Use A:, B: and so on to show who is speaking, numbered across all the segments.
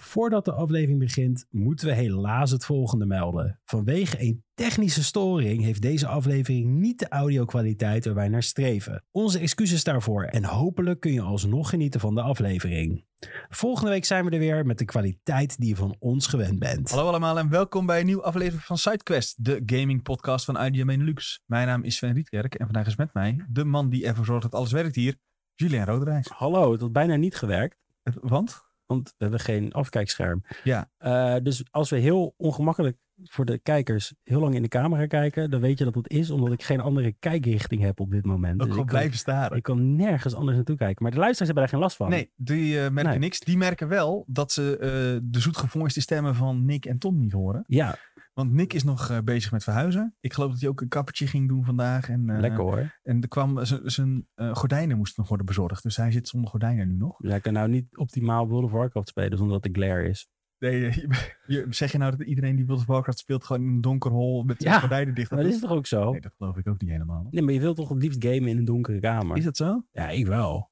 A: Voordat de aflevering begint, moeten we helaas het volgende melden. Vanwege een technische storing heeft deze aflevering niet de audio-kwaliteit waar wij naar streven. Onze excuses daarvoor en hopelijk kun je alsnog genieten van de aflevering. Volgende week zijn we er weer met de kwaliteit die je van ons gewend bent.
B: Hallo allemaal en welkom bij een nieuwe aflevering van SideQuest, de gaming podcast van IDM Lux. Mijn naam is Sven Rietkerk en vandaag is met mij de man die ervoor zorgt dat alles werkt hier, Julien Roderijs.
C: Hallo, het had bijna niet gewerkt,
B: Het- Want?
C: want we hebben geen afkijkscherm.
B: Ja.
C: Eh, dus als we heel ongemakkelijk voor de kijkers heel lang in de camera kijken, dan weet je dat dat is omdat ik geen andere kijkrichting heb op dit moment.
B: Ook
C: Dus
B: gewoon
C: ik, kan,
B: Oh, blijven staren.
C: ik kan nergens anders naartoe kijken. Maar de luisteraars hebben daar geen last van.
B: Nee, die eh, merken
C: Nee.
B: niks. Die merken wel dat ze eh, de zoetgevoiste stemmen van Nick en Tom niet horen.
C: Ja,
B: Want Nick is nog eh, bezig met verhuizen. Ik geloof dat hij ook een kappertje ging doen vandaag. En, eh,
C: lekker hoor.
B: En er kwam, z- zijn eh, gordijnen moesten nog worden bezorgd. Dus hij zit zonder gordijnen nu nog.
C: Ja, ik kan nou niet optimaal World of Warcraft spelen zonder dat de glare is.
B: Nee, eh, je, je- zeg je nou dat iedereen die World of Warcraft speelt gewoon in een donker hol met
C: Ja,
B: gordijnen dicht?
C: Maar dat is toch ook zo?
B: Nee, dat geloof ik ook niet helemaal.
C: Nee, maar je wilt toch het liefst gamen in een donkere kamer?
B: Is dat zo?
C: Ja, ik wel.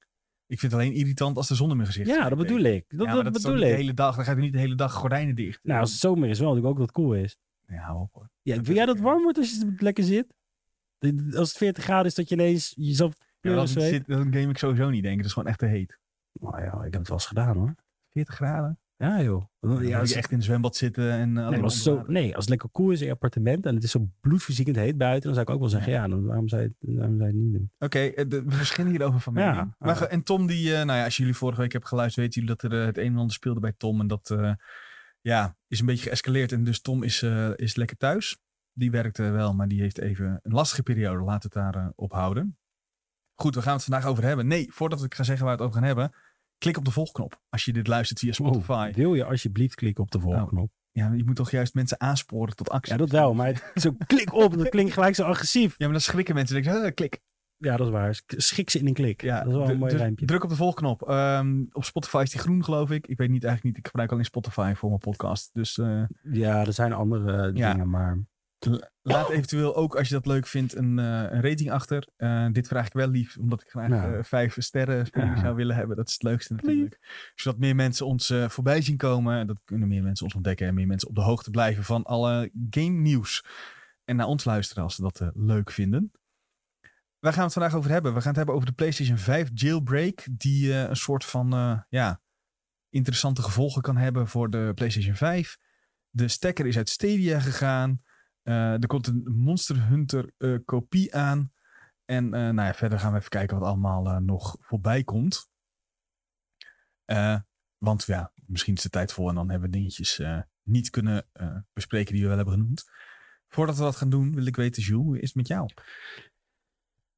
B: Ik vind het alleen irritant als de zon in mijn gezicht
C: Ja,
B: schijnt,
C: dat
B: weet
C: bedoel
B: ik.
C: ik. Dat,
B: Ja, maar
C: dat
B: dat is dan
C: bedoel
B: niet
C: ik.
B: De hele dag, dan gaat u niet de hele dag gordijnen dicht.
C: Nou, als het zomer is wel, natuurlijk ook dat het cool is.
B: Nee, hou op hoor.
C: Ja,
B: Dat
C: wil
B: is
C: jij dat
B: oké.
C: warm wordt als je lekker zit? Dat- Als het 40 graden is, dat je ineens jezelf
B: Ja,
C: kleuren
B: dat,
C: zweet?
B: zit, dat game ik sowieso niet, denk ik. Dat is gewoon echt te heet.
C: Nou ja, ik heb het wel eens gedaan hoor.
B: 40 graden.
C: Ja joh. Dan-
B: Dan
C: Ja,
B: moet
C: als,
B: je echt in het zwembad zitten. En, eh, alleen
C: nee,
B: maar
C: maar als het zo,
B: onderwater.
C: nee, als het lekker koel is in je appartement en het is zo bloedverziekend heet buiten, dan zou ik ook wel zeggen, ja, dan, waarom, zou je, het- waarom zou je het niet doen?
B: Oké, eh, de- we verschillen hierover van
C: Ja,
B: mening. maar,
C: ja.
B: ge- en Tom, die, eh, nou ja, als jullie vorige week hebben geluisterd, weten jullie dat er eh, het een en ander speelde bij Tom. En dat eh, ja, is een beetje geëscaleerd. En dus Tom is, eh, is lekker thuis. Die werkt eh, wel, maar die heeft even een lastige periode. Laten we het daar eh, op houden. Goed, we gaan het vandaag over hebben. Nee, voordat ik ga zeggen waar we het over gaan hebben, klik op de volgknop als je dit luistert via Spotify.
C: Wil je alsjeblieft klikken op de volgknop?
B: Ja, je moet toch juist mensen aansporen tot actie.
C: Ja, dat wel, maar het- zo klik op, dat klinkt gelijk zo agressief.
B: Ja, maar dan schrikken mensen. Dan denken ze, eh, klik.
C: Ja, dat is waar. Schik ze in een klik.
B: Ja,
C: dat is wel een
B: d-
C: mooi
B: dus
C: rijmpje.
B: Druk op de volgknop. Ehm, op Spotify is die groen, geloof ik. Ik weet niet eigenlijk niet. Ik gebruik alleen Spotify voor mijn podcast. Dus eh,
C: Ja, er zijn andere eh,
B: Ja.
C: dingen, maar...
B: laat
C: Oh.
B: eventueel ook, als je dat leuk vindt, een, eh, een rating achter. Eh, dit vraag ik wel lief, omdat ik graag
C: Ja.
B: eh, vijf sterren
C: Ja.
B: zou willen hebben. Dat is het leukste natuurlijk. Zodat meer mensen ons eh, voorbij zien komen. En Dat kunnen meer mensen ons ontdekken. En meer mensen op de hoogte blijven van alle game nieuws. En naar ons luisteren als ze dat eh, leuk vinden. Waar gaan we het vandaag over hebben? We gaan het hebben over de PlayStation 5 jailbreak. Die eh, een soort van eh, ja, interessante gevolgen kan hebben voor de PlayStation 5. De stekker is uit Stadia gegaan. Eh, er komt een Monster Hunter eh, kopie aan. En eh, nou ja, verder gaan we even kijken wat allemaal eh, nog voorbij komt. Eh, want ja, misschien is de tijd vol en dan hebben we dingetjes eh, niet kunnen eh, bespreken die we wel hebben genoemd. Voordat we dat gaan doen, wil ik weten, Jules, hoe is het met jou?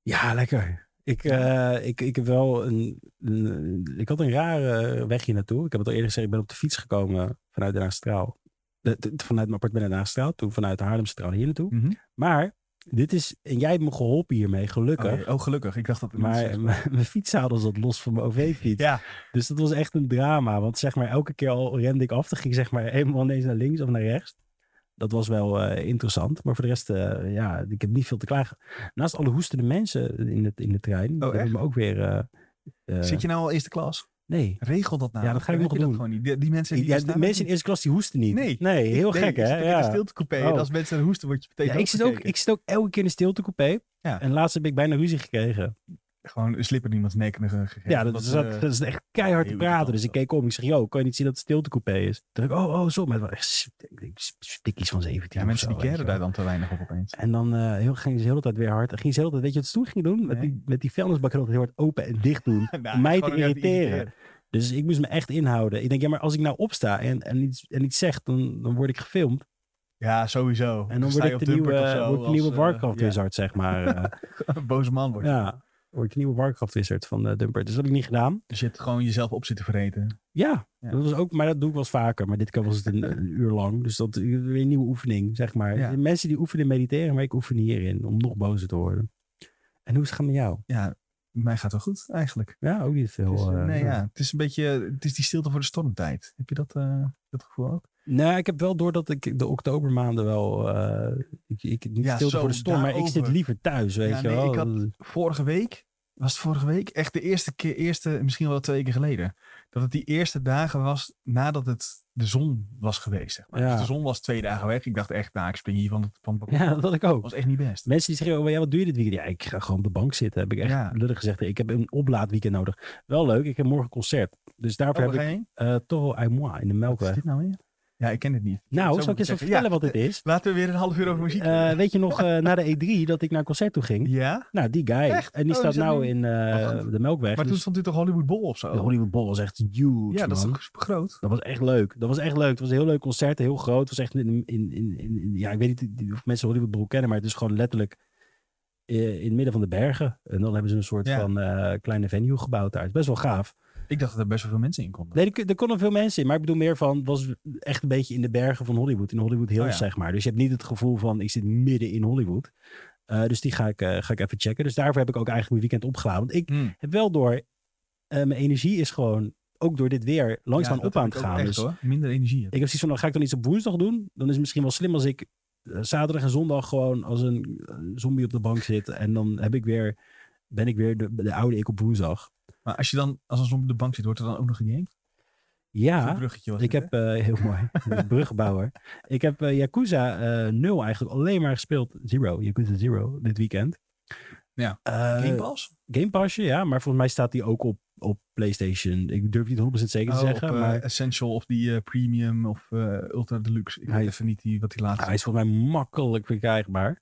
C: Ja, lekker. Ik, eh, ik, ik heb wel een, een- Ik had een rare weg hier naartoe. Ik heb het al eerder gezegd, ik ben op de fiets gekomen vanuit Den Haag Straal. De- de- vanuit mijn appartement in Den Haag Straal, toen vanuit Haarlem Straal hier naartoe.
B: Mhm.
C: Maar dit is. En jij hebt me geholpen hiermee, gelukkig.
B: Oh, oh, gelukkig. Ik dacht dat...
C: Maar ehm, m- mijn fietszadel zat los van mijn OV-fiets.
B: Ja.
C: Dus dat was echt een drama. Want zeg maar, elke keer al rende ik af, dan ging ik zeg maar helemaal ineens naar links of naar rechts. Dat was wel eh, interessant. Maar voor de rest, eh, ja, ik heb niet veel te klagen. Naast alle hoestende mensen in de, in de trein, dat
B: Oh, echt?
C: hebben we ook weer... eh, eh,
B: Zit je nou al eerste klas?
C: Nee.
B: Regel dat nou.
C: Ja, dat ga ik
B: Dan
C: nog
B: heb je
C: doen.
B: gewoon niet. Die, die mensen die
C: Ja,
B: hier
C: de
B: staan-
C: mensen in eerste klas die hoesten niet.
B: Nee.
C: nee heel
B: Nee,
C: gek
B: je
C: hè?
B: zit in
C: Ja.
B: een stiltecoupé.
C: Oh.
B: En als mensen hoesten, word je meteen
C: Ja, ik, zit ook,
B: doodgekeken.
C: ik zit ook elke keer in de stiltecoupé.
B: Ja.
C: En laatst heb ik bijna ruzie gekregen.
B: Gewoon een slip in iemands nek eh, gegeven.
C: Ja, dat,
B: Omdat,
C: is, dat,
B: eh,
C: dat is echt keihard te
B: heel
C: praten. Dus ik
B: irritant
C: keek om. Ik zeg, joh, kan je niet zien dat het stiltecoupé is? Toen dacht ik, oh, oh, zo. Maar het waren echt s- ik denk, s- stikkies van 17
B: Ja,
C: of
B: mensen
C: zo,
B: die
C: weet
B: keren
C: je
B: daar
C: wel.
B: dan te weinig op opeens.
C: En dan eh, heel, ging ze de hele tijd weer hard. En ging ze de hele tijd, weet je wat ze toen ging doen? Met
B: Nee.
C: die, met die vuilnisbakken heel hard open en dicht doen. Om mij te irriteren. Dus ik moest me echt inhouden. Ik denk, ja, maar als ik nou opsta en, en, iets, en iets zeg, dan, dan word ik gefilmd.
B: Ja,
C: En
B: sowieso. sta
C: dan
B: je
C: word ik
B: op
C: de
B: Dumpert
C: nieuwe,
B: of zo
C: word ik de
B: als,
C: nieuwe
B: eh,
C: Warcraft
B: ja,
C: wizard, zeg maar. eh.
B: een boze man wordt.
C: ja, word ik de nieuwe Warcraft wizard van eh Dumper. Dus dat heb ik niet gedaan.
B: Dus je hebt gewoon jezelf op zitten vreten.
C: Ja,
B: Ja.
C: dat was ook, maar dat doe ik wel eens vaker. Maar dit keer was het een, een uur lang. Dus dat weer een nieuwe oefening, zeg maar.
B: Ja.
C: Mensen die oefenen mediteren, maar ik oefen hierin om nog bozer te worden. En hoe is het gaan met jou?
B: Ja, mij gaat wel goed eigenlijk.
C: Ja, ook niet veel.
B: Het is, eh,
C: eh,
B: nee,
C: nou.
B: ja, het is een beetje, het is die stilte voor de stormtijd. Heb je dat, eh, dat gevoel ook?
C: Nou, ik heb wel door dat ik de oktobermaanden wel... eh, ik, ik, niet
B: Ja,
C: stilte
B: zo,
C: voor de storm, maar ik zit
B: daarover.
C: liever thuis, weet
B: Ja,
C: je
B: nee,
C: wel.
B: ik had- Vorige week Was het vorige week? Echt de eerste keer, eerste, misschien wel twee keer geleden. Dat het die eerste dagen was nadat het de zon was geweest. Zeg maar.
C: Ja.
B: Dus de zon was twee dagen weg. Ik dacht echt, nou, ik spring hier van het, van het balkon.
C: Ja, dat had ik ook.
B: Dat was echt niet best.
C: Mensen die zeggen, oh, maar ja, wat doe je dit weekend? Ja, ik ga gewoon op de bank zitten. Heb ik echt
B: Ja.
C: lullig gezegd. Ik heb een oplaadweekend nodig. Wel leuk, ik heb morgen concert. Dus daarvoor
B: Oh, waar
C: heb
B: ga
C: ik
B: je heen?
C: eh Toro Aimoa in de
B: Wat is
C: Melkweg.
B: dit nou weer? Ja, ik ken het niet.
C: Nou, zou
B: Zo
C: ik
B: moet
C: je eens
B: zeggen.
C: wel vertellen
B: Ja, Eh,
C: wat het is?
B: Laten we weer een half uur over muziek.
C: Eh, weet je nog, eh na de E3, dat ik naar een concert toe ging?
B: ja,
C: Nou, die guy.
B: Echt?
C: En die
B: Oh,
C: staat
B: die zat
C: nou
B: nu-
C: in eh,
B: Wacht.
C: de Melkweg.
B: maar toen
C: dus
B: stond u toch Hollywood Bowl of zo?
C: de Hollywood Bowl was echt huge,
B: ja, dat is
C: man.
B: toch super groot?
C: Dat was echt leuk. Dat was echt leuk. Het was een heel leuk concert, heel groot. Het was echt in, in, in, in- ja, ik weet niet of mensen Hollywood Bowl kennen, maar het is gewoon letterlijk eh, in het midden van de bergen. En dan hebben ze een soort
B: Ja.
C: van eh, kleine venue gebouwd daar. Het is best wel gaaf.
B: Ik dacht dat er best wel veel mensen in konden.
C: Nee, er, er konden veel mensen in, maar ik bedoel meer van, het was echt een beetje in de bergen van Hollywood, in Hollywood Hills,
B: Oh ja.
C: zeg maar. Dus je hebt niet het gevoel van, ik zit midden in Hollywood. Eh, dus die ga ik, eh, ga ik even checken. Dus daarvoor heb ik ook eigenlijk mijn weekend opgeladen. Want ik
B: Hmm.
C: heb wel door, eh, mijn energie is gewoon, ook door dit weer, langzaam
B: Ja, dat
C: op aan
B: heb
C: het
B: ik ook
C: gaan.
B: echt,
C: dus
B: hoor. Minder energie. heb.
C: ik heb zoiets van, nou, ga ik dan iets op woensdag doen? Dan is het misschien wel slim als ik eh, zaterdag en zondag gewoon als een eh, zombie op de bank zit. En dan heb ik weer, ben ik weer de, de oude ik op woensdag.
B: Maar als je dan als een zombie op de bank zit, wordt er dan ook nog gegamed? Zo'n
C: Ja,
B: bruggetje was
C: ik
B: dit,
C: heb, eh, heel mooi, brugbouwer. Ik heb eh, Yakuza eh 0 eigenlijk alleen maar gespeeld. Zero, Yakuza Zero, dit weekend.
B: Ja.
C: Eh,
B: hè? Game Pass?
C: Game Passje, ja. Maar volgens mij staat die ook op, op PlayStation. Ik durf niet 100% zeker te
B: Oh,
C: zeggen,
B: op, eh,
C: maar...
B: Essential of die eh, Premium of eh, Ultra Deluxe. Ik
C: Hij- Ah,
B: weet even niet die, wat die
C: Ja,
B: laatste
C: hij is volgens mij makkelijk verkrijgbaar.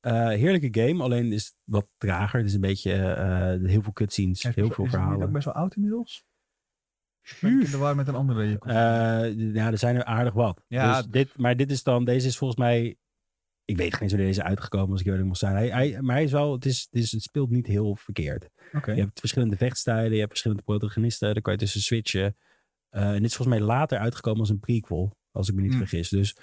C: Eh, heerlijke game, alleen is het wat trager. Het is een beetje eh, heel veel cutscenes,
B: Is-
C: heel
B: is
C: veel
B: die niet ook
C: verhalen.
B: best wel oud inmiddels? Ben ik in
C: Juuf.
B: de war met een andere. Yakuza?
C: Eh, ja, er zijn er aardig wat.
B: Ja,
C: dus
B: dus-
C: dit, maar dit is dan, deze is volgens mij, ik weet geen wanneer deze uitgekomen als ik eerlijk moet zijn. Hij, hij, maar hij is wel, het, is, het, is, het speelt niet heel verkeerd.
B: Oké.
C: Je hebt verschillende vechtstijlen, je hebt verschillende protagonisten, daar kan je tussen switchen. Eh, en dit is volgens mij later uitgekomen als een prequel, als ik me niet
B: Mm.
C: vergis. Dus,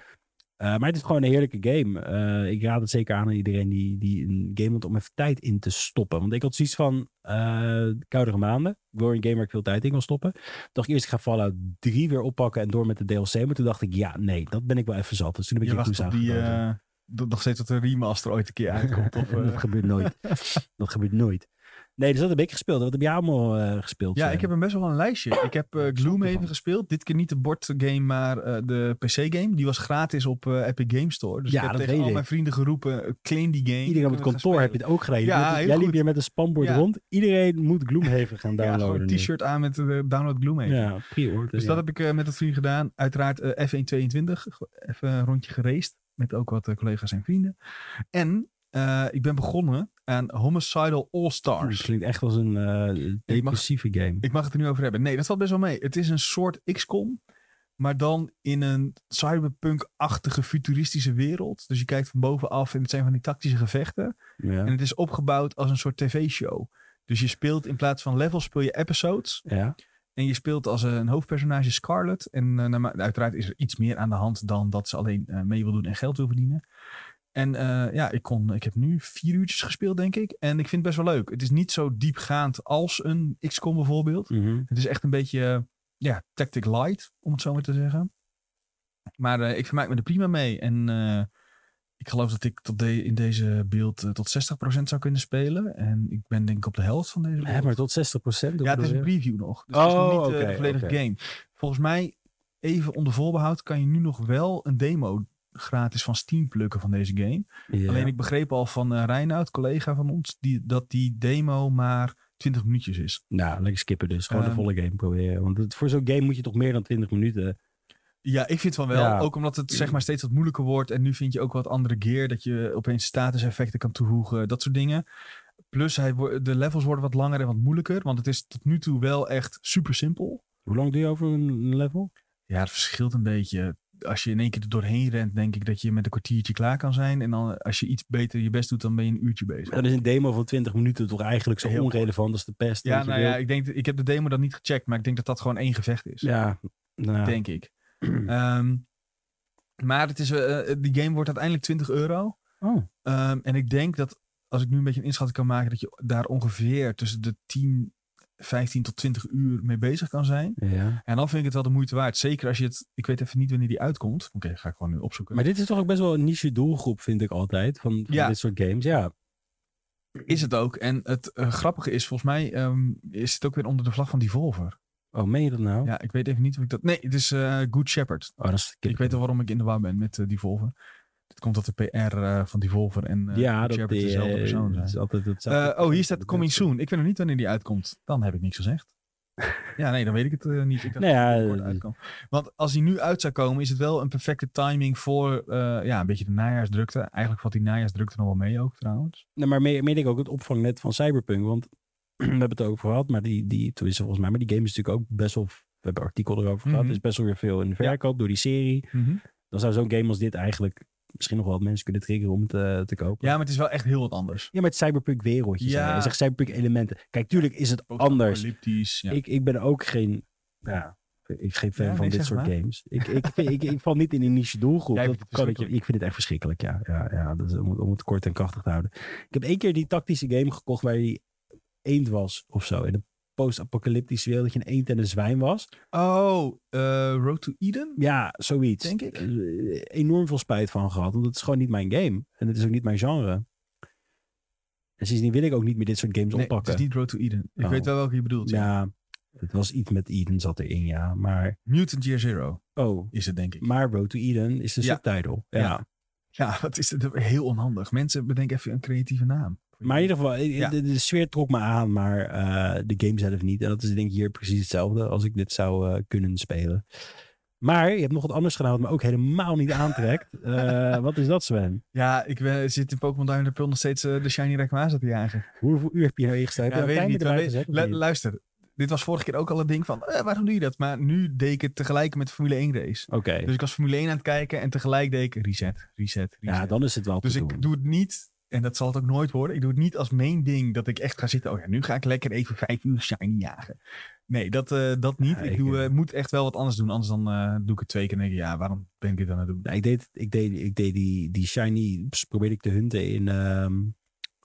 C: eh, maar het is gewoon een heerlijke game. Eh, ik raad het zeker aan aan iedereen die, die een game moet om even tijd in te stoppen. Want ik had zoiets van eh, koudere maanden. Ik wil een game waar ik veel tijd in kan stoppen. Toen dacht ik eerst, ik ga Fallout 3 weer oppakken en door met de DLC. Maar toen dacht ik, ja, nee, dat ben ik wel even zat. Dus toen heb ik
B: Je wacht
C: Yakuza
B: op die,
C: gekozen.
B: eh, dat- nog steeds dat de remaster ooit een keer uitkomt. Of, eh,
C: dat gebeurt nooit. dat gebeurt nooit. Nee, dus dat heb ik gespeeld. Wat heb jij allemaal eh, gespeeld?
B: ja,
C: eh?
B: ik heb hem best wel een lijstje. Ik heb eh, Gloom even gespeeld. Dit keer niet de bordgame, maar eh, de PC-game. Die was gratis op eh, Epic Game Store. Dus
C: Ja,
B: ik heb
C: dat
B: tegen
C: weet
B: al
C: ik.
B: mijn vrienden geroepen, eh, claim die game.
C: Iedereen op
B: Dan
C: het
B: kunnen we gaan
C: kantoor heb je het ook gereden.
B: Ja,
C: Jij liep-
B: heel
C: jij liep
B: goed.
C: hier met een spanbord
B: Ja.
C: rond. Iedereen moet Gloomhaven gaan
B: spelen. Ja, gewoon
C: downloaden.
B: een
C: nu.
B: t-shirt aan met eh, Download Gloomhaven.
C: Ja, pre-order.
B: Dus
C: ja.
B: dat heb ik eh, met het vriend gedaan. Uiteraard eh, F1 22. Ge- Even een rondje geraced. Met ook wat eh, collega's en vrienden. En eh, ik ben begonnen aan Homicidal
C: Oeh, dat
B: All-Stars.
C: klinkt echt als een eh, depressieve game.
B: Ik mag het er nu over hebben. Nee, dat valt best wel mee. Het is een soort XCOM. Maar dan in een cyberpunk-achtige futuristische wereld. Dus je kijkt van bovenaf en het zijn van die tactische gevechten. En
C: Ja.
B: het is opgebouwd als een soort tv-show. Dus je speelt in plaats van levels speel je episodes.
C: Ja.
B: En je speelt als een hoofdpersonage Scarlet. En eh, naarma- uiteraard is er iets meer aan de hand dan dat ze alleen eh, mee wil doen en geld wil verdienen. En eh, ja, ik, kon, ik heb nu vier uurtjes gespeeld, denk ik. En ik vind het best wel leuk. Het is niet zo diepgaand als een XCOM bijvoorbeeld.
C: Mhm.
B: Het is echt een beetje eh, ja, tactic light, om het zo maar te zeggen. Maar eh, ik vermaak me er prima mee. En eh, ik geloof dat ik tot de, in deze beeld eh, tot 60% zou kunnen spelen. En ik ben denk ik op de helft van deze
C: Hè,
B: beeld.
C: maar tot 60 procent.
B: Ja, het is een preview nog. Dus het
C: Oh,
B: is nog niet eh,
C: oké,
B: de volledige
C: oké.
B: game. Volgens mij, even onder voorbehoud, kan je nu nog wel een demo gratis van Steam plukken van deze game. Alleen ik begreep al van eh Reinoud, collega van ons, die, dat die demo maar 20 minuutjes is.
C: Nou, lekker skippen dus. Gewoon de
B: Ehm,
C: volle game proberen. Want het- voor zo'n game moet je toch meer dan 20 minuten.
B: Ja, ik vind van wel.
C: Ja.
B: Ook omdat het zeg maar steeds wat moeilijker wordt. En nu vind je ook wat andere gear. Dat je opeens status effecten kan toevoegen. Dat soort dingen. Plus hij, wo- de levels worden wat langer en wat moeilijker. Want het is tot nu toe wel echt super simpel.
C: Hoe lang doe je over een level?
B: Ja, het verschilt een beetje. Als je in één keer er doorheen rent, denk ik dat je met een kwartiertje klaar kan zijn. En dan als je iets beter je best doet, dan ben je een uurtje bezig.
C: Dan is een demo van 20 minuten toch eigenlijk zo
B: Heel kort.
C: onrelevant als de pest.
B: Ja,
C: weet je
B: nou ja,
C: wel.
B: ik, denk, ik heb de demo dan niet gecheckt. Maar ik denk dat dat gewoon één gevecht is.
C: Ja, nou,
B: denk ik. Ehm, maar het is, eh, eh, die game wordt uiteindelijk 20 euro.
C: Oh.
B: Ehm, en ik denk dat als ik nu een beetje een inschatting kan maken, dat je daar ongeveer tussen de 10, 15 tot 20 uur mee bezig kan zijn.
C: ja.
B: En dan vind ik het wel de moeite waard. Zeker als je het, ik weet even niet wanneer die uitkomt. Oké, ga ik gewoon nu opzoeken.
C: Maar dit is toch ook best wel een niche doelgroep, vind ik altijd. Van, van
B: Ja.
C: dit soort games. Ja,
B: Is het ook. En het eh, grappige is, volgens mij ehm, is het ook weer onder de vlag van Devolver.
C: Oh, meen je dat nou?
B: Ja, ik weet even niet of ik dat... Nee, het is eh, Good Shepherd.
C: Oh, dat is
B: Ik weet al waarom ik in de war ben met eh, Devolver. Dit komt dat de PR eh, van Devolver en eh
C: ja,
B: Good
C: dat
B: Shepherd
C: die,
B: dezelfde
C: eh,
B: persoon zijn.
C: is altijd hetzelfde.
B: Eh, oh, hier staat Coming Soon. Ik weet nog niet wanneer die uitkomt. Dan heb ik niks gezegd. ja, nee, dan weet ik het eh, niet. Ik dacht
C: Nou
B: dat
C: ja,
B: die kort uitkwam. Want als die nu uit zou komen, is het wel een perfecte timing voor eh, ja, een beetje de najaarsdrukte. Eigenlijk valt die najaarsdrukte nog wel mee ook trouwens.
C: Nee, maar meer, meer denk ik ook het opvangnet van Cyberpunk. Want we hebben het er ook over gehad, maar die, die, tenminste volgens mij, maar die game is natuurlijk ook best wel, we hebben artikelen erover gehad,
B: Mhm.
C: is best wel weer veel in de verkoop door die serie. Dan zou zo'n game als dit eigenlijk misschien nog wel wat mensen kunnen triggeren om het eh, te kopen.
B: Ja, maar het is wel echt heel wat anders.
C: Ja, met cyberpunk wereldjes.
B: Ja.
C: Ja. Zeg cyberpunk elementen. Kijk, tuurlijk is het anders.
B: Apocalyptisch. Ja.
C: Ik, ik ben ook geen, ja, ik, geen fan
B: Ja,
C: van
B: nee,
C: dit
B: zeg
C: soort
B: maar.
C: games. Ik, ik, vind- ik, ik val niet in die niche doelgroep.
B: Jij
C: Dat
B: vindt het
C: kan ik, je- ik vind het echt verschrikkelijk, ja. ja, ja dat is om, om het kort en krachtig te houden. Ik heb één keer die tactische game gekocht waar die eend was of zo. In een post-apocalyptische wereld dat je een eend en een zwijn was.
B: Oh, eh, Road to Eden?
C: Ja, zoiets.
B: Denk ik.
C: Eh, Enorm veel spijt van gehad, want het is gewoon niet mijn game. En het is ook niet mijn genre. En sindsdien wil ik ook niet meer dit soort games
B: Nee, het
C: oppakken.
B: is niet Road to Eden. Ik
C: Oh.
B: weet wel welke je bedoelt. ja.
C: Ja, het was iets met Eden zat erin, ja. Maar,
B: Mutant Year Zero
C: oh,
B: is het, denk ik.
C: maar Road to Eden is de
B: Ja.
C: subtitle. Ja.
B: Ja. Ja, dat is heel onhandig. Mensen bedenken even een creatieve naam.
C: Maar in ieder geval, eh,
B: Ja.
C: de, de sfeer trok me aan, maar eh, de game zelf niet. En dat is denk ik hier precies hetzelfde als ik dit zou eh, kunnen spelen. Maar je hebt nog wat anders gedaan wat me ook helemaal niet aantrekt. Eh, wat is dat, Sven?
B: Ja, ik ben, zit in Pokémon Diamond Pearl nog steeds eh, de Shiny Rayquaza te jagen.
C: Hoeveel uur heb je nou ingestuurd?
B: Ja,
C: Heb je
B: weet ik
C: een
B: niet.
C: timer
B: maar
C: erbij
B: weet-
C: gezet, of
B: lu-
C: niet?
B: luister, dit was vorige keer ook al een ding van, eh, waarom doe je dat? Maar nu deed ik het tegelijk met de Formule 1 race.
C: Oké,
B: Dus ik was Formule 1 aan het kijken en tegelijk deed ik reset, reset, reset.
C: ja, dan is het wel
B: dus
C: te
B: ik
C: doen.
B: doe het niet, en dat zal het ook nooit worden, ik doe het niet als main ding dat ik echt ga zitten, oh ja, nu ga ik lekker even vijf uur Shiny jagen. Nee, dat, eh, dat niet.
C: Ja,
B: ik
C: ik,
B: doe,
C: eh,
B: eh, moet echt wel wat anders doen, anders dan eh, doe ik het twee keer en denk ik, ja, waarom ben ik dit aan het doen?
C: Nou, ik deed, ik deed, ik deed die, die shiny, probeerde ik te hunten in, ehm,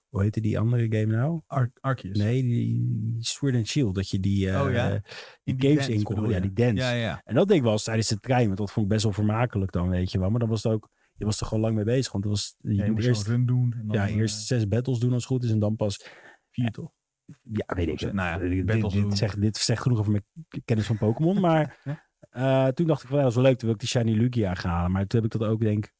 C: hoe heette die andere game nou?
B: Ar Arceus.
C: Nee, die Sword and Shield, dat je die, eh,
B: Oh, ja.
C: die,
B: die
C: games
B: dance
C: in kon-
B: bedoel
C: ja,
B: je.
C: die dance.
B: Ja, ja.
C: En dat deed ik wel eens tijdens de trein, want dat vond ik best wel vermakelijk dan, weet je wel. Maar dan was het ook, je was er gewoon lang mee bezig, want het was, je
B: Ja, je
C: moet
B: moest eerst
C: eerst,
B: run doen. En dan,
C: ja,
B: eh,
C: eerst zes battles doen als het goed is en dan pas,
B: vier toch?
C: ja, weet ik het.
B: Nou ja,
C: Dit- dit,
B: battles
C: dit,
B: doen.
C: zegt, dit zegt genoeg over mijn k- kennis van Pokémon, maar
B: Ja.
C: eh, toen dacht ik van, ja, dat is wel leuk, toen wil ik die Shiny Lugia gaan halen. Maar toen heb ik dat ook, denk ik,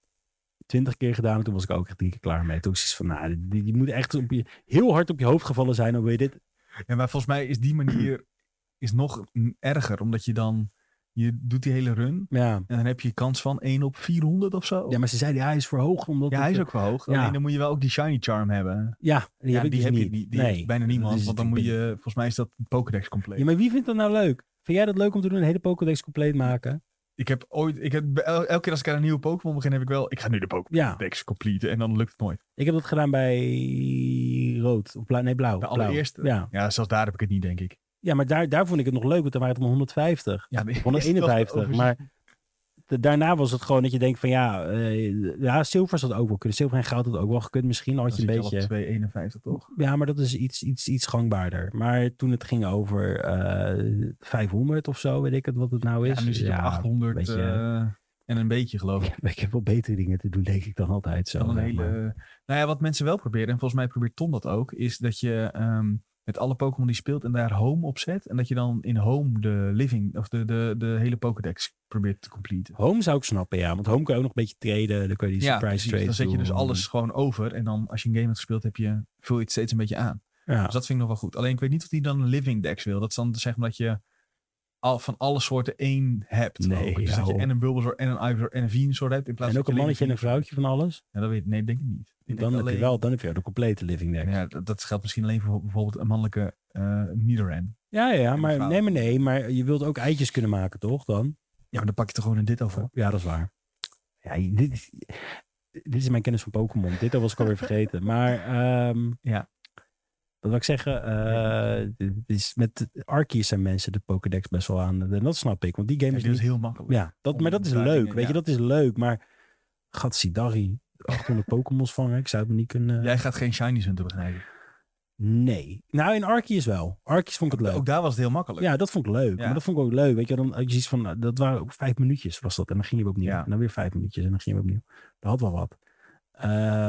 C: twintig keer gedaan en toen was ik ook echt drie keer klaar mee. Toen was ik zoiets van, nou, die, die moet echt op je, heel hard op je hoofd gevallen zijn, dan wil je dit
B: Ja, maar volgens mij is die manier is nog n- erger. Omdat je dan, je doet die hele run.
C: Ja.
B: En dan heb je kans van 1 op 400 of zo.
C: ja,
B: Ja,
C: maar ze zeiden hij is verhoogd. Omdat het-
B: hij is ook wel hoog.
C: Ja.
B: Alleen dan moet je wel ook die shiny charm hebben.
C: Ja, die
B: ja,
C: heb ik
B: die
C: dus
B: heb
C: niet.
B: je niet. Die
C: nee.
B: heeft bijna
C: Dat
B: niemand.
C: is-
B: want dan
C: ik
B: moet
C: ben-
B: je, volgens mij is dat een Pokédex compleet.
C: Ja, maar wie vindt dat nou leuk? Vind jij dat leuk om te doen? Een hele Pokédex compleet maken?
B: Ik heb ooit, ik heb, el- elke keer als ik aan een nieuwe Pokémon begin, heb ik wel, ik ga nu de
C: Ja,
B: Pokédex completen. En dan lukt het nooit.
C: ik heb dat gedaan bij rood. Of blauw, nee, blauw.
B: De
C: blauw.
B: allereerste.
C: Ja.
B: Ja, zelfs daar heb ik het niet, denk ik.
C: ja, maar daar, daar vond ik het nog leuk, want daar waren het maar 150.
B: Ja, nee, is dat
C: 151.
B: overzien?
C: Maar da- daarna was het gewoon dat je denkt van ja, eh, ja zilver zat ook wel kunnen. Zilver en goud had ook wel gekund. Misschien had
B: Dan
C: je
B: zit
C: een
B: je al op
C: beetje...
B: 251, toch?
C: Ja, maar dat is iets, iets, iets gangbaarder. Maar toen het ging over eh 500 of zo, weet ik het wat het nou is.
B: Ja, nu zit je op 800
C: weet je.
B: eh, en een beetje, geloof ik.
C: Ik heb wel betere dingen te doen, denk ik, dan altijd zo.
B: Dan een
C: zeg
B: hele...
C: maar.
B: Nou ja, wat mensen wel proberen, en volgens mij probeert Tom dat ook, is dat je ehm, met alle Pokémon die speelt en daar home op zet. En dat je dan in home de living, of de, de, de hele Pokédex probeert te completen.
C: Home zou ik snappen, ja. Want home kan je ook nog een beetje traden. Dan kan je die
B: Ja,
C: surprise
B: precies.
C: trades
B: Dan zet je dus
C: doen.
B: alles gewoon over. En dan als je een game hebt gespeeld, heb je, vul je het steeds een beetje aan.
C: Ja.
B: Dus dat vind ik nog wel goed. Alleen ik weet niet of die dan een living dex wil. Dat is dan zeg maar dat je al, van alle soorten één hebt.
C: Nee,
B: ook. Dus dat je
C: joh.
B: en een Bulbasaur en een Ivysaur en een Venusaur hebt. In plaats
C: En
B: van
C: ook een
B: alleen
C: mannetje en een
B: Venusaur.
C: vrouwtje van alles.
B: Ja, dat weet ik. Nee, denk ik niet. Ik denk
C: Dan heb, je
B: alleen-
C: wel, dan heb je wel de complete living deck. Ja,
B: Ja, dat, dat geldt misschien alleen voor bijvoorbeeld een mannelijke eh Nidoran.
C: ja, ja,
B: een
C: maar
B: vrouw.
C: nee, maar nee. Maar je wilt ook eitjes kunnen maken, toch? Dan?
B: Ja, maar dan pak je toch gewoon een Ditto voor.
C: Ja, dat is waar. Ja, je- dit, is- dit is mijn kennis van Pokémon. Dit was ik alweer vergeten. Maar ehm,
B: Ja.
C: Dat wil ik zeggen, eh, dit is met Arceus zijn mensen de Pokédex best wel aan. En dat snap ik, want die game
B: Ja,
C: is
B: dit
C: niet
B: is heel makkelijk.
C: Ja, dat,
B: Om
C: maar dat is
B: daar
C: leuk.
B: dingen-
C: weet je,
B: ja.
C: dat is leuk. Maar gatsidari, 800 Pokémon's vangen. Ik zou het me niet kunnen...
B: Jij gaat geen shinies hunten begrijpen.
C: Nee. Nou, in Arceus wel. Arceus vond ik het leuk.
B: Ook daar was het heel makkelijk.
C: Ja, dat vond ik leuk.
B: Ja.
C: Maar dat vond ik ook leuk. Weet je, dan had je zoiets van... nou, Dat waren ook vijf minuutjes was dat. En dan ging je weer opnieuw.
B: Ja.
C: En dan weer vijf minuutjes. En dan ging je weer opnieuw. Dat had wel wat. Eh,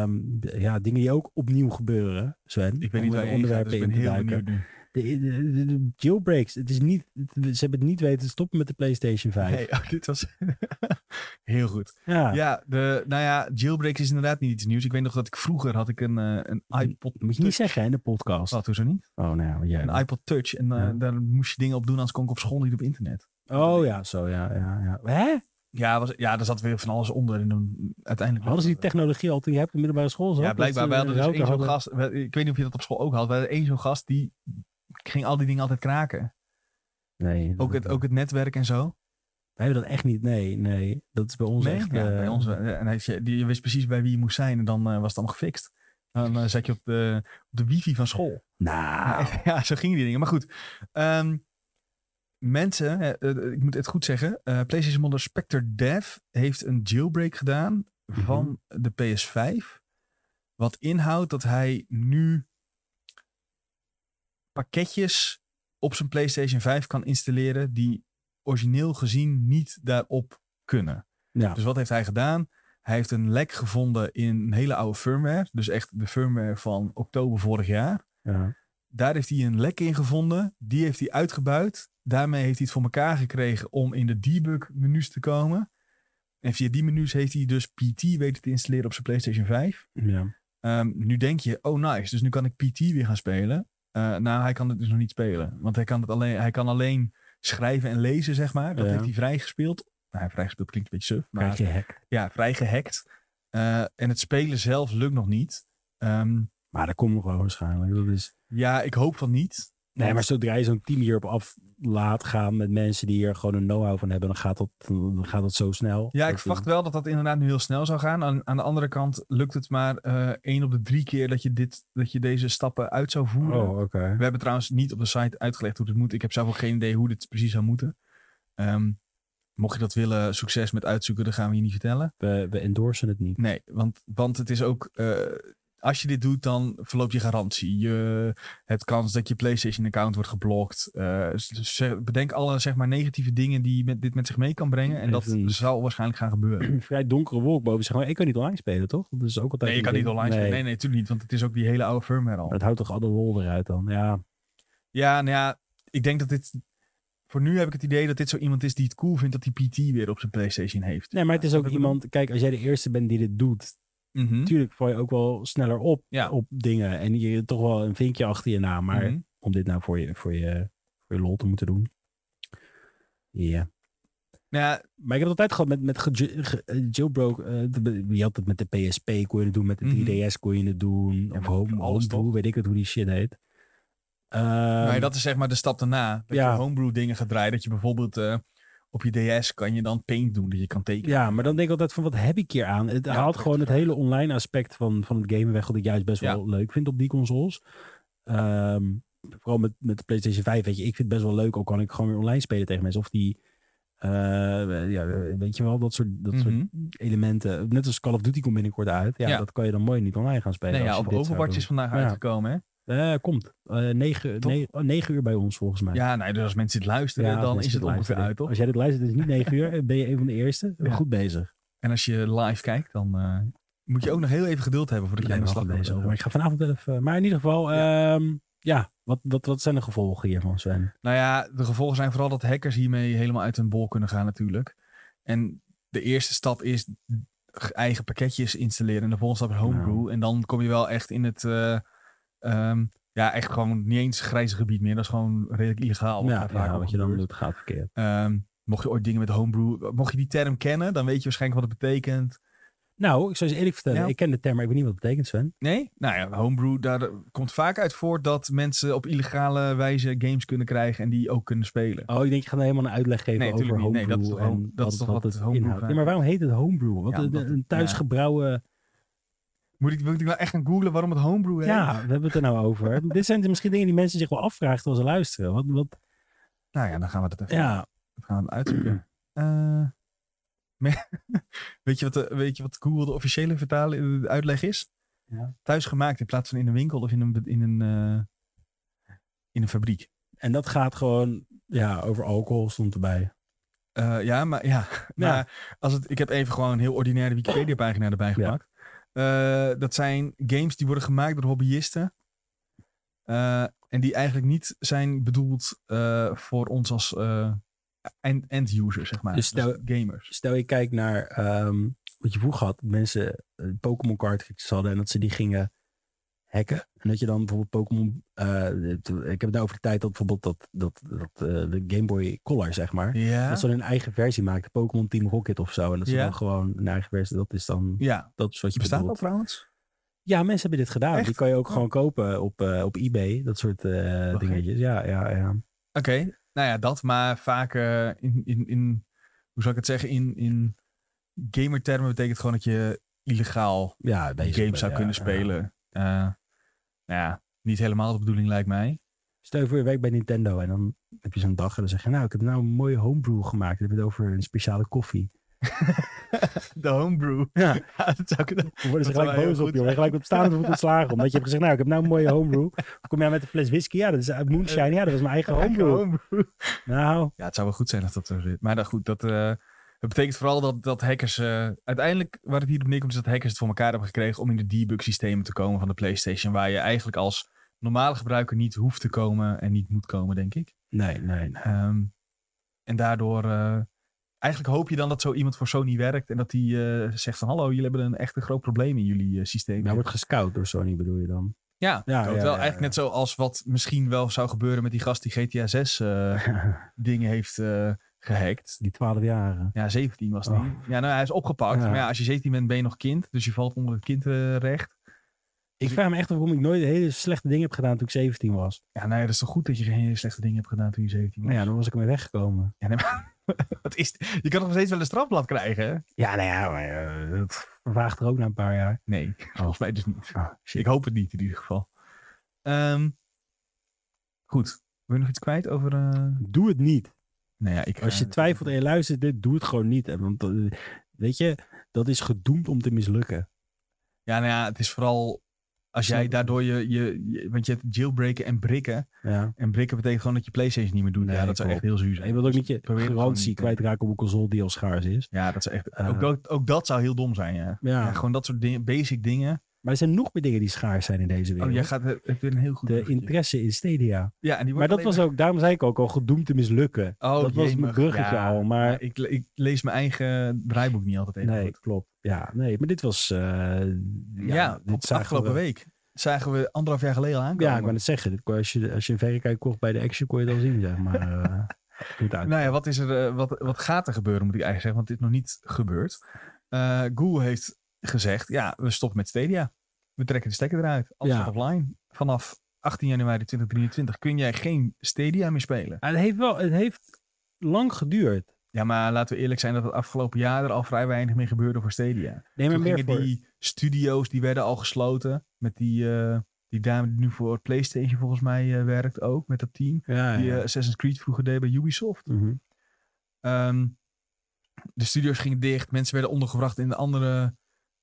C: Ehm, ja, dingen die ook opnieuw gebeuren, Sven.
B: Ik weet
C: Om
B: niet waar
C: een
B: je heen gaat, dus ik ben
C: in te
B: heel
C: duiken.
B: benieuwd nu.
C: De, de- de- de jailbreaks. Het is niet, ze hebben het niet weten te stoppen met de PlayStation 5.
B: Nee, oh, dit was heel goed.
C: Ja,
B: Ja, de, nou ja, jailbreak is inderdaad niet iets nieuws. Ik weet nog dat ik vroeger had ik een, eh, een iPod...
C: moet je niet zeggen hè, in de podcast.
B: Wat, hoezo niet?
C: Oh, nou ja.
B: Een iPod Touch. En eh,
C: Ja.
B: daar moest je dingen op doen, anders kon ik op school niet op internet.
C: Oh ja, zo ja. ja, ja. Hè?
B: Ja, was, ja daar zat weer van alles onder. En dan uiteindelijk...
C: Hadden ze die technologie al toen je hebt de middelbare school zat?
B: Ja, blijkbaar. Wij
C: Dat ze eh,
B: hadden dus
C: roken
B: één zo'n
C: hadden.
B: gast. we- Ik weet niet of je dat op school ook had. Wij hadden één zo'n gast die ging al die dingen altijd kraken.
C: Nee,
B: Ook het, ook het netwerk en zo.
C: Wij hebben dat echt niet. Nee, nee. Dat is bij ons
B: Nee,
C: echt...
B: ja,
C: eh,
B: bij ons. eh, En hij, zei- die, je wist precies bij wie je moest zijn. En dan eh, was het allemaal gefixt. Dan eh, zat je op de, op de wifi van school.
C: Nou,
B: Ja, zo gingen die dingen. Maar goed. ehm, mensen, eh, eh, ik moet het goed zeggen. eh, PlayStation Modder Spectre Dev heeft een jailbreak gedaan
C: Mhm.
B: van de PS5. Wat inhoudt dat hij nu pakketjes op zijn PlayStation 5 kan installeren die origineel gezien niet daarop kunnen.
C: Ja.
B: Dus wat heeft hij gedaan? Hij heeft een lek gevonden in een hele oude firmware. Dus echt de firmware van oktober vorig jaar.
C: ja.
B: Daar heeft hij een lek in gevonden. Die heeft hij uitgebuit. Daarmee heeft hij het voor elkaar gekregen om in de debug menus te komen. En via die menus heeft hij dus PT weten te installeren op zijn PlayStation 5.
C: ja.
B: Ehm, nu denk je, oh nice, dus nu kan ik PT weer gaan spelen. Eh, nou, hij kan het dus nog niet spelen. Want hij kan, het alleen, hij kan alleen schrijven en lezen, zeg maar. Dat
C: Ja.
B: heeft hij vrijgespeeld. Nou, vrijgespeeld klinkt een beetje suf. Maar
C: Krijg je hack.
B: ja, vrijgehackt. Eh, en het spelen zelf lukt nog niet. Ehm,
C: Maar dat komt nog wel waarschijnlijk. Dat is...
B: ja, ik hoop van niet.
C: Nee, maar zodra je zo'n team hierop af laat gaan met mensen die hier gewoon een know-how van hebben, dan gaat dat, dan gaat dat zo snel.
B: Ja, ik
C: Dat-
B: verwacht wel dat dat inderdaad nu heel snel zou gaan. Aan, aan de andere kant lukt het maar eh één op de drie keer dat je, dit, dat je deze stappen uit zou voeren.
C: Oh, oké.
B: We hebben trouwens niet op de site uitgelegd hoe dit moet. Ik heb zelf ook geen idee hoe dit precies zou moeten. Ehm, mocht je dat willen, succes met uitzoeken, dat gaan we je niet vertellen.
C: We, we endorsen het niet.
B: Nee, want, want het is ook... eh, als je dit doet, dan verloopt je garantie. Je hebt kans dat je PlayStation-account wordt geblokt. Eh, dus zeg- bedenk alle zeg maar, negatieve dingen die met, dit met zich mee kan brengen. En dat
C: Even-
B: zal waarschijnlijk gaan gebeuren.
C: Een vrij donkere wolk boven zich. Maar ik kan niet online spelen, toch? Dat is ook altijd.
B: Nee, je
C: een
B: kan
C: ding.
B: niet online spelen. Nee, nee, natuurlijk niet. Want het is ook die hele oude firmware
C: Maar
B: al.
C: Dat houdt toch alle lol eruit dan? Ja.
B: Ja, nou ja, ik denk dat dit... Voor nu heb ik het idee dat dit zo iemand is die het cool vindt dat die PT weer op zijn PlayStation heeft.
C: Nee, maar het is
B: Ja,
C: ook
B: dat
C: iemand. Kijk, als jij de eerste bent die dit doet,
B: Mhm,
C: natuurlijk val je ook wel sneller op
B: Ja.
C: op dingen. En je toch wel een vinkje achter je naam. Maar
B: mhm.
C: om dit nou voor je, voor je, voor je lol te moeten doen. Ja.
B: Nou ja,
C: Maar ik heb het altijd gehad met, met ge- ge- eh, jailbroke. eh, de- je had het met de PSP, kon je het doen. Met de
B: Mhm.
C: 3DS kon je het doen. of
B: maar
C: home,
B: alles
C: homebrew, weet ik het hoe die shit heet. Ehm,
B: maar dat is zeg maar de stap daarna. Dat
C: ja.
B: je homebrew dingen gaat draaien. Dat je bijvoorbeeld eh, op je DS kan je dan paint doen. Dat je kan tekenen.
C: Ja, maar dan denk ik altijd van wat heb ik hier aan? Het
B: Ja,
C: haalt
B: dat
C: gewoon het
B: is-
C: hele online aspect van, van het gamen weg, wat ik juist best wel leuk vind op die consoles. Ehm, vooral met, met de PlayStation 5, weet je, ik vind het best wel leuk, ook kan ik gewoon weer online spelen tegen mensen. Of die, eh, ja, weet je wel, dat soort, dat soort
B: Mhm.
C: elementen. Net als Call of Duty komt binnenkort uit. Ja,
B: Ja.
C: dat kan je dan mooi niet online gaan spelen.
B: nee,
C: als
B: ja,
C: je
B: op
C: dit zou
B: Overwatch
C: doen.
B: is vandaag
C: Ja.
B: uitgekomen. Hè?
C: Eh, komt. Eh, negen,
B: Toch?
C: negen, oh, negen uur bij ons volgens mij.
B: Ja, nee, dus als mensen dit
C: Ja,
B: luisteren,
C: als
B: dan
C: mensen
B: is
C: dit
B: het ongeveer
C: luisteren.
B: uit, toch?
C: Als jij dit luistert, is het niet negen uur. eh, Ben je een van de eerste?
B: Ja.
C: Goed bezig.
B: En als je live kijkt, dan eh, moet je ook nog heel even geduld hebben voordat je aan de slag
C: ben
B: bent.
C: bezig. Maar ik ga vanavond wel even. Maar in ieder geval, eh, ja, ja wat, wat, wat zijn de gevolgen hiervan, Sven?
B: Nou ja, de gevolgen zijn vooral dat hackers hiermee helemaal uit hun bol kunnen gaan natuurlijk. En de eerste stap is eigen pakketjes installeren. En de volgende stap is
C: Nou.
B: homebrew. En dan kom je wel echt in het... eh, ehm, ja, echt gewoon niet eens grijze gebied meer. Dat is gewoon redelijk illegaal. wat
C: ja,
B: daar vaak
C: ja,
B: al
C: wat je dan
B: gebeurt.
C: doet gaat verkeerd.
B: Ehm, mocht je ooit dingen met homebrew... Mocht je die term kennen, dan weet je waarschijnlijk wat het betekent.
C: Nou, ik zou je eerlijk vertellen,
B: Ja.
C: ik ken de term, maar ik weet niet wat het betekent, Sven.
B: Nee? Nou ja, homebrew, daar komt vaak uit voort dat mensen op illegale wijze games kunnen krijgen en die ook kunnen spelen.
C: Oh, ik denk, je gaat helemaal een uitleg geven
B: Nee,
C: over
B: tuurlijk niet.
C: homebrew
B: Nee, dat is toch home-
C: en
B: dat
C: wat,
B: is toch
C: wat
B: wat
C: het
B: homebrew
C: inhoudt. Nee,
B: is.
C: maar waarom heet het homebrew? Want
B: Ja,
C: een,
B: omdat het-
C: een thuisgebrouwen...
B: Moet ik, moet ik nou echt gaan googlen waarom het homebrew
C: Ja.
B: heet?
C: we hebben het er nou over. Dit zijn misschien dingen die mensen zich wel afvragen terwijl ze luisteren. Wat, wat,
B: Nou ja, dan gaan we dat even,
C: ja,
B: dan gaan we het uitzoeken. Eh, me- weet, je wat de, weet je wat Google de officiële vertale, de uitleg is?
C: Ja.
B: Thuis gemaakt in plaats van in een winkel of in een, be- in een, eh, in een fabriek.
C: en dat gaat gewoon... Ja, over alcohol stond erbij.
B: nou Eh, ja, maar, ja, maar als het, ik heb even gewoon een heel ordinaire Wikipedia-pagina erbij
C: Ja.
B: gepakt. Eh, dat zijn games die worden gemaakt door hobbyisten. Eh, en die eigenlijk niet zijn bedoeld eh, voor ons als eh, end- end-user, zeg maar.
C: Dus stel-
B: gamers.
C: Stel je kijkt naar ehm, wat je vroeger had. dat Mensen eh, Pokémon cartridges hadden en dat ze die gingen hacken. En dat je dan bijvoorbeeld Pokémon... eh, t- ik heb het nou over de tijd dat bijvoorbeeld dat, dat, dat, eh, de Game Boy Color, zeg maar.
B: Ja.
C: Dat ze dan een eigen versie maakten. Pokémon Team Rocket of zo. En dat ze
B: Ja.
C: dan gewoon een eigen versie... Dat is dan...
B: ja.
C: Dat is wat je
B: Bestaat dat
C: bedoelt.
B: trouwens?
C: Ja, mensen hebben dit gedaan.
B: Echt?
C: Die kan je ook
B: Oh.
C: gewoon kopen op, eh, op eBay. Dat soort eh, dingetjes. Ja, ja, ja.
B: Oké, nou ja, dat, maar vaak eh, in, in, in, hoe zal ik het zeggen, in, in gamertermen betekent gewoon dat je illegaal
C: ja bezig
B: games
C: ben,
B: zou
C: ja,
B: kunnen
C: ja.
B: spelen. Eh, nou ja, niet helemaal de bedoeling lijkt mij.
C: Stel je voor je werkt bij Nintendo en dan heb je zo'n dag en dan zeg je... Nou, ik heb nou een mooie homebrew gemaakt. Dan heb je het over een speciale koffie.
B: De homebrew.
C: Ja.
B: dat zou kunnen.
C: Dan worden ze
B: Dat zou
C: gelijk
B: heel
C: boos op
B: goed
C: je. hoor. Gelijk op staande voet ontslagen. Omdat je hebt gezegd, nou, ik heb nou een mooie homebrew. Kom jij met een fles whisky? Ja, dat is uit Moonshine. Ja, dat was mijn eigen homebrew. Nou,
B: Ja, het zou wel goed zijn dat dat zo zit. Maar dan goed, dat, eh, dat betekent vooral dat, dat hackers... eh, uiteindelijk, waar het hier op neerkomt, is dat hackers het voor elkaar hebben gekregen... om in de debug systemen te komen van de PlayStation... waar je eigenlijk als normale gebruiker niet hoeft te komen en niet moet komen, denk ik.
C: nee, nee, nee.
B: Ehm, en daardoor... eh, eigenlijk hoop je dan dat zo iemand voor Sony werkt... en dat die eh, zegt van... hallo, jullie hebben een echt een groot probleem in jullie eh, systeem.
C: Jij wordt gescout door Sony bedoel je dan?
B: Ja,
C: Ja,
B: ja, wel
C: ja, ja,
B: eigenlijk
C: ja.
B: net zoals wat misschien wel zou gebeuren met die gast die GTA 6 eh, dingen heeft eh, gehackt.
C: Die 12 jaren.
B: Ja, 17 was hij.
C: Oh.
B: Ja, nou, hij is opgepakt.
C: Ja.
B: Maar ja, als je 17 bent, ben je nog kind. Dus je valt onder het kindrecht.
C: Ik vraag me echt af waarom ik nooit hele slechte dingen heb gedaan toen ik 17 was.
B: Ja, nou ja, dat is toch goed dat je geen hele slechte dingen hebt gedaan toen je 17 was.
C: Nou ja, dan was ik ermee weggekomen.
B: Ja, nee, maar wat is het? Je kan nog steeds wel een strafblad krijgen, hè?
C: Ja, nou ja, maar, eh, dat vervaagt er ook na een paar jaar.
B: Nee, volgens mij dus niet.
C: Ah,
B: Ik hoop het niet in ieder geval. Ehm, goed. Wil je nog iets kwijt over... eh,
C: Doe het niet.
B: Nou ja, ik...
C: Als je
B: eh,
C: twijfelt en je luistert dit, doe het gewoon niet. En Want eh, weet je, dat is gedoemd om te mislukken.
B: Ja, nou ja, het is vooral... Als
C: Snap
B: jij
C: ik.
B: daardoor je, je, je- Want je hebt jailbreken en brikken.
C: Ja.
B: En brikken betekent gewoon dat je Playstation niet meer doet.
C: Nee,
B: ja, dat zou echt
C: klopt.
B: heel zuur
C: En je
B: zijn.
C: wilt ook niet je
B: Dus Probeer het gewoon
C: garantie
B: niet, eh, hè.
C: kwijtraken op een console die al schaars is.
B: Ja, dat zou echt...
C: Eh.
B: ook, dat, ook dat zou heel dom zijn, ja.
C: Ja.
B: Ja, gewoon dat soort dingen, basic dingen.
C: Maar er zijn nog meer dingen die schaars zijn in deze wereld.
B: Oh, jij gaat het weer een heel goed.
C: De
B: bruggetje.
C: interesse in Stadia.
B: ja, en die
C: Maar
B: wordt
C: dat was ook, daarom zei ik ook al, gedoemd te mislukken.
B: alleen- Oh,
C: dat was
B: jemig.
C: mijn bruggetje
B: Ja,
C: al, maar-
B: Ik, le- ik lees mijn eigen draaiboek niet altijd even
C: nee,
B: goed.
C: klopt. Ja, nee, maar dit was... eh, ja,
B: Ja,
C: dit
B: op-
C: zagen
B: afgelopen
C: we-
B: week zagen we anderhalf jaar geleden al aankomen.
C: Ja, ik wou het zeggen. Dit kon- als, je, als je een verrekijker kocht bij de Action, kon je het al zien, zeg maar. eh, hoe het uit-
B: Nou ja, wat, is er, eh, wat, wat gaat er gebeuren, moet ik eigenlijk zeggen, want dit is nog niet gebeurd. Eh, Google heeft gezegd, ja, we stoppen met Stadia. We trekken de stekker eruit. Alles
C: Ja.
B: offline. Vanaf 18 januari 2023 kun jij geen Stadia meer spelen.
C: Ah, het heeft wel, het heeft lang geduurd.
B: Ja, maar laten we eerlijk zijn dat het afgelopen jaar er al vrij weinig mee gebeurde voor Stadia.
C: Nee, maar
B: Toen
C: meer
B: gingen
C: voor...
B: die studio's, die werden al gesloten. Met die, eh, die dame die nu voor PlayStation volgens mij eh, werkt ook, met dat team.
C: Ja,
B: Die
C: Ah, ja.
B: eh, Assassin's Creed vroeger deed bij Ubisoft.
C: Mhm.
B: Ehm, de studio's gingen dicht, mensen werden ondergebracht in de andere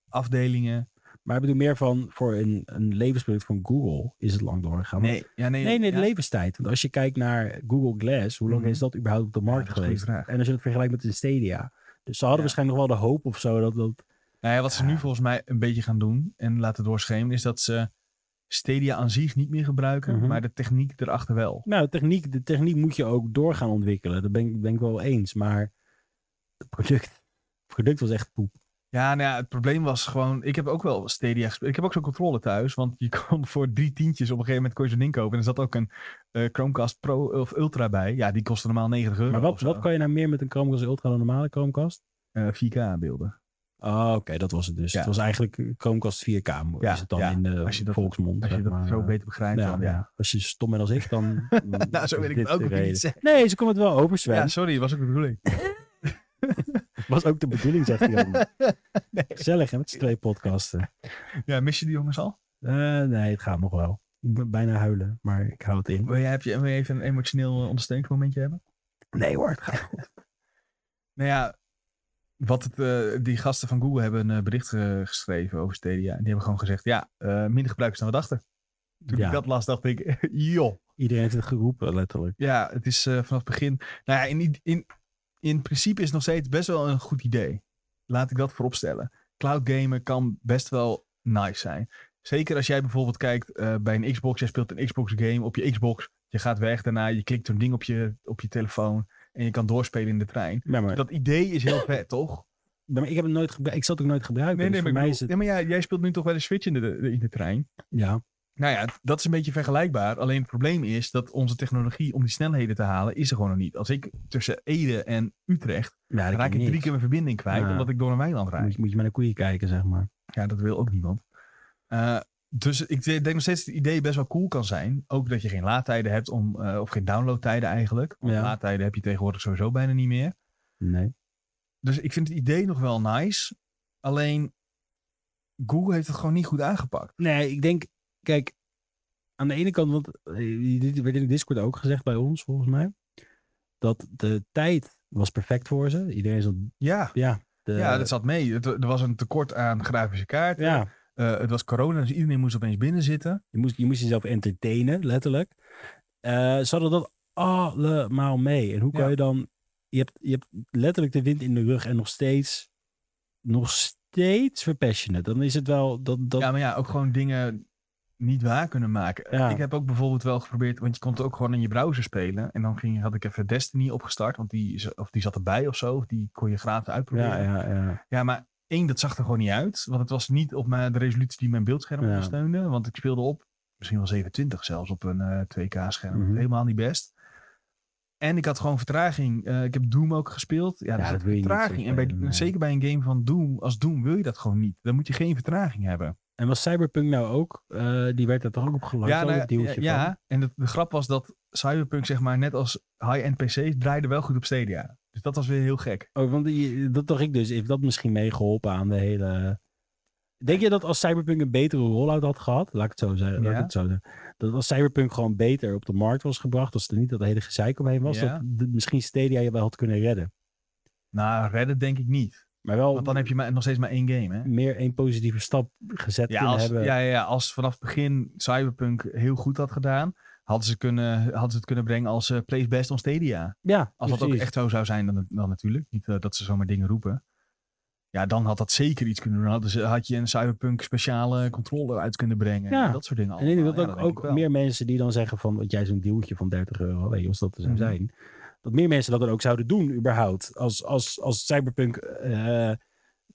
B: afdelingen.
C: Maar ik bedoel meer van, voor een, een levensproduct van Google is het lang doorgegaan. Want-
B: ja, nee,
C: nee, nee, de
B: ja.
C: levenstijd. Want als je kijkt naar Google Glass, hoe lang
B: Mhm.
C: is dat überhaupt op de
B: Ja,
C: markt
B: dat is een goede
C: geweest?
B: vraag.
C: En als je het vergelijkt met de Stadia. Dus ze hadden
B: Ja.
C: waarschijnlijk nog wel de hoop of zo dat dat...
B: Nou ja, wat ze
C: Ja.
B: nu volgens mij een beetje gaan doen en laten doorschemeren, is dat ze Stadia aan zich niet meer gebruiken,
C: Mhm.
B: maar de techniek erachter wel.
C: Nou, techniek, de techniek moet je ook door gaan ontwikkelen. Dat ben, ik- ben ik wel eens. Maar het product, het product was echt poep.
B: Ja, nou ja, het probleem was gewoon, ik heb ook wel Stadia gespeeld. Ik heb ook zo'n controller thuis, want je kon voor drie tientjes op een gegeven moment kon je zo'n ding kopen. En er zat ook een eh, Chromecast Pro of Ultra bij. Ja, die kostte normaal 90 euro
C: Maar
B: of
C: wat,
B: zo.
C: wat kan je nou meer met een Chromecast Ultra dan een normale Chromecast?
B: Eh, 4K beelden.
C: Oh, oké, dat was het dus.
B: Ja.
C: Het was eigenlijk Chromecast 4K, mo-
B: Ja,
C: is het dan
B: ja.
C: in de
B: Als je dat-
C: volksmond.
B: Als
C: zeg
B: je dat
C: maar. eh,
B: zo beter begrijpt
C: Ja,
B: dan,
C: ja.
B: ja.
C: Als je stom bent als ik, dan...
B: Nou, zo
C: is
B: wil ik
C: dit
B: het ook
C: de
B: weer
C: reden.
B: niet zeggen.
C: Nee, ze kon het wel over, Sven.
B: Ja, sorry, was ook de bedoeling.
C: Was ook de bedoeling, zegt hij dan. Gezellig, hè, met z'n twee podcasten.
B: Ja, mis je die jongens al?
C: Eh, nee, het gaat nog wel. Ik ben bijna huilen, maar ik hou het in.
B: Wil je, heb je, wil je even een emotioneel eh, ondersteuningsmomentje hebben?
C: Nee hoor, het gaat
B: Nou ja, wat het, eh, die gasten van Google hebben een eh, bericht eh, geschreven over Stadia. En die hebben gewoon gezegd, ja, eh, minder gebruikers dan we dachten. Toen
C: Ja.
B: ik dat las, dacht ik, joh.
C: Iedereen heeft het geroepen, letterlijk.
B: Ja, het is eh, vanaf het begin. Nou ja, in, in, in principe is het nog steeds best wel een goed idee. Laat ik dat vooropstellen. cloud gamen kan best wel nice zijn. Zeker als jij bijvoorbeeld kijkt eh, bij een Xbox. Jij speelt een Xbox game op je Xbox. Je gaat weg daarna. Je klikt zo'n ding op je, op je telefoon. En je kan doorspelen in de trein.
C: Ja, maar,
B: Dat idee is heel vet, toch?
C: Ja, maar ik heb het nooit gebruikt. Ik zal het ook nooit gebruiken.
B: Nee, nee,
C: dus
B: maar,
C: voor
B: ik
C: mij
B: bedoel-
C: is het...
B: ja, maar ja, jij speelt nu toch bij de Switch in de, de- in de trein.
C: Ja,
B: Nou ja, dat is een beetje vergelijkbaar. Alleen het probleem is dat onze technologie om die snelheden te halen, is er gewoon nog niet. Als ik tussen Ede en Utrecht,
C: ja dat
B: raak ik
C: niet.
B: drie keer mijn verbinding kwijt,
C: Ja.
B: omdat ik door een weiland rijd.
C: Moet, je- moet je maar naar koeien kijken, zeg maar.
B: Ja, dat wil ook niemand. Eh, dus ik de- denk nog steeds dat het idee best wel cool kan zijn. Ook dat je geen laadtijden hebt, om, eh, of geen downloadtijden eigenlijk. Want
C: Ja.
B: laadtijden heb je tegenwoordig sowieso bijna niet meer.
C: Nee.
B: Dus ik vind het idee nog wel nice. Alleen, Google heeft het gewoon niet goed aangepakt.
C: Nee, ik denk, kijk, aan de ene kant, want eh, dit werd in de Discord ook gezegd bij ons, volgens mij, dat de tijd was perfect voor ze. Iedereen zat, eh,
B: Ja,
C: ja. De,
B: ja dat zat mee. Het, er was een tekort aan grafische kaarten.
C: ja,
B: Eh, het was corona, dus iedereen moest opeens binnen zitten.
C: je moest, je moest jezelf entertainen, letterlijk. Eh ze hadden dat allemaal mee. En hoe kan
B: Ja.
C: je dan, je hebt, je hebt letterlijk de wind in de rug en nog steeds, nog steeds verpassionate. Dan is het wel, dat, dat
B: Ja, maar ja, ook gewoon dingen niet waar kunnen maken.
C: Ja.
B: Ik heb ook bijvoorbeeld wel geprobeerd, want je kon het ook gewoon in je browser spelen. En dan ging, had ik even Destiny opgestart, want die, is- of die zat erbij of zo. Of die kon je gratis uitproberen.
C: ja, ja, ja.
B: Ja, maar één, dat zag er gewoon niet uit. Want het was niet op mijn, de resolutie die mijn beeldscherm
C: Ja.
B: ondersteunde. Want ik speelde op misschien wel 27 zelfs op een eh, 2K-scherm.
C: Mhm.
B: Helemaal niet best. En ik had gewoon vertraging. Eh, ik heb Doom ook gespeeld. Ja,
C: Ja,
B: dat
C: dat
B: zat
C: wil je niet
B: vertraging. En bij,
C: spelen, nee.
B: zeker bij een game van Doom, als Doom wil je dat gewoon niet. Dan moet je geen vertraging hebben.
C: En was Cyberpunk nou ook, eh, die werd daar toch ook op gelanceerd?
B: ja, nou,
C: dat deeltje
B: ja,
C: van?
B: ja. en de, de grap was dat Cyberpunk, zeg maar, net als high-end PC's, draaide wel goed op Stadia. Dus dat was weer heel gek.
C: Oh, want die- dat dacht ik dus, heeft dat misschien meegeholpen aan de hele... Denk je dat als Cyberpunk een betere rollout had gehad, laat ik het zo zeggen, laat ik
B: Ja.
C: het zo zeggen, dat als Cyberpunk gewoon beter op de markt was gebracht, als er niet dat hele gezeik omheen was,
B: Ja.
C: dat de- misschien Stadia je wel had kunnen redden.
B: Nou, redden denk ik niet.
C: Maar wel
B: Want dan heb je maar, nog steeds maar één game, hè?
C: meer één positieve stap gezet
B: Ja,
C: kunnen
B: als,
C: hebben.
B: ja, ja, ja, als vanaf het begin Cyberpunk heel goed had gedaan, hadden ze, kunnen, hadden ze het kunnen brengen als eh Place Best on Stadia.
C: Ja,
B: Als dat ook
C: precies.
B: echt zo zou zijn, dan, dan natuurlijk. Niet eh, dat ze zomaar dingen roepen. Ja, dan had dat zeker iets kunnen doen. Dan hadden ze- had je een Cyberpunk speciale controle uit kunnen brengen.
C: Ja.
B: en Dat soort dingen
C: En ik denk dat
B: allemaal.
C: ook,
B: Ja, denk ik
C: ook
B: wel.
C: meer mensen die dan zeggen van, want jij zo'n deeltje van 30 euro, weet je, als dat er zou
B: Mhm.
C: zijn. Dat meer mensen dat dan ook zouden doen, überhaupt. Als, als, als Cyberpunk eh,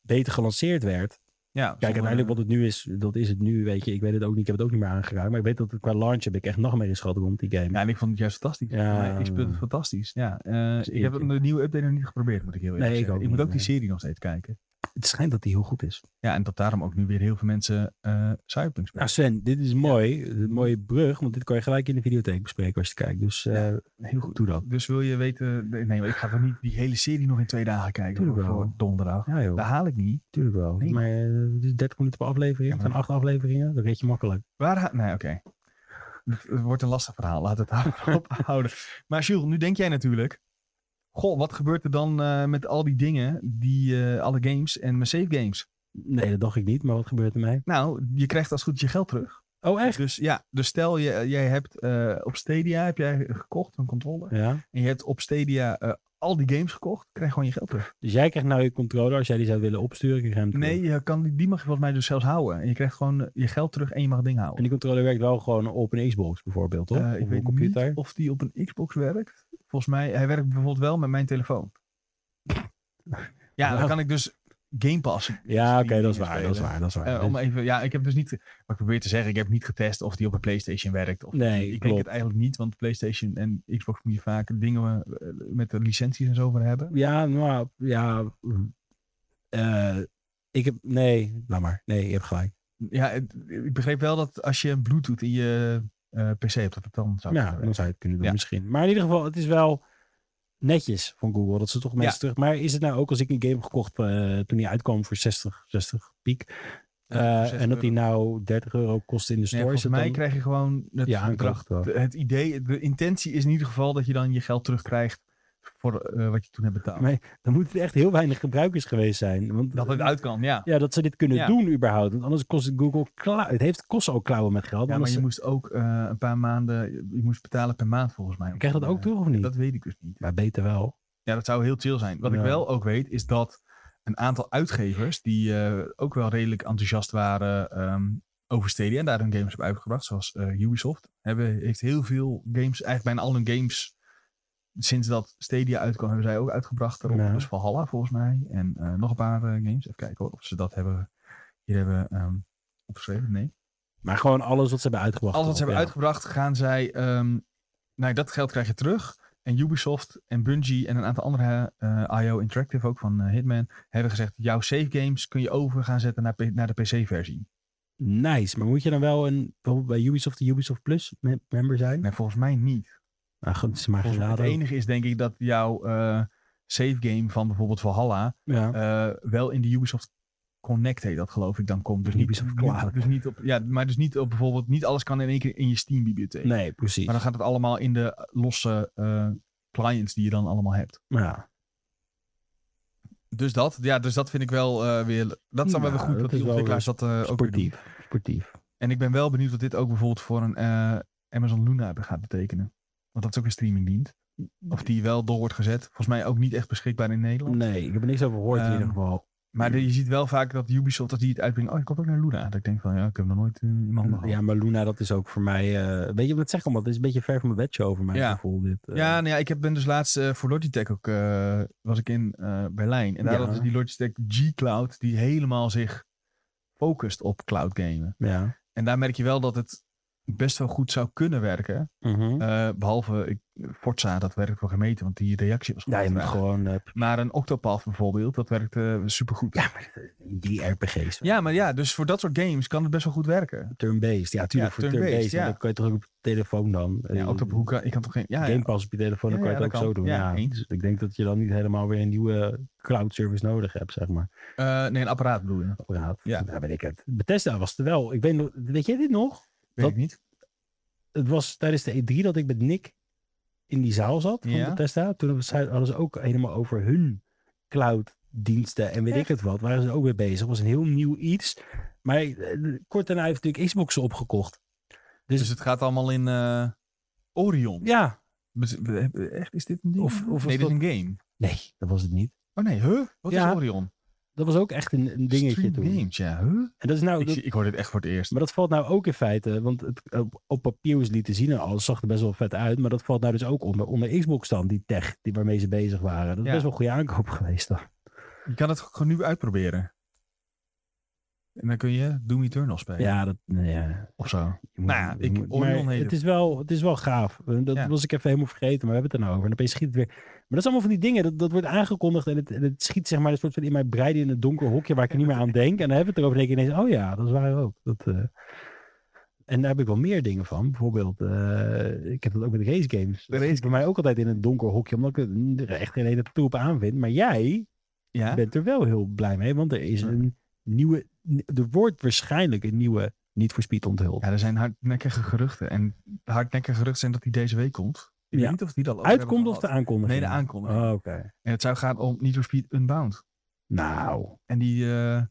C: beter gelanceerd werd.
B: Ja,
C: Kijk, uiteindelijk wat het nu is, dat is het nu, weet je. Ik weet het ook niet, ik heb het ook niet meer aangeraakt. Maar ik weet dat het qua launch heb ik echt nachtmerries gehad rond die game.
B: Ja, en ik vond het juist fantastisch.
C: Ja.
B: Ja. Ik speelde het fantastisch. Ja, eh, ik heb
C: eerlijk.
B: de nieuwe update nog niet geprobeerd, moet ik heel eerlijk
C: Nee, ik
B: zeggen.
C: ook
B: ik moet
C: niet,
B: ook die
C: nee.
B: serie nog steeds kijken.
C: Het schijnt dat die heel goed is.
B: Ja, en dat daarom ook nu weer heel veel mensen eh Cyberpunk spelen.
C: Nou Sven, dit is mooi. Een mooie brug, want dit kan je gelijk in de videotheek bespreken als je het kijkt. Dus eh,
B: heel goed.
C: doe dat.
B: Dus wil je weten... Nee, nee, maar ik ga toch niet die hele serie nog in twee dagen kijken
C: Tuurlijk
B: voor,
C: wel.
B: voor donderdag.
C: Ja joh,
B: Dat haal ik niet.
C: natuurlijk wel.
B: Nee.
C: Maar eh, het is 30 minuten per aflevering,
B: Ja, maar-
C: het zijn acht afleveringen, dat weet je makkelijk.
B: Waar ha- Nee, oké. Het, het wordt een lastig verhaal. Laat het daarop houden. Maar Jules, nu denk jij natuurlijk... Goh, wat gebeurt er dan eh, met al die dingen, die, eh, alle games en mijn save games?
C: Nee, dat dacht ik niet, maar wat gebeurt er mij?
B: Nou, je krijgt als het goed is je geld terug.
C: Oh, echt?
B: Dus ja, dus stel je, jij hebt eh, op Stadia heb jij gekocht een controller.
C: Ja.
B: En je hebt op Stadia eh, al die games gekocht, krijg je gewoon je geld terug.
C: Dus jij krijgt nou je controller als jij die zou willen opsturen. Ik hem terug.
B: Nee, je kan, die die mag je volgens mij dus zelfs houden. En je krijgt gewoon eh, je geld terug en je mag het ding
C: En
B: houden.
C: die controller werkt wel gewoon op een Xbox bijvoorbeeld, toch?
B: Eh,
C: Of op
B: ik
C: een
B: weet
C: computer.
B: niet of die op een Xbox werkt. Volgens mij, hij werkt bijvoorbeeld wel met mijn telefoon. ja, dan kan ik dus Game Pass.
C: Ja, oké,
B: die
C: dat is
B: dingen
C: waar, dat is
B: spelen.
C: waar, dat is waar.
B: eh, om even, ja, ik heb dus niet. Wat ik probeer te zeggen, ik heb niet getest of die op een PlayStation werkt. Of
C: Nee,
B: ik denk
C: klopt.
B: het eigenlijk niet, want PlayStation en Xbox moet je vaak dingen eh, met de licenties en zo voor hebben.
C: Ja, nou, ja. eh, ik heb, nee, laat maar. Nee, je hebt gelijk.
B: Ja, het- ik begreep wel dat als je een Bluetooth in je eh, PC hebt, dat het dan zou
C: Ja,
B: kunnen
C: dan zou je het kunnen doen
B: Ja.
C: misschien. Maar in ieder geval, het is wel netjes van Google dat ze toch mensen
B: Ja.
C: terug... Maar is het nou ook als ik een game heb gekocht eh, toen die uitkwam voor 60, 60 piek... eh,
B: Ja, voor 60
C: en dat die nou 30 euro kost in de
B: Nee,
C: store. is
B: volgens
C: het
B: mij
C: dan-
B: krijg je gewoon het
C: Ja,
B: bedrag.
C: aankoop wel.
B: de- Het idee, de intentie is in ieder geval dat je dan je geld terugkrijgt voor eh, wat je toen hebt betaald.
C: Maar Dan moeten er echt heel weinig gebruikers geweest zijn. Want
B: Dat het uit kan, ja.
C: ja, dat ze dit kunnen
B: Ja.
C: doen überhaupt. Want anders kost het Google... kla- Het heeft kost al klauwen met geld.
B: Ja, maar
C: anders-
B: je moest ook eh, een paar maanden, je moest betalen per maand volgens mij.
C: Krijg je dat ook
B: Eh,
C: terug of niet?
B: Dat weet ik dus niet.
C: Maar beter wel.
B: Ja, dat zou heel chill zijn. Wat
C: Ja.
B: ik wel ook weet, is dat een aantal uitgevers die eh, ook wel redelijk enthousiast waren ehm, over Stadia en daar hun games op uitgebracht. Zoals eh, Ubisoft hebben, heeft heel veel games, eigenlijk bijna al hun games sinds dat Stadia uitkwam, hebben zij ook uitgebracht. Daarop
C: Ja.
B: dus Valhalla volgens mij en eh, nog een paar eh, games. Even kijken hoor, of ze dat hebben, hier hebben ehm, opgeschreven. Nee.
C: Maar gewoon alles wat ze hebben uitgebracht.
B: Alles wat ze
C: al,
B: hebben
C: ja.
B: uitgebracht, gaan zij. ehm nou, dat geld krijg je terug. En Ubisoft en Bungie en een aantal andere eh, IO Interactive, ook van eh, Hitman, hebben gezegd: jouw save games kun je over gaan zetten naar, P- naar de PC-versie.
C: Nice, maar moet je dan wel een, bijvoorbeeld bij Ubisoft de Ubisoft Plus me- member zijn?
B: Nee, volgens mij niet.
C: Nou goed, het is maar
B: Volgens mij, het
C: geladen.
B: enige is denk ik dat jouw eh, save game van bijvoorbeeld Valhalla
C: Ja.
B: eh, wel in de Ubisoft Connect heet dat geloof ik dan komt. Dus niet,
C: Ubisoft Cloud.
B: Dus niet op, ja, maar dus niet op bijvoorbeeld, niet alles kan in één keer in je Steam-bibliotheek.
C: nee, precies.
B: Eh, Maar dan gaat het allemaal in de losse eh, clients die je dan allemaal hebt.
C: ja.
B: Dus dat, ja, dus dat vind ik wel eh, weer. Dat is dan wel
C: Ja,
B: weer goed
C: dat is
B: dat die
C: wel
B: ontwikkelaars dat eh, ook weer doen.
C: Sportief. Sportief.
B: En ik ben wel benieuwd wat dit ook bijvoorbeeld voor een eh, Amazon Luna gaat betekenen. Want dat is ook een streamingdienst. Of die wel door wordt gezet. Volgens mij ook niet echt beschikbaar in Nederland.
C: Nee, ik heb er niks over gehoord in
B: Ehm,
C: ieder geval.
B: Maar je ziet wel vaak dat Ubisoft, als die het uitbrengt, oh, ik komt ook naar Luna. Dat ik denk van, ja, ik heb nog nooit eh, in mijn handen gehad.
C: Ja, maar Luna, dat is ook voor mij... eh, weet je wat ik zeg allemaal? Het is een beetje ver van mijn bedshow over mijn
B: Ja.
C: gevoel. Dit, eh.
B: Ja, nou ja, ik heb- ben dus laatst eh, voor Logitech ook, eh, was ik in eh, Berlijn. En daar
C: Ja.
B: hadden ze die Logitech G-Cloud, die helemaal zich focust op cloud gamen.
C: ja.
B: En daar merk je wel dat het best wel goed zou kunnen werken.
C: Mhm.
B: Eh, behalve ik, Forza, dat werkt wel gemeten, want die reactie was
C: ja, je moet
B: traag.
C: gewoon eh,
B: Maar een Octopath bijvoorbeeld, dat werkt eh, supergoed. Ja.
C: die RPG's.
B: maar ja, dus voor dat soort games kan het best wel goed werken.
C: Turn-based. Ja, tuurlijk
B: Ja,
C: voor
B: turn-based,
C: turn-based.
B: ja.
C: maar Dan kan je toch ook op je telefoon dan.
B: Ja,
C: eh,
B: Octopath, hoe kan, ik kan toch geen... Ja, ja.
C: Game Pass op je telefoon, dan
B: Ja,
C: kan je
B: ja,
C: het
B: dat
C: ook zo
B: kan.
C: doen.
B: Ja,
C: Ja,
B: eens.
C: Dus ik denk dat je dan niet helemaal weer een nieuwe cloud service nodig hebt, zeg maar.
B: Eh, nee, een apparaat bedoel je. Weet
C: Apparaat.
B: Ja.
C: Nou, weet ik het. Bethesda was er wel. Ik weet, nog- weet jij dit nog? Dat-
B: ik niet.
C: het was tijdens de E3 dat ik met Nick in die zaal zat van
B: Ja.
C: Bethesda. Toen zei- hadden ze ook helemaal over hun clouddiensten en weet ik het wat. Waren ze ook weer bezig. was een heel nieuw iets. Maar eh, kort daarna heeft natuurlijk Xbox ze opgekocht.
B: Dus, het gaat allemaal in eh, Orion.
C: Ja.
B: Dus- Echt, is dit een ding?
C: Of- of was
B: nee, dit is
C: dat-
B: een game.
C: Nee, dat was het niet.
B: Oh nee, huh? Wat
C: Ja,
B: is Orion?
C: Dat was ook echt een, een dingetje
B: Stream
C: toen.
B: Games, ja. Huh?
C: En dat is nou...
B: Ik,
C: dat-
B: zie- ik hoor dit echt voor het eerst.
C: maar dat valt nou ook in feite, want het, op, op papier is het niet te zien en alles zag er best wel vet uit. Maar dat valt nou dus ook onder, onder Xbox dan, die tech die waarmee ze bezig waren. Dat is
B: Ja.
C: best wel een goede aankoop geweest dan.
B: Je kan het gewoon nu uitproberen. En dan kun je Doom Eternal spelen.
C: Ja, dat, nou ja,
B: Of zo.
C: Je moet-
B: Nou ja,
C: je
B: ik-
C: moet-
B: Orion
C: maar
B: heet
C: het is, wel, het is wel gaaf. Eh, Dat
B: Ja.
C: was ik even helemaal vergeten, maar we hebben het er nou over. En opeens schiet het weer. Maar dat is allemaal van die dingen. Dat, dat wordt aangekondigd en het, en het schiet zeg maar een soort van in mijn breide in een donker hokje waar ik er niet meer aan denk. En dan hebben we het erover denk ik ineens, oh ja, dat is waar ook. Dat, eh. En daar heb ik wel meer dingen van. Bijvoorbeeld, eh, ik heb dat ook met race games.
B: De
C: Dat
B: race
C: zit bij mij ook altijd in een donker hokje, omdat ik er echt geen hele troep aan vind. Maar jij
B: Ja.
C: bent er wel heel blij mee, want er is
B: Ja.
C: een nieuwe, er wordt waarschijnlijk een nieuwe niet voor Speed onthuld.
B: ja, er zijn hardnekkige geruchten. En de hardnekkige geruchten zijn dat die deze week komt. Ik
C: Ja.
B: weet niet of die dat over
C: Uitkomt
B: hebben
C: of de
B: gehad.
C: aankondiging?
B: Nee, de aankondiging.
C: Oh, Oké.
B: En het zou gaan om Need for Speed Unbound.
C: Nou,
B: En die, eh,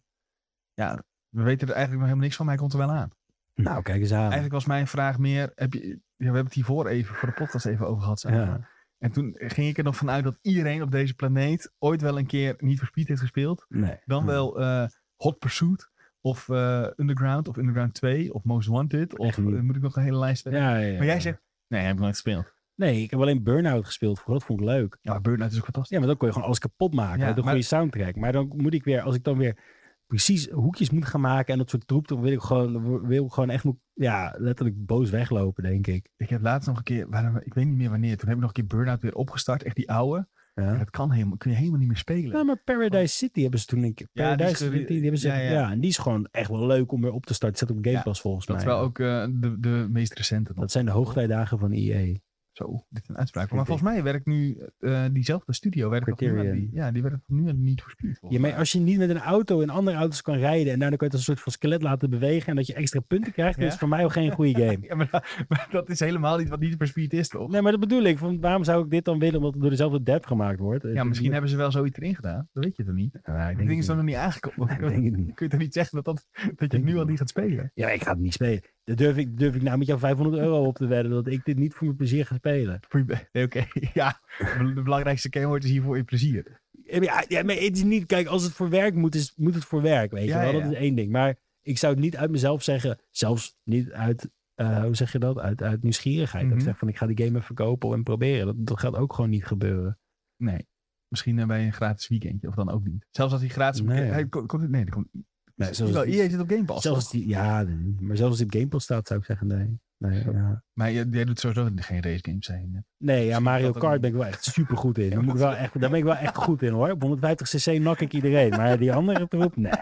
B: ja, we weten er eigenlijk nog helemaal niks van, maar hij komt er wel aan.
C: nou, kijk eens aan.
B: Eigenlijk was mijn vraag meer, heb je, ja, we hebben het hiervoor even, voor de podcast even over gehad. samen.
C: ja.
B: En toen ging ik er nog vanuit dat iedereen op deze planeet ooit wel een keer Need for Speed heeft gespeeld.
C: Nee.
B: Dan wel eh, Hot Pursuit of eh, Underground of Underground 2 of Most Wanted. Of
C: Echt niet.
B: eh, moet ik nog een hele lijst hebben?
C: Ja, ja, ja.
B: Maar jij zegt, nee, heb ik nooit gespeeld.
C: Nee, ik heb alleen Burnout gespeeld. Voor dat vond ik leuk.
B: Ja, maar Burnout is ook fantastisch.
C: Ja, maar dan kon je gewoon alles kapot maken.
B: Ja,
C: met een
B: maar-
C: goede soundtrack. Maar dan moet ik weer, als ik dan weer precies hoekjes moet gaan maken en dat soort troep, dan wil ik gewoon, dan wil ik gewoon echt, moet- ja, letterlijk boos weglopen, denk ik.
B: Ik heb laatst nog een keer, waarom- ik weet niet meer wanneer, toen heb ik nog een keer Burnout weer opgestart. Echt die oude. Ja,
C: Ja.
B: dat kan helemaal, kun je helemaal niet meer spelen.
C: Nou, maar Paradise City hebben ze toen een keer.
B: Ja, die is
C: Paradise
B: gere-
C: City, die hebben ze.
B: ja,
C: Ja,
B: ja.
C: en die is gewoon echt wel leuk om weer op te starten. Zet op Game
B: Ja,
C: Pass volgens
B: dat is
C: mij.
B: wel ook eh, de, de meest recente. nog.
C: Dat zijn de hoogtijdagen van E EA.
B: Zo, dit is een uitspraak. Maar volgens mij werkt nu eh, diezelfde studio. Werkt nog nu aan
C: Criterion.
B: die, ja, die werkt nu aan niet voor Speed.
C: Ja,
B: volgens
C: maar
B: mij.
C: als je niet met een auto in andere auto's kan rijden en daardoor kan je het als een soort van skelet laten bewegen en dat je extra punten krijgt, dan
B: Ja.
C: is het voor mij ook geen goede game.
B: Ja, maar, dat- maar dat is helemaal niet wat Need for Speed is, toch?
C: Nee, maar dat bedoel ik. Van, waarom zou ik dit dan willen? Omdat het door dezelfde dev gemaakt wordt.
B: Ja, misschien hebben ze wel zoiets erin gedaan. Dat weet je toch niet?
C: hebben
B: Ik denk is dan nog niet aangekomen.
C: Ik denk het niet.
B: Kun je toch niet zeggen dat, dat, dat je
C: Denk
B: nu
C: het
B: al
C: niet.
B: niet gaat spelen?
C: Ja, ik ga het niet spelen. Dat durf ik, durf ik nou met jou 500 euro op te wedden dat ik dit niet voor mijn plezier ga spelen.
B: Voor je- Nee, oké. Ja, de belangrijkste kernwoord is hiervoor je plezier.
C: Ja, ja, maar het is niet, kijk, als het voor werk moet, is, moet het voor werk, weet je
B: Ja,
C: wel.
B: ja,
C: Dat
B: ja.
C: is één ding. Maar ik zou het niet uit mezelf zeggen, zelfs niet uit, eh, hoe zeg je dat, uit, uit nieuwsgierigheid. Dat
B: Mhm.
C: ik zeg van, ik ga die game even kopen en proberen. Dat, dat gaat ook gewoon niet gebeuren.
B: Nee. Misschien eh, bij een gratis weekendje of dan ook niet. Zelfs als hij gratis...
C: Nee.
B: Nee, hij, komt, komt, nee, er komt,
C: Nee, zelfs-
B: Jawel, EA zit op Game Pass.
C: zelfs
B: toch?
C: als die, ja, nee, maar zelfs als die op Game Pass staat, zou ik zeggen, nee. Nee, ja.
B: Maar jij, jij doet sowieso geen race games zijn.
C: nee ja, Mario
B: dat ook
C: Kart
B: niet.
C: ben ik wel echt super goed in.
B: Ja,
C: Daar, moet ik
B: dat-
C: wel echt, daar ben ik wel echt goed in hoor. Op 150cc nak ik iedereen. Maar die andere troep, nee.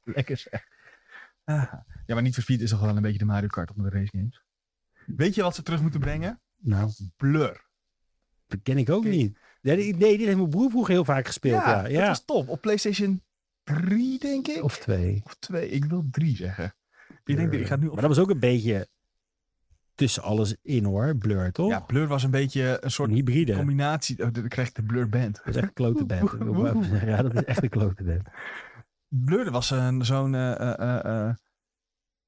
B: Lekker zeg. Ja, maar niet for Speed is toch wel een beetje de Mario Kart onder de race games. Weet je wat ze terug moeten brengen?
C: Nou,
B: Blur.
C: dat ken ik ook
B: Oké.
C: niet. Nee, die- nee, die heeft mijn broer vroeger heel vaak gespeeld. Ja, ja,
B: dat was top. Op PlayStation 3, denk ik.
C: Of twee.
B: Of 2. Ik wil 3 zeggen. Ik denk,
C: Blur.
B: ik ga het nu
C: Maar
B: op...
C: dat was ook een beetje tussen alles in hoor, Blur, toch?
B: Ja, Blur was een beetje een soort
C: een hybride.
B: combinatie. Oh, dan krijg ik de Blur Band.
C: Dat is echt een klote band.
B: Woe, woe, woe.
C: ja, dat is echt een klote band.
B: Blur was een, zo'n... eh, eh, eh, eh,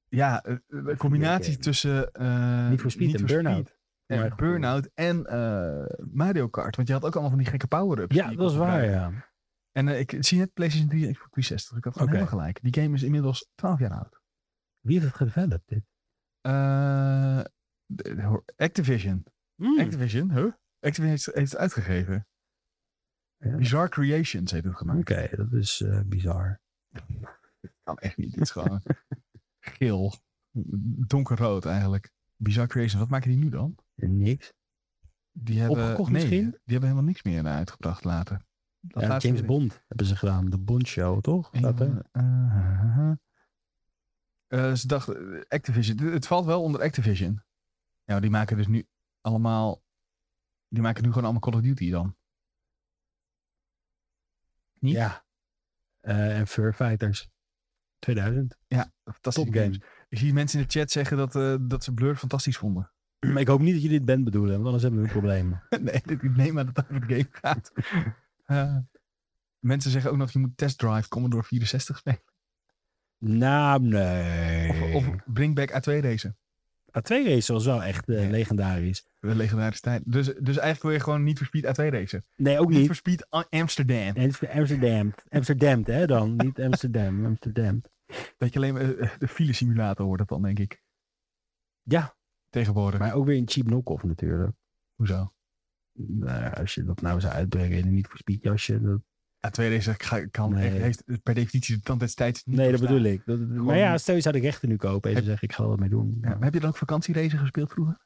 B: ja, eh, eh, combinatie
C: game.
B: tussen... eh
C: Niet voor Speed en Burnout. Voor mijn
B: En
C: gevoel.
B: Burnout en eh, Mario Kart. Want je had ook allemaal van die gekke power-ups. die
C: Ja,
B: je
C: dat is
B: kon
C: waar,
B: gebruiken.
C: ja.
B: En eh, ik zie net PlayStation 3 en Xbox 360. Ik had gewoon
C: Oké.
B: helemaal gelijk. Die game is inmiddels 12 jaar oud.
C: Wie heeft het gedeveloped, dit?
B: Eh, de- de- hoor, Activision.
C: Hmm.
B: Activision, huh? Activision heeft, heeft het uitgegeven.
C: Ja.
B: Bizarre Creations heeft het
C: Oké,
B: gemaakt.
C: dat is eh, bizar.
B: Kan echt niet. Dit is gewoon geel. Donkerrood eigenlijk. Bizarre Creations. Wat maken die nu dan?
C: Niks.
B: Die hebben,
C: Opgekocht
B: nee,
C: misschien?
B: Die hebben helemaal niks meer eh, uitgebracht later. Dat
C: Ja,
B: laatste-
C: James Bond hebben ze gedaan. De Bond Show, toch? Staat er?
B: Ja, eh, eh, eh. Eh, ze dachten, eh, Activision. D- Het valt wel onder Activision. Ja, maar die maken dus nu allemaal. Die maken nu gewoon allemaal Call of Duty dan. Niet?
C: Ja. Eh, en Fur Fighters. 2000.
B: Fantastische
C: Topgames.
B: games. Ik zie mensen in de chat zeggen dat, eh, dat ze Blur fantastisch vonden.
C: Maar ik hoop niet dat jullie dit band bedoelen, want anders hebben we een probleem.
B: nee, dit- ik neem aan dat het over de game gaat. Eh, mensen zeggen ook nog je moet Test Drive Commodore 64 spelen.
C: Nou, nee.
B: Of, of Bring Back A2 racen.
C: A2 race was wel echt eh,
B: Nee.
C: legendarisch.
B: De legendarische tijd. Dus, dus eigenlijk wil je gewoon niet voor Speed A2 racen.
C: Nee, ook
B: Niet
C: niet.
B: voor Speed Am- Amsterdam.
C: Nee, het is voor Amsterdam. Amsterdam, hè dan. Niet Amsterdam, Amsterdam.
B: Dat je alleen maar eh, de file simulator wordt dat dan, denk ik.
C: Ja.
B: Tegenwoordig.
C: Maar ook weer een cheap knock-off natuurlijk.
B: Hoezo?
C: Nou, ja, als je dat nou zou uitbrengen in een niet voor speedjasje. Dat...
B: Ja, tweede is, ik ga- kan
C: Nee.
B: heeft per definitie de tand des tijds niet
C: Nee, dat
B: doorstaan.
C: bedoel ik. Dat, maar ja, stel je zou de rechten nu kopen en ze
B: Heb-
C: zeggen ik ga er wat mee doen.
B: Ja, maar heb je dan ook vakantieracen gespeeld vroeger?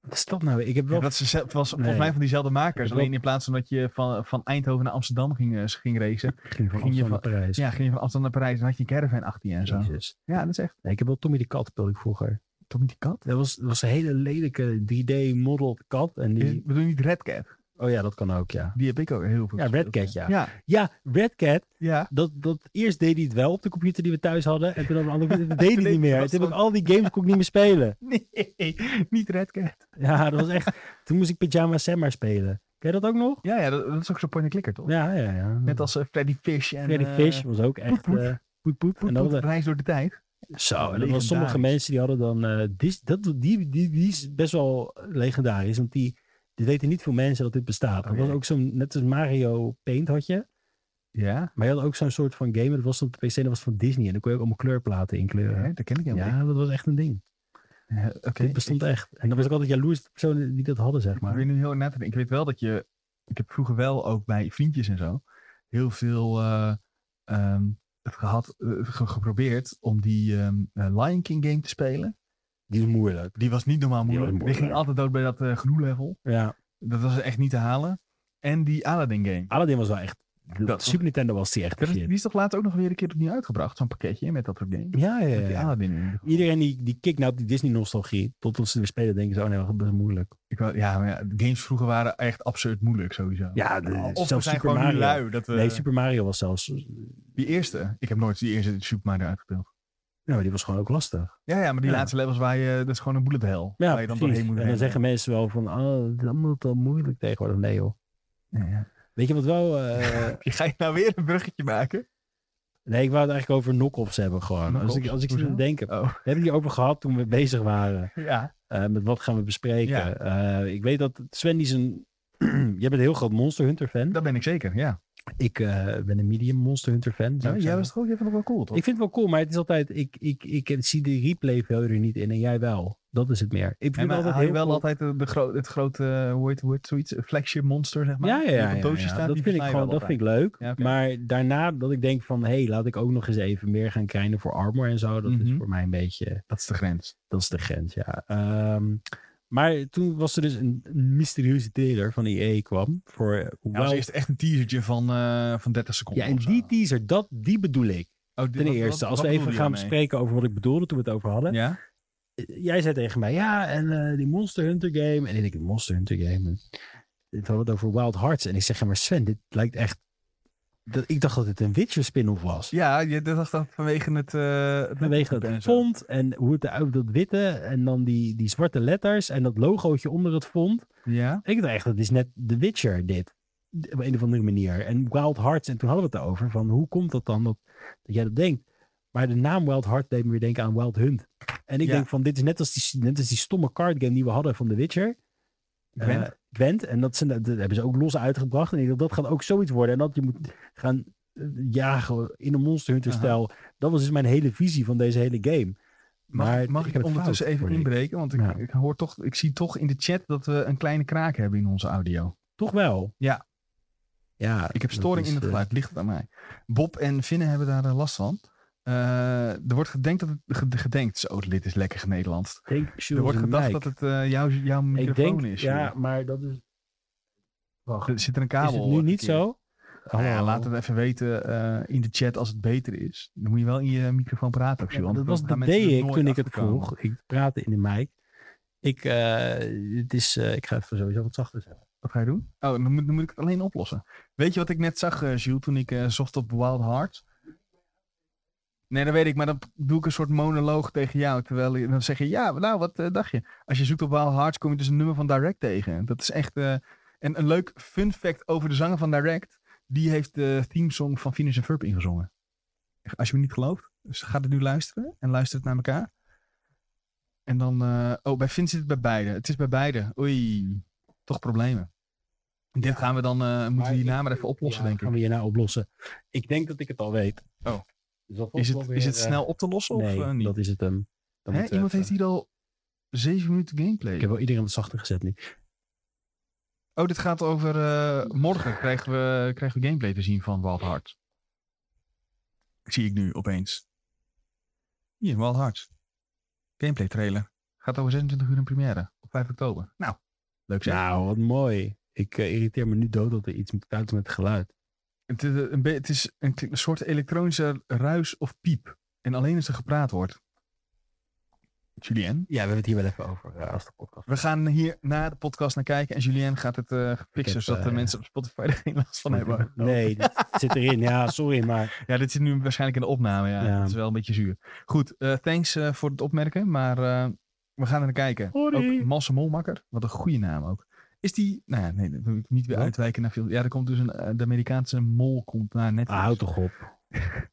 C: Wat is dat nou? Ik heb
B: Ja,
C: wel...
B: dat is, zel- het was
C: Nee.
B: volgens mij van diezelfde makers.
C: Dat-
B: Alleen in plaats van dat je van, van Eindhoven naar Amsterdam ging, eh, ging racen.
C: ging van
B: ging je
C: Amsterdam naar Parijs.
B: Ja, ging je van Amsterdam naar Parijs en had je een caravan achter je en zo.
C: Jezus.
B: Ja, dat is echt
C: Nee, ik heb wel Tommy de Kat speelde ik vroeger.
B: Tommy die Kat.
C: Dat was, dat was een hele lelijke 3D-model kat. En
B: Is-
C: die...
B: Bedoel je niet Red Cat?
C: Oh ja, dat kan ook, ja.
B: Die heb ik ook heel veel
C: Ja,
B: gespeeld.
C: Red Cat, ja.
B: Ja,
C: Ja, Red Cat,
B: ja.
C: dat, dat, eerst deed hij het wel op de computer die we thuis hadden. En toen op een andere computer deed hij het niet meer. En Toen heb ik al die games kon ik niet meer spelen.
B: Nee, niet Red Cat.
C: Ja, dat was echt... Toen moest ik Pyjama Sam maar spelen. Ken je dat ook nog?
B: Ja, ja dat, dat is ook zo'n point-and-clicker, toch?
C: Ja, ja, ja.
B: Net als eh, Freddy Fish en...
C: Freddy
B: eh,
C: Fish was ook echt...
B: poep,
C: eh poep, poep. En
B: Poep,
C: dan
B: poep,
C: hadden-
B: reis door de tijd.
C: Zo, en er was
B: Legendarisch.
C: sommige mensen die hadden dan... eh, dis- dat, die, die, die is best wel legendarisch, want die... Dit weten niet veel mensen dat dit bestaat.
B: Oh,
C: Dat was
B: jee.
C: ook zo'n... Net als Mario Paint had je.
B: Ja,
C: Maar je had ook zo'n soort van game. Dat was op de PC en dat was van Disney. En dan kon je ook allemaal kleurplaten inkleuren.
B: hè, dat ken ik helemaal niet.
C: Ja, dat was echt een ding.
B: Ja, Oké,
C: Dit bestond echt. En dan was ik altijd jaloers op de personen die dat hadden, zeg
B: ik, maar.
C: maar.
B: probeer nu heel erg na te denken. Ik weet wel dat je... Ik heb vroeger wel ook bij vriendjes en zo... heel veel eh, ehm, het gehad, eh, ge- geprobeerd om die ehm, eh, Lion King game te spelen.
C: Die is moeilijk.
B: Die was niet normaal
C: was
B: moeilijk. Die,
C: moeilijk.
B: ging altijd dood bij dat eh genoeg level.
C: Ja,
B: Dat was echt niet te halen. En die Aladdin game.
C: Aladdin was wel echt... op
B: was-
C: Super Nintendo was die echt de
B: Dat is-
C: shit.
B: die is toch later ook nog weer een keer opnieuw uitgebracht? Zo'n pakketje met dat soort games.
C: Ja, ja,
B: Met
C: ja,
B: die
C: ja.
B: Aladdin in.
C: Iedereen die, die kikt nou op die Disney-nostalgie. Totdat ze weer spelen, denken ze, oh nee, dat is moeilijk.
B: Ik wou, ja, maar ja, de games vroeger waren echt absurd moeilijk sowieso.
C: Ja, de-
B: of we
C: zelfs
B: zijn
C: Super
B: gewoon nu
C: Mario.
B: lui. Dat we,
C: Nee, Super Mario was zelfs...
B: Die eerste. Ik heb nooit die eerste Super Mario uitgespeeld.
C: Nou, die was gewoon ook lastig.
B: Ja, ja maar die
C: Ja.
B: laatste levels waar je... Dat is gewoon een bullet hell.
C: Ja,
B: waar je
C: precies.
B: dan doorheen
C: en
B: moet
C: dan
B: rennen.
C: zeggen mensen wel van, oh, dat is allemaal wel moeilijk tegenwoordig. Nee, joh.
B: Ja, ja.
C: Weet je wat wel... eh,
B: Je Ga je nou weer een bruggetje maken?
C: Nee, ik wou het eigenlijk over knock-offs hebben gewoon. Als ik,
B: Knock-offs?
C: als ik zo
B: Hoezo?
C: aan het denken. We
B: Oh,
C: hebben het hierover gehad toen we bezig waren.
B: ja.
C: eh, met wat gaan we bespreken. Eh, ik weet dat Sven die zijn Jij bent een heel groot Monster Hunter fan.
B: Dat ben ik zeker, ja.
C: Ik eh, ben een medium Monster Hunter fan. zou
B: Nou,
C: ik
B: jij
C: zeggen.
B: was toch ook, jij vond het wel cool, toch?
C: Ik vind het wel cool, maar het is altijd... Ik, ik, ik, zie de replay veel er niet in en jij wel. Dat is het meer. Ik vind
B: en maar
C: altijd
B: haal je
C: heel
B: wel
C: cool.
B: altijd de, de gro- het grote, eh, hoe heet, hoe heet zoiets, Eh, flagship monster, zeg maar.
C: Ja, ja,
B: die
C: ja,
B: op een
C: ja,
B: doosje
C: ja.
B: staat,
C: dat
B: die
C: vind ik
B: versla je
C: gewoon
B: wel
C: dat vind ik leuk.
B: Ja, oké.
C: Maar daarna dat ik denk van, hé, hey, laat ik ook nog eens even meer gaan krijnen voor armor en zo. Dat is
B: Mhm.
C: voor mij een beetje,
B: Dat is de grens.
C: dat is de grens, ja. Ehm, maar toen was er dus een een mysterieuze trailer van EA kwam voor eh,
B: Ja, als
C: Wild-
B: eerst echt een teasertje van, eh, van 30
C: Ja,
B: seconden.
C: en
B: of zo.
C: die teaser, dat, die bedoel ik.
B: Oh, dit-
C: Ten
B: wat-
C: eerste,
B: wat-
C: als
B: wat
C: we even
B: bedoel je
C: gaan
B: daarmee?
C: bespreken over wat ik bedoelde toen we het over hadden. Eh,
B: Ja?
C: Jij zei tegen mij, ja, en eh, die Monster Hunter game. En ik denk, Monster Hunter game. En Ik had het over Wild Hearts. En ik zeg, ja, maar Sven, dit lijkt echt... Dat, ik dacht dat dit een Witcher spin-off was.
B: Ja, je dat dacht dat vanwege het... eh, het
C: Vanwege
B: en
C: dat
B: zo.
C: font en hoe het eruit dat witte en dan die, die zwarte letters en dat logootje onder het font.
B: Ja?
C: Ik dacht echt, dat is net The Witcher dit. Op een of andere manier. En Wild Hearts, en toen hadden we het erover, van hoe komt dat dan dat, dat jij dat denkt? Maar de naam Wild Heart deed me weer denken aan Wild Hunt. En ik
B: Ja.
C: denk van, dit is net als, die, net als die stomme card game die we hadden van The Witcher.
B: Gwent.
C: Eh, Gwent. En dat, zijn, dat hebben ze ook los uitgebracht. En ik dacht, dat gaat ook zoiets worden. En dat je moet gaan eh, jagen in een Monster Hunter
B: Aha.
C: stijl. Dat was dus mijn hele visie van deze hele game.
B: Mag,
C: maar
B: mag
C: ik
B: ik,
C: heb het
B: ondertussen
C: fout,
B: even
C: hoorde ik.
B: inbreken? Want ik,
C: Ja.
B: ik, hoor toch, ik zie toch in de chat dat we een kleine kraak hebben in onze audio.
C: Toch wel.
B: Ja.
C: Ja.
B: Ik heb
C: dat
B: storing
C: is,
B: in het
C: eh,
B: geluid, ligt het aan mij. Bob en Vinne hebben daar eh, last van. Eh, er wordt gedenkt dat het... ged- Gedenkt, zo, dit is lekker Nederlands.
C: denk,
B: Er wordt gedacht
C: Mike.
B: dat het eh, jouw, jouw microfoon
C: Ik denk,
B: is.
C: ja,
B: joh.
C: maar dat is... Wacht,
B: Er zit er een kabel.
C: is het nu niet
B: verkeerd.
C: zo? Oh.
B: Nou ja,
C: Hallo.
B: laat het even weten eh, in de chat als het beter is. Dan moet je wel in je microfoon praten. Ook,
C: Ja,
B: Sjoerd,
C: maar dat
B: want
C: was,
B: dan gaan
C: dat
B: mensen er
C: deed ik
B: nooit
C: toen ik het
B: achterkomen.
C: vroeg. Ik praatte in de mic. Ik, eh, het is, eh, ik ga even sowieso wat zachter zetten.
B: Wat ga je doen? Oh, dan moet, dan moet ik het alleen oplossen. Weet je wat ik net zag, eh Jules, toen ik eh, zocht op Wild Heart? Nee, dat weet ik, maar dan doe ik een soort monoloog tegen jou. Terwijl je, dan zeg je, ja, nou, wat eh, dacht je? Als je zoekt op Wild Hearts, kom je dus een nummer van Direct tegen. Dat is echt... eh, en een leuk fun fact over de zanger van Direct. Die heeft de theme song van Venus en Verb ingezongen. Als je me niet gelooft, dus ga het nu luisteren. En luister het naar elkaar. En dan... eh, oh, bij Vin zit het bij beide. Het is bij beide. Oei, toch problemen. En Dit gaan we dan... eh, moeten
C: Maar
B: we
C: ik-
B: hierna maar even oplossen,
C: Ja,
B: denk ik.
C: Gaan we hierna oplossen. Ik denk dat ik het al weet.
B: Oh.
C: Dus dat
B: Is
C: was
B: het,
C: wel
B: is
C: weer,
B: het
C: eh,
B: snel op te lossen
C: nee,
B: of eh, niet?
C: dat is het hem. Dan
B: Hè,
C: moeten we
B: iemand
C: even-
B: heeft hier al zeven minuten gameplay.
C: Ik heb wel iedereen wat zachter gezet nu.
B: Oh, dit gaat over... eh, morgen krijgen we, krijgen we gameplay te zien van Wild Heart. Zie ik nu opeens. Hier, Wild Heart. Gameplay trailer. Gaat over 26 uur in première. Op 5 oktober. Nou, leuk zeg.
C: Nou, wat mooi. Ik eh, irriteer me nu dood dat er iets moet uit met het geluid.
B: Het is eh, een, be- het is een kli- een soort elektronische ruis of piep. En alleen als er gepraat wordt. Julien?
C: Ja, we hebben het hier wel even over eh, als de podcast.
B: We gaan hier na de podcast naar kijken. En Julien gaat het eh fixen,
C: heb,
B: zodat de
C: eh,
B: mensen op Spotify er geen last van hebben.
C: Oh, Nee, dat zit erin. Ja, sorry, maar
B: Ja, dit zit nu waarschijnlijk in de opname. Ja.
C: Ja.
B: Dat is wel een beetje zuur. Goed, eh, thanks eh, voor het opmerken. Maar eh, we gaan er naar kijken.
C: Sorry.
B: Ook Malse Molmakker. Wat een goede naam ook. Is die... Nou ja, nee, dat wil ik niet weer
C: Wat?
B: uitwijken naar veel... Ja, er komt dus een... eh, de Amerikaanse mol komt naar net.
C: ah, houd toch op.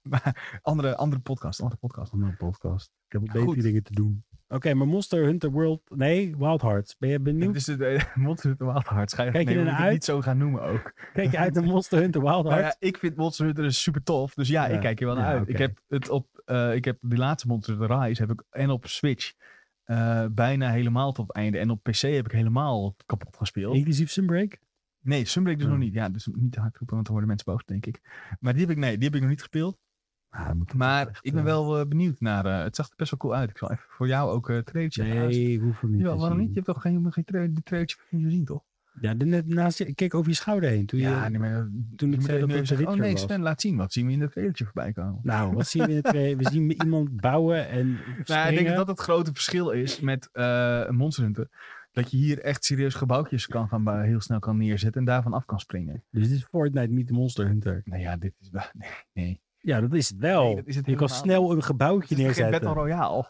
B: Maar andere, andere podcast, andere podcast.
C: Van een podcast. Ik heb
B: betere
C: betere dingen te doen. Oké, maar Monster Hunter World... Nee, Wild Hearts. Ben je benieuwd?
B: Dit is de eh, Monster Hunter Wildheart. Kijk
C: Kijk je ernaar uit?
B: niet zo gaan noemen ook.
C: Kijk je uit naar Monster Hunter Wild
B: Nou
C: Hearts?
B: ja, ik vind Monster Hunter dus super tof. Dus ja,
C: Ja.
B: ik kijk er wel naar
C: Ja,
B: uit.
C: oké.
B: Ik heb het op, eh, ik heb die laatste Monster Hunter Rise heb ik en op Switch eh, bijna helemaal tot het einde. En op PC heb ik helemaal kapot gespeeld.
C: Inclusief Sunbreak?
B: Nee, Sunbreak dus
C: Ja.
B: nog niet. Ja, dus niet te hard roepen, want dan worden mensen boos, denk ik. Maar die heb ik, nee, die heb ik nog niet gespeeld.
C: Ah,
B: Maar ik ben wel eh, benieuwd naar. eh, het zag er best wel cool uit. Ik zal even voor jou ook eh trailertje
C: Nee, ik hoef het niet
B: Ja,
C: te
B: waarom
C: zien.
B: niet? Je hebt toch geen, geen tra- die trailertje niet gezien, toch?
C: Ja, de- net naast je... Kijk over je schouder heen. Toen je...
B: Ja, nee, maar
C: toen ik
B: je moet
C: zei dat
B: nu
C: het
B: even zeggen, Oh
C: Witcher
B: nee,
C: was.
B: Sven, laat zien. Wat zien we in dat trailertje voorbij komen?
C: Nou, wat zien we in het... eh, We zien iemand bouwen en
B: Nou, ik denk dat
C: springen.
B: dat het grote verschil is met eh Monster Hunter. Dat je hier echt serieus gebouwtjes kan gaan bouwen, heel snel kan neerzetten en daarvan af kan springen.
C: Dus dit is Fortnite meet Monster Hunter.
B: Nou ja, dit is. wel- Nee, nee.
C: Ja, dat is het wel.
B: Nee, dat is het
C: Oh, je kan
B: helemaal
C: snel een
B: Het
C: gebouwtje
B: is toch geen
C: neerzetten.
B: Battle Royale.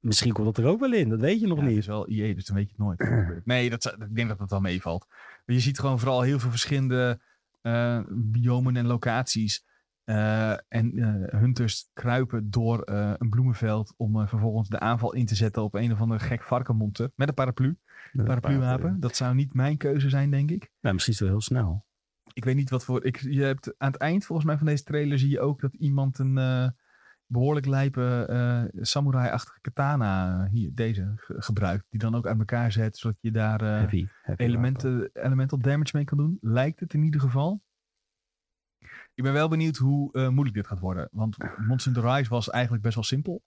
C: Misschien komt dat er ook wel in. Dat weet je nog
B: Ja, het
C: niet.
B: is wel IE, dus dan weet je het nooit. nee, dat, zou- ik denk dat dat wel meevalt. Maar Je ziet gewoon vooral heel veel verschillende eh, biomen en locaties. Eh, en eh, hunters kruipen door eh, een bloemenveld om eh, vervolgens de aanval in te zetten op een of andere gek varkenmonster met een paraplu. Parapluwapen. Dat zou niet mijn keuze zijn, denk ik.
C: Eh, Nou, misschien is het wel heel snel.
B: Ik weet niet wat voor. Ik, je hebt aan het eind volgens mij van deze trailer zie je ook dat iemand een eh, behoorlijk lijpe eh, samurai-achtige katana eh, hier deze ge- gebruikt, die dan ook uit elkaar zet, zodat je daar eh,
C: heavy. heavy wapen.
B: elementen, elemental damage mee kan doen. Lijkt het in ieder geval. Ik ben wel benieuwd hoe eh, moeilijk dit gaat worden. Want Monster Hunter Rise was eigenlijk best wel simpel.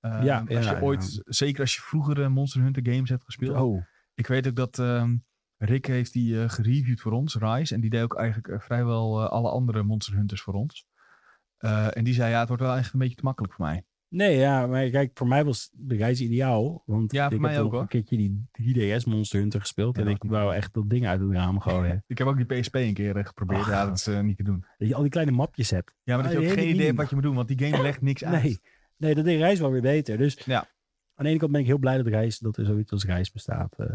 B: Eh,
C: Ja,
B: als
C: ja,
B: je
C: ja.
B: ooit, zeker als je vroeger eh, Monster Hunter games hebt gespeeld.
C: Oh,
B: Ik weet ook dat ehm, Rick heeft die eh, gereviewd voor ons, Rise. En die deed ook eigenlijk eh, vrijwel eh, alle andere Monster Hunters voor ons. Eh, en die zei, ja, het wordt wel eigenlijk een beetje te makkelijk voor mij.
C: nee, ja, maar kijk, voor mij was de reis ideaal. Want
B: Ja,
C: ik heb
B: voor mij
C: nog
B: ook, hoor.
C: een keertje die 3DS Monster Hunter gespeeld.
B: Ja,
C: en
B: dat
C: ik wou echt dat ding uit het raam gooien.
B: Ik heb ook die PSP een keer eh, geprobeerd.
C: Ach,
B: ja, dat is eh, niet te doen.
C: dat je al die kleine mapjes hebt.
B: Ja, maar dat
C: Ah,
B: je
C: die
B: ook
C: hele
B: geen idee hebt
C: minimap.
B: wat je moet doen. Want die game legt niks uit.
C: Nee, nee dat deed reis wel weer beter. Dus
B: Ja.
C: aan de ene kant ben ik heel blij dat reis, dat er zoiets als reis bestaat. eh.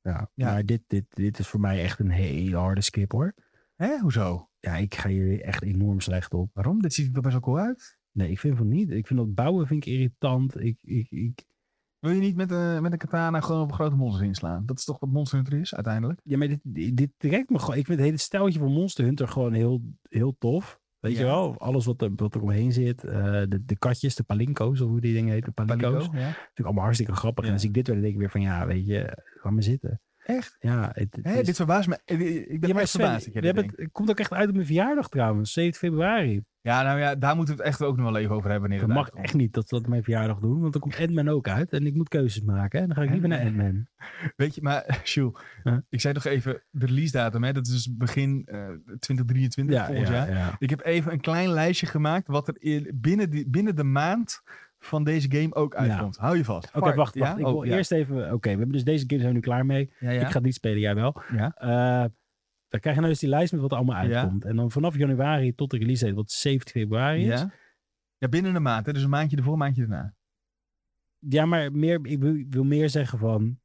C: ja.
B: Ja.
C: maar dit, dit, dit is voor mij echt een hele harde skip hoor.
B: Hè, hoezo?
C: Ja, ik ga hier echt enorm slecht op.
B: Waarom? Dit ziet er toch best wel cool uit.
C: Nee, ik vind van niet. Ik vind dat bouwen vind ik irritant. Ik, ik, ik...
B: Wil je niet met een, met een katana gewoon op een grote monster inslaan? Dat is toch wat Monster Hunter is, uiteindelijk?
C: Ja, maar dit, dit dit trekt me gewoon. Ik vind het hele steltje van Monster Hunter gewoon heel, heel tof. Weet
B: Ja.
C: je wel? Alles wat er, wat er omheen zit. eh, de, de katjes, de palinko's, of hoe die dingen heten. Palinko's.
B: Palico,
C: Natuurlijk
B: ja.
C: allemaal hartstikke grappig.
B: Ja.
C: En als ik dit weer dan denk ik weer van ja, weet je, laat me zitten.
B: Echt?
C: Ja, het, het
B: Hè,
C: is-
B: dit verbaast me. Ik ben
C: ja, maar
B: echt
C: Sven,
B: verbaasd dat je
C: we
B: dit
C: hebben
B: denkt.
C: het, het komt ook echt uit op mijn verjaardag trouwens, 7 februari.
B: Ja, nou ja, daar moeten we het echt ook nog wel even over hebben. Wanneer
C: Dat
B: het
C: mag
B: uitkomt.
C: echt niet dat ze dat op mijn verjaardag doen, want dan komt Ant-Man ook uit en ik moet keuzes maken. En dan ga ik liever naar Ant-Man.
B: Weet je, maar Sjoel,
C: Huh?
B: ik zei nog even de release datum. Hè? Dat is dus begin eh, 2023
C: Ja,
B: volgend
C: ja,
B: jaar.
C: ja.
B: Ik heb even een klein lijstje gemaakt wat er in- binnen, die, binnen de maand van deze game ook uitkomt. Hou je vast. Oh,
C: Oké, wacht, wacht. ik wil eerst even... Oké, we hebben dus deze game zijn we nu klaar mee.
B: Ja, ja.
C: Ik ga het niet spelen, jij wel.
B: Ja.
C: Eh, dan krijg je nou eens die lijst met wat er allemaal
B: Ja.
C: uitkomt. En dan vanaf januari tot de release date, wat 17 februari is.
B: ja. ja, binnen een maand. Hè? Dus een maandje ervoor, een maandje erna.
C: Ja, maar meer, ik wil, wil meer zeggen van...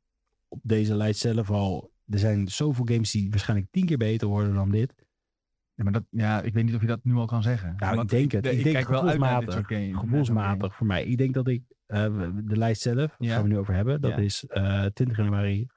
C: Op deze lijst zelf al... Er zijn zoveel games die waarschijnlijk tien keer beter worden dan dit.
B: Ja, maar dat, ja, ik weet niet of je dat nu al kan zeggen.
C: Nou,
B: Want
C: ik denk het.
B: de-
C: Ik, denk
B: kijk wel uit naar dit soort
C: gevoelsmatig.
B: game- naar
C: Gevoelsmatig voor mij. Ik denk dat ik eh, de lijst zelf,
B: Ja.
C: waar we het nu over hebben, dat
B: Ja.
C: is eh, 20 januari,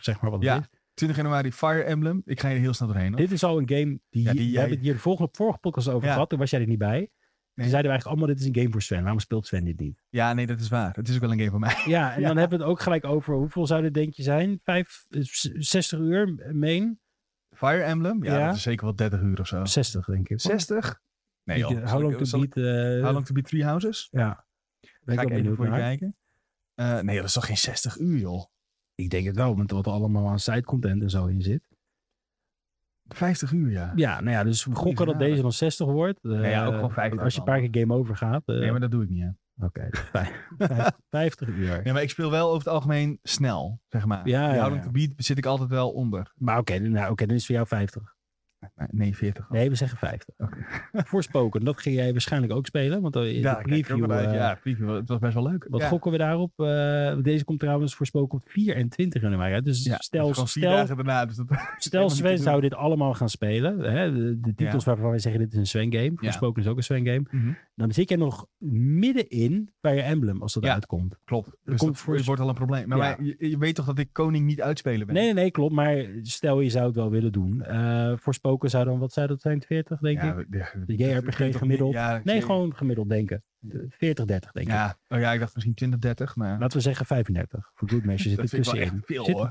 C: zeg maar wat het
B: Ja.
C: is.
B: zo'n game. 20 januari Fire Emblem. Ik ga hier heel snel doorheen. hoor.
C: Dit is al een game die,
B: Ja, die
C: we
B: jij-
C: hebben het hier de vorige, vorige podcast over
B: Ja.
C: gehad, toen was jij er niet bij. Toen zeiden we eigenlijk allemaal, dit is een game voor Sven. Waarom speelt Sven dit niet?
B: Ja, nee, dat is waar. Het is ook wel een game voor mij.
C: Ja, en
B: Ja.
C: dan hebben we het ook gelijk over, hoeveel zou dit denk je zijn? Vijf, eh, s- 60 uur, meen?
B: Fire Emblem? Ja,
C: Ja.
B: dat is zeker wel 30 uur of zo.
C: 60 denk ik.
B: 60? Nee,
C: Ik,
B: joh.
C: eh, How
B: Zal
C: long
B: ik-
C: to
B: zal ik-
C: beat? eh,
B: How long to beat Three Houses?
C: Ja. Ben
B: Ga
C: ik
B: ik
C: wel
B: even
C: benieuwd
B: voor je
C: naar.
B: kijken. Eh, nee, dat is toch geen 60 uur, joh.
C: Ik denk het wel, want wat er allemaal aan sidecontent en zo in zit.
B: 50 uur, ja.
C: Ja, nou ja, dus we gokken dat
B: verhalen. Nou
C: deze dan 60 wordt. Eh,
B: ja, ook gewoon 50
C: Als je een paar keer game over gaat. eh,
B: Nee, maar dat doe ik niet, hè.
C: Oké, dus vijf- vijf- 50 uur.
B: Nee, maar ik speel wel over het algemeen snel, zeg maar.
C: Ja,
B: Die
C: ja,
B: How long
C: ja.
B: to beat zit ik altijd wel onder.
C: Maar oké, nou, oké, dan is het voor jou 50.
B: Nee, 40.
C: Nee, we zeggen 50.
B: Oké.
C: Voorspoken, dat ging jij waarschijnlijk ook spelen. Want eh, in
B: Ja,
C: de
B: kijk er ook
C: preview,
B: wel uit.
C: eh,
B: ja, preview. Het was best wel leuk.
C: wat
B: ja.
C: gokken we daarop? Eh, deze komt trouwens voorspoken op 24 januari. uit. Dus
B: Ja, dat
C: stel,
B: is gewoon vier
C: stel,
B: dagen daarna. Dus dat,
C: stel
B: helemaal niet
C: Sven
B: te
C: zou dit allemaal gaan spelen. Hè? De, de titels waarvan wij zeggen dit is een Sven game. Voorspoken is ook een Sven game.
B: Mhm.
C: Dan zit jij nog middenin bij je emblem als dat
B: Ja.
C: uitkomt.
B: klopt. Dus
C: komt
B: dat
C: voor-
B: wordt al een probleem. Maar
C: Ja.
B: wij- je, je weet toch dat ik koning niet uitspelen ben?
C: Nee, nee, nee, klopt. Maar stel je zou het wel willen doen. Eh Voorspoken zou dan, wat zou dat zijn? 40, denk
B: ja,
C: ik?
B: we- ja,
C: De
B: dat-
C: JRPG
B: dat-
C: gemiddeld.
B: Ja,
C: Nee,
B: zeker.
C: gewoon gemiddeld denken. 40, 30, denk ik.
B: Ja, oh ja, ik dacht misschien 20, 30, maar...
C: Laten we zeggen 35. Voor good measure zit
B: dat
C: het
B: vind ik wel echt
C: tussenin.
B: veel,
C: Zit-
B: hoor.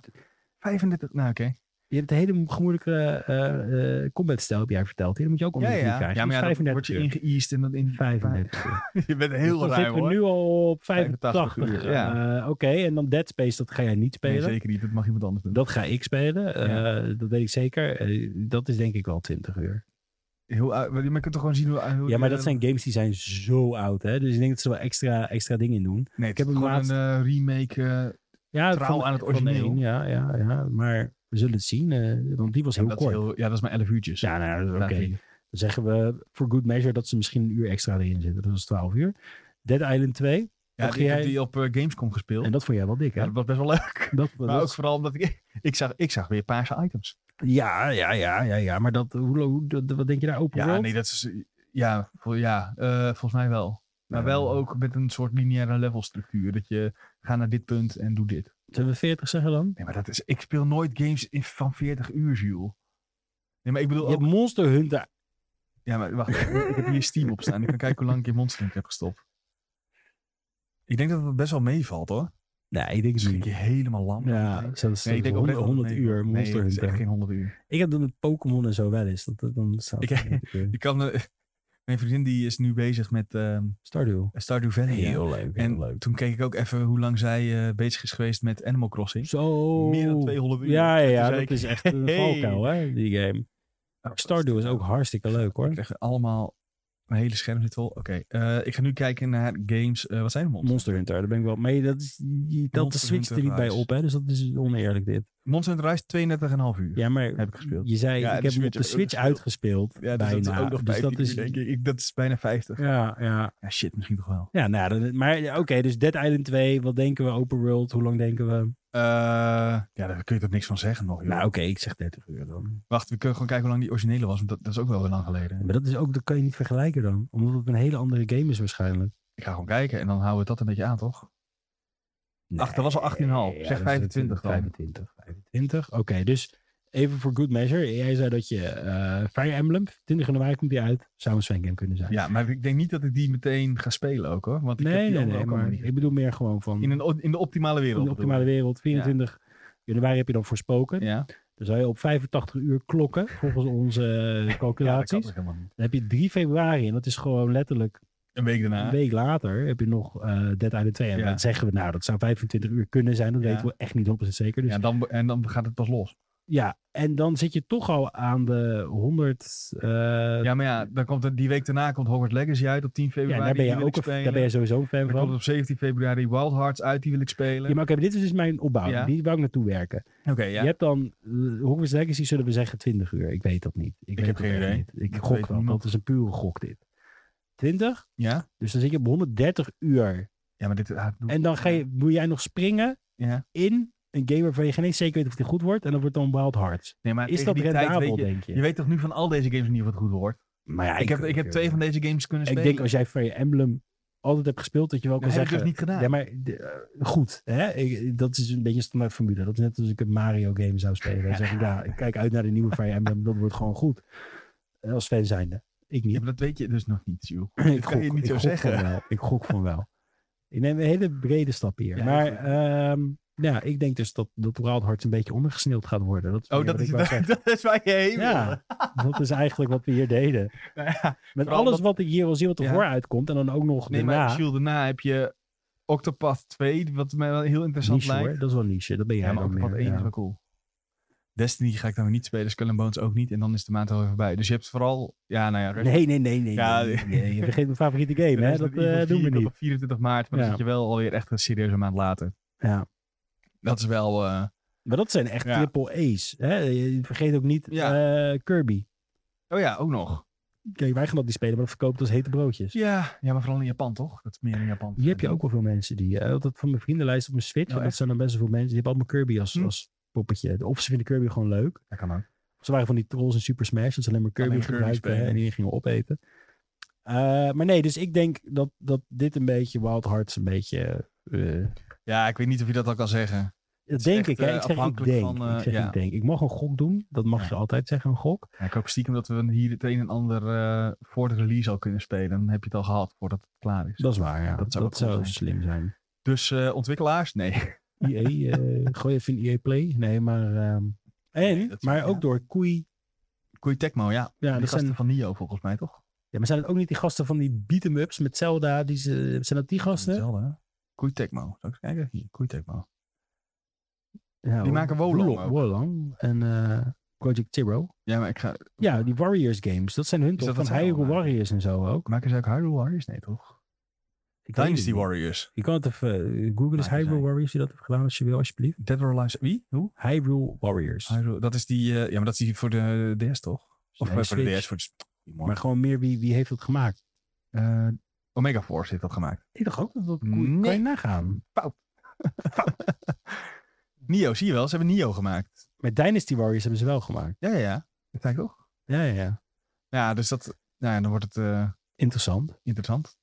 B: 35, nou oké.
C: je hebt een hele gemoeilijke eh, eh, combat-stijl, heb jij verteld. Hier Dan moet je ook onder
B: Ja,
C: de
B: ja.
C: knieën krijgen.
B: ja, maar ja,
C: Dus
B: dan
C: 35
B: word je
C: uur.
B: ingeëased en dan in...
C: 35 uur.
B: je bent
C: Dus
B: heel
C: dan
B: ruim,
C: zitten we
B: hoor.
C: nu al op 85.
B: 85 uur, ja.
C: Eh, Oké, en dan Dead Space, dat ga jij niet
B: Nee,
C: spelen.
B: zeker niet. Dat mag iemand anders doen.
C: dat ga ik spelen. Eh, Dat weet ik zeker. Eh, dat is denk ik wel 20 uur.
B: Heel, uit- maar je kunt toch gewoon zien hoe... hoe
C: Ja, maar
B: de-
C: dat zijn games die zijn zo oud, hè? Dus ik denk dat ze er wel extra, extra dingen in doen.
B: Nee,
C: ik
B: het
C: heb
B: is
C: hem
B: gewoon een eh, remake. eh,
C: Ja,
B: Trouw aan het origineel.
C: één, ja, ja, ja, maar we zullen het zien, eh, want die was heel
B: dat is
C: kort.
B: heel- ja, dat is maar 11 uurtjes.
C: Ja, nou, ja, oké.
B: Laat zien.
C: Dan zeggen we voor good measure dat ze misschien een uur extra erin zitten. Dat is 12 uur. Dead Island 2,
B: Ja,
C: Mocht
B: die, ik heb
C: jij-
B: die op eh, Gamescom gespeeld.
C: en dat vond jij wel dik, hè?
B: Ja, dat was best wel leuk. Nou,
C: Dat,
B: maar
C: dat-
B: ook vooral omdat ik... Ik zag, ik zag weer paarse items.
C: ja, ja, ja, ja, ja, maar dat, hoe, hoe, dat- wat denk je daar open
B: Ja,
C: world?
B: nee, dat is... Ja, vol- ja eh, volgens mij wel. Maar wel ook met een soort lineaire levelstructuur. Dat je ga naar dit punt en doe dit.
C: Zullen we 40 zeggen dan?
B: Nee, maar dat is, ik speel nooit games in- van 40 uur, Jules. Nee, maar ik
C: Je
B: bedoel ook...
C: hebt Monster Hunter.
B: Ja, maar wacht. ik ik heb hier Steam op staan. Ik kan kijken hoe lang ik in Monster Inc. heb gestopt. Ik denk dat het best wel meevalt, hoor.
C: Nee, ik denk
B: Dus ik je helemaal lam.
C: Ja,
B: Nee,
C: zelfs
B: ik denk oprecht dat het
C: 100
B: meevalt.
C: uur
B: Nee,
C: Monster
B: het is
C: Hunter.
B: echt geen 100 uur.
C: Ik heb dat met Pokémon en zo wel eens. Dat, dat- dan staat
B: Ik-
C: het 100 uur.
B: Ik kan... eh, mijn vriendin die is nu bezig met ehm,
C: Stardew.
B: Stardew Valley. ja.
C: leuk,
B: En toen keek ik ook even hoe lang zij eh, bezig is geweest met Animal Crossing.
C: Zo.
B: Meer dan 200 uur. Nou,
C: Ja, ja,
B: Toen
C: ja
B: zei
C: dat
B: ik,
C: is echt een
B: hey.
C: valkuil, hè, die game.
B: "Oh,
C: Stardew is ook hartstikke leuk,
B: Ik
C: hoor.
B: krijg allemaal... Mijn hele scherm zit vol. Oké, eh, ik ga nu kijken naar games. eh, wat zijn er? Monster?
C: Monster Hunter, daar ben ik wel mee. Dat, is, je telt de
B: Monster
C: Switch er
B: Hunter
C: niet bij
B: Rise.
C: op, hè. Dus dat is oneerlijk, dit.
B: Monster Hunter Rise 32,5 uur.
C: Ja, maar
B: Heb ik gespeeld.
C: je zei,
B: Ja,
C: ik
B: de
C: heb hem op de
B: Switch heb ik ook
C: Switch uitgespeeld.
B: Ja, dus
C: bijna.
B: dat is ook nog
C: dus
B: 15
C: dat is...
B: uur, denk ik. ik. Dat is bijna 50.
C: Ja, ja.
B: Ja, shit, misschien toch wel.
C: Ja, nou, ja, dat- maar ja, oké, dus Dead Island 2, wat denken we? Open World, hoe lang denken we?
B: Eh, ja, daar kun je toch niks van zeggen nog. joh.
C: Nou, oké, ik zeg 30 uur dan.
B: Wacht, we kunnen gewoon kijken hoe lang die originele was. Want dat, dat is ook wel weer lang geleden.
C: Maar dat is ook, dat kan je niet vergelijken dan. Omdat het een hele andere game is waarschijnlijk.
B: Ik ga gewoon kijken en dan houden we dat een beetje aan, toch? Ach, dat was al 18,5.
C: dat is
B: Zeg 25 dan.
C: 25, 25. Oké, dus even voor good measure. Jij zei dat je eh Fire Emblem, 20 januari komt die uit. Zou een Sven game kunnen zijn.
B: Ja, maar ik denk niet dat ik die meteen ga spelen ook, hoor. Want ik heb
C: nee,
B: die
C: nee,
B: andere
C: nee.
B: ook allemaal
C: Maar
B: niet
C: ik bedoel meer gewoon van
B: In,
C: in
B: een, o- in de optimale wereld.
C: de
B: bedoel
C: optimale wereld. 24 januari heb je dan voorspoken.
B: ik. Ja,
C: Dan zou je op 85 uur klokken, volgens onze eh,
B: ja dat kan
C: calculaties.
B: toch helemaal niet.
C: Dan heb je 3 februari en dat is gewoon letterlijk
B: Een week daarna.
C: een week later. Heb je nog eh Dead Island 2. En
B: Ja.
C: dan zeggen we, nou, dat zou 25 uur kunnen zijn. Dat
B: Ja.
C: weten we echt niet 100% zeker. Dus
B: ja, dan, en dan gaat het pas los.
C: Ja, en dan zit je toch al aan de 100. eh, ja,
B: Ja, maar ja, dan komt er, die week daarna komt Hogwarts Legacy uit op 10 februari.
C: daar ben
B: die
C: je
B: wil ik
C: ook een-
B: spelen.
C: daar ben je sowieso een fan
B: Dan komt
C: van.
B: op 17 februari Wild Hearts uit, die wil ik spelen.
C: Ja, maar oké, maar dit is dus mijn opbouw.
B: Ja.
C: Die wou ik naartoe werken.
B: Oké, ja.
C: Je hebt dan eh, Hogwarts Legacy, zullen we zeggen 20 uur. Ik weet dat niet. Ik, weet
B: heb
C: dat
B: geen
C: echt
B: idee.
C: niet. Ik
B: Dat
C: gok
B: weet
C: dat.
B: niemand.
C: Dat is een pure gok dit. 20?
B: ja.
C: Dus dan zit je op 130 uur.
B: Ja, maar dit... ah, doe-
C: En dan ga je, moet jij nog springen
B: Ja.
C: in een game waarvan je geen eens zeker weet of die goed wordt. En dan wordt dan Wild Hearts.
B: Nee, maar
C: Is
B: tegen
C: dat
B: die tijd
C: rendabel,
B: weet je,
C: denk je?
B: je weet toch nu van al deze games niet of het goed wordt?
C: Maar ja,
B: ik, heb, ik heb twee van deze games kunnen
C: Ik
B: spelen.
C: denk als jij Fire Emblem altijd hebt gespeeld, dat je wel
B: dat
C: kan
B: heb ik
C: zeggen...
B: dus niet gedaan.
C: Ja, maar de- eh, goed. Hè? Ik- dat is een beetje een standaard formule. Dat is net als ik een Mario game zou spelen. Dan zeg ik, ja, ik kijk uit naar de nieuwe Fire Emblem. Dat wordt gewoon goed. Eh, Als fan zijnde. Ik
B: Ja,
C: niet.
B: maar dat weet je dus nog niet, Jules.
C: ik
B: kan je niet
C: ik
B: zo
C: gok
B: zeggen.
C: Van wel. Ik gok van wel. Ik neem een hele brede stap hier.
B: Ja,
C: maar
B: dat is
C: ehm, ja, ik denk dus dat, dat Wild Hearts een beetje ondergesneeld gaat worden. Dat is
B: Oh,
C: meer
B: dat
C: wat
B: is,
C: ik wou
B: dat,
C: zeggen.
B: is waar je heen wil.
C: Ja, dat is eigenlijk wat we hier deden.
B: Nou ja,
C: Met
B: Vooral
C: alles
B: dat-
C: wat ik hier al zie wat er
B: Ja.
C: vooruit komt. En dan ook nog
B: Nee,
C: daarna.
B: maar Jules, daarna heb je Octopath 2, wat mij wel heel interessant
C: niche, hoor.
B: lijkt.
C: Dat is wel niche. Dat ben jij
B: Ja, maar
C: dan
B: Octopath
C: meer,
B: 1
C: ja.
B: is wel cool. Destiny ga ik dan weer niet spelen, Skull and Bones ook niet. En dan is de maand alweer voorbij. Dus je hebt vooral... Ja, nou ja, Resident
C: Nee, nee, nee, nee.
B: Ja,
C: nee,
B: die-
C: nee. Je vergeet mijn favoriete game, hè? Dat
B: Resident Evil
C: eh, doen we
B: 4 tot
C: niet.
B: op 24 maart, maar
C: Ja.
B: dan zit je wel alweer echt een serieuze maand later.
C: Ja.
B: Dat is wel... eh,
C: Maar dat zijn echt
B: Ja.
C: triple A's. Hè? Je vergeet ook niet eh, Kirby.
B: Oh ja, ook nog.
C: Kijk, wij gaan dat niet spelen, maar dat verkoopt als hete broodjes.
B: Ja, ja, maar vooral in Japan, toch? Dat is meer in Japan.
C: Hier heb je ook wel veel mensen die... eh, dat van mijn vriendenlijst op mijn Switch,
B: Oh,
C: en dat
B: echt?
C: zijn dan best wel veel mensen, die hebben allemaal Kirby als,
B: Hm.
C: als poppetje. Of ze vinden Kirby gewoon leuk.
B: Dat kan ook.
C: Ze waren van die trolls in Super Smash, dat ze alleen maar Kirby
B: Alleen maar Kirby
C: gebruikten hè,
B: spelen.
C: en die gingen opeten. Eh, maar nee, dus ik denk dat, dat dit een beetje Wild Hearts een beetje... eh,
B: Ja, ik weet niet of je dat al kan zeggen.
C: Dat
B: is
C: denk
B: echt,
C: ik, hè?
B: eh,
C: Ik zeg ik
B: afhankelijk
C: denk.
B: van, eh,
C: ik zeg
B: ja.
C: ik denk. Ik mag een gok doen. Dat mag
B: Ja.
C: je altijd zeggen, een gok.
B: Ja, ik hoop stiekem dat we hier het een en ander eh, voor de release al kunnen spelen. Dan heb je het al gehad voordat het klaar is.
C: Dat is waar, ja.
B: Dat
C: Dat
B: zou
C: zou,
B: wel cool zijn.
C: slim zijn.
B: Dus eh, ontwikkelaars? Nee.
C: EA, eh gooi even in EA Play. Nee, maar... ehm, en,
B: Nee, dat is-
C: maar ook
B: ja.
C: door Koei.
B: Koei Tecmo, ja.
C: Ja,
B: De
C: dat
B: gasten
C: zijn,
B: van Nio volgens mij, toch?
C: ja, maar zijn het ook niet die gasten van die beat-em-ups met Zelda? Die ze, zijn dat die gasten?
B: Hetzelfde, hè? Koei Tecmo. Zal ik eens kijken? Hier, Koei Tecmo.
C: Ja,
B: Die maken Wolong ook.
C: Wolong en eh, Project Zero.
B: Ja, maar ik ga...
C: Ja, die Warriors games. Dat zijn hun toch?
B: dat
C: Van
B: wat zij
C: Hyrule
B: allemaal
C: Warriors en zo ook.
B: Maken ze ook Hyrule Warriors? Nee, toch?
C: Ik weet het
B: Dynasty
C: niet.
B: Warriors.
C: Je kan het even... eh, Google is
B: Maken
C: Hyrule
B: zij.
C: Warriors, die dat hebt gedaan als je wil, alsjeblieft.
B: Dead or Alive... Wie? Hoe?
C: Hyrule Warriors.
B: Hyrule- Dat is die... eh, ja, maar dat is die voor de DS, toch?
C: Nee,
B: Of eh, voor de
C: Switch.
B: DS, voor de...
C: Maar gewoon meer wie, wie heeft dat gemaakt.
B: Eh, Omega Force heeft dat gemaakt.
C: Ik dacht ook dat dat
B: Koei- kan je
C: nagaan.
B: Nio, zie je wel? Ze hebben Nio gemaakt.
C: Maar Dynasty Warriors hebben ze wel gemaakt.
B: Ja, ja, ja. Dat zei ik toch?
C: Ja, ja, ja.
B: Ja, dus dat... Nou ja, dan wordt het eh,
A: Interessant.
B: interessant.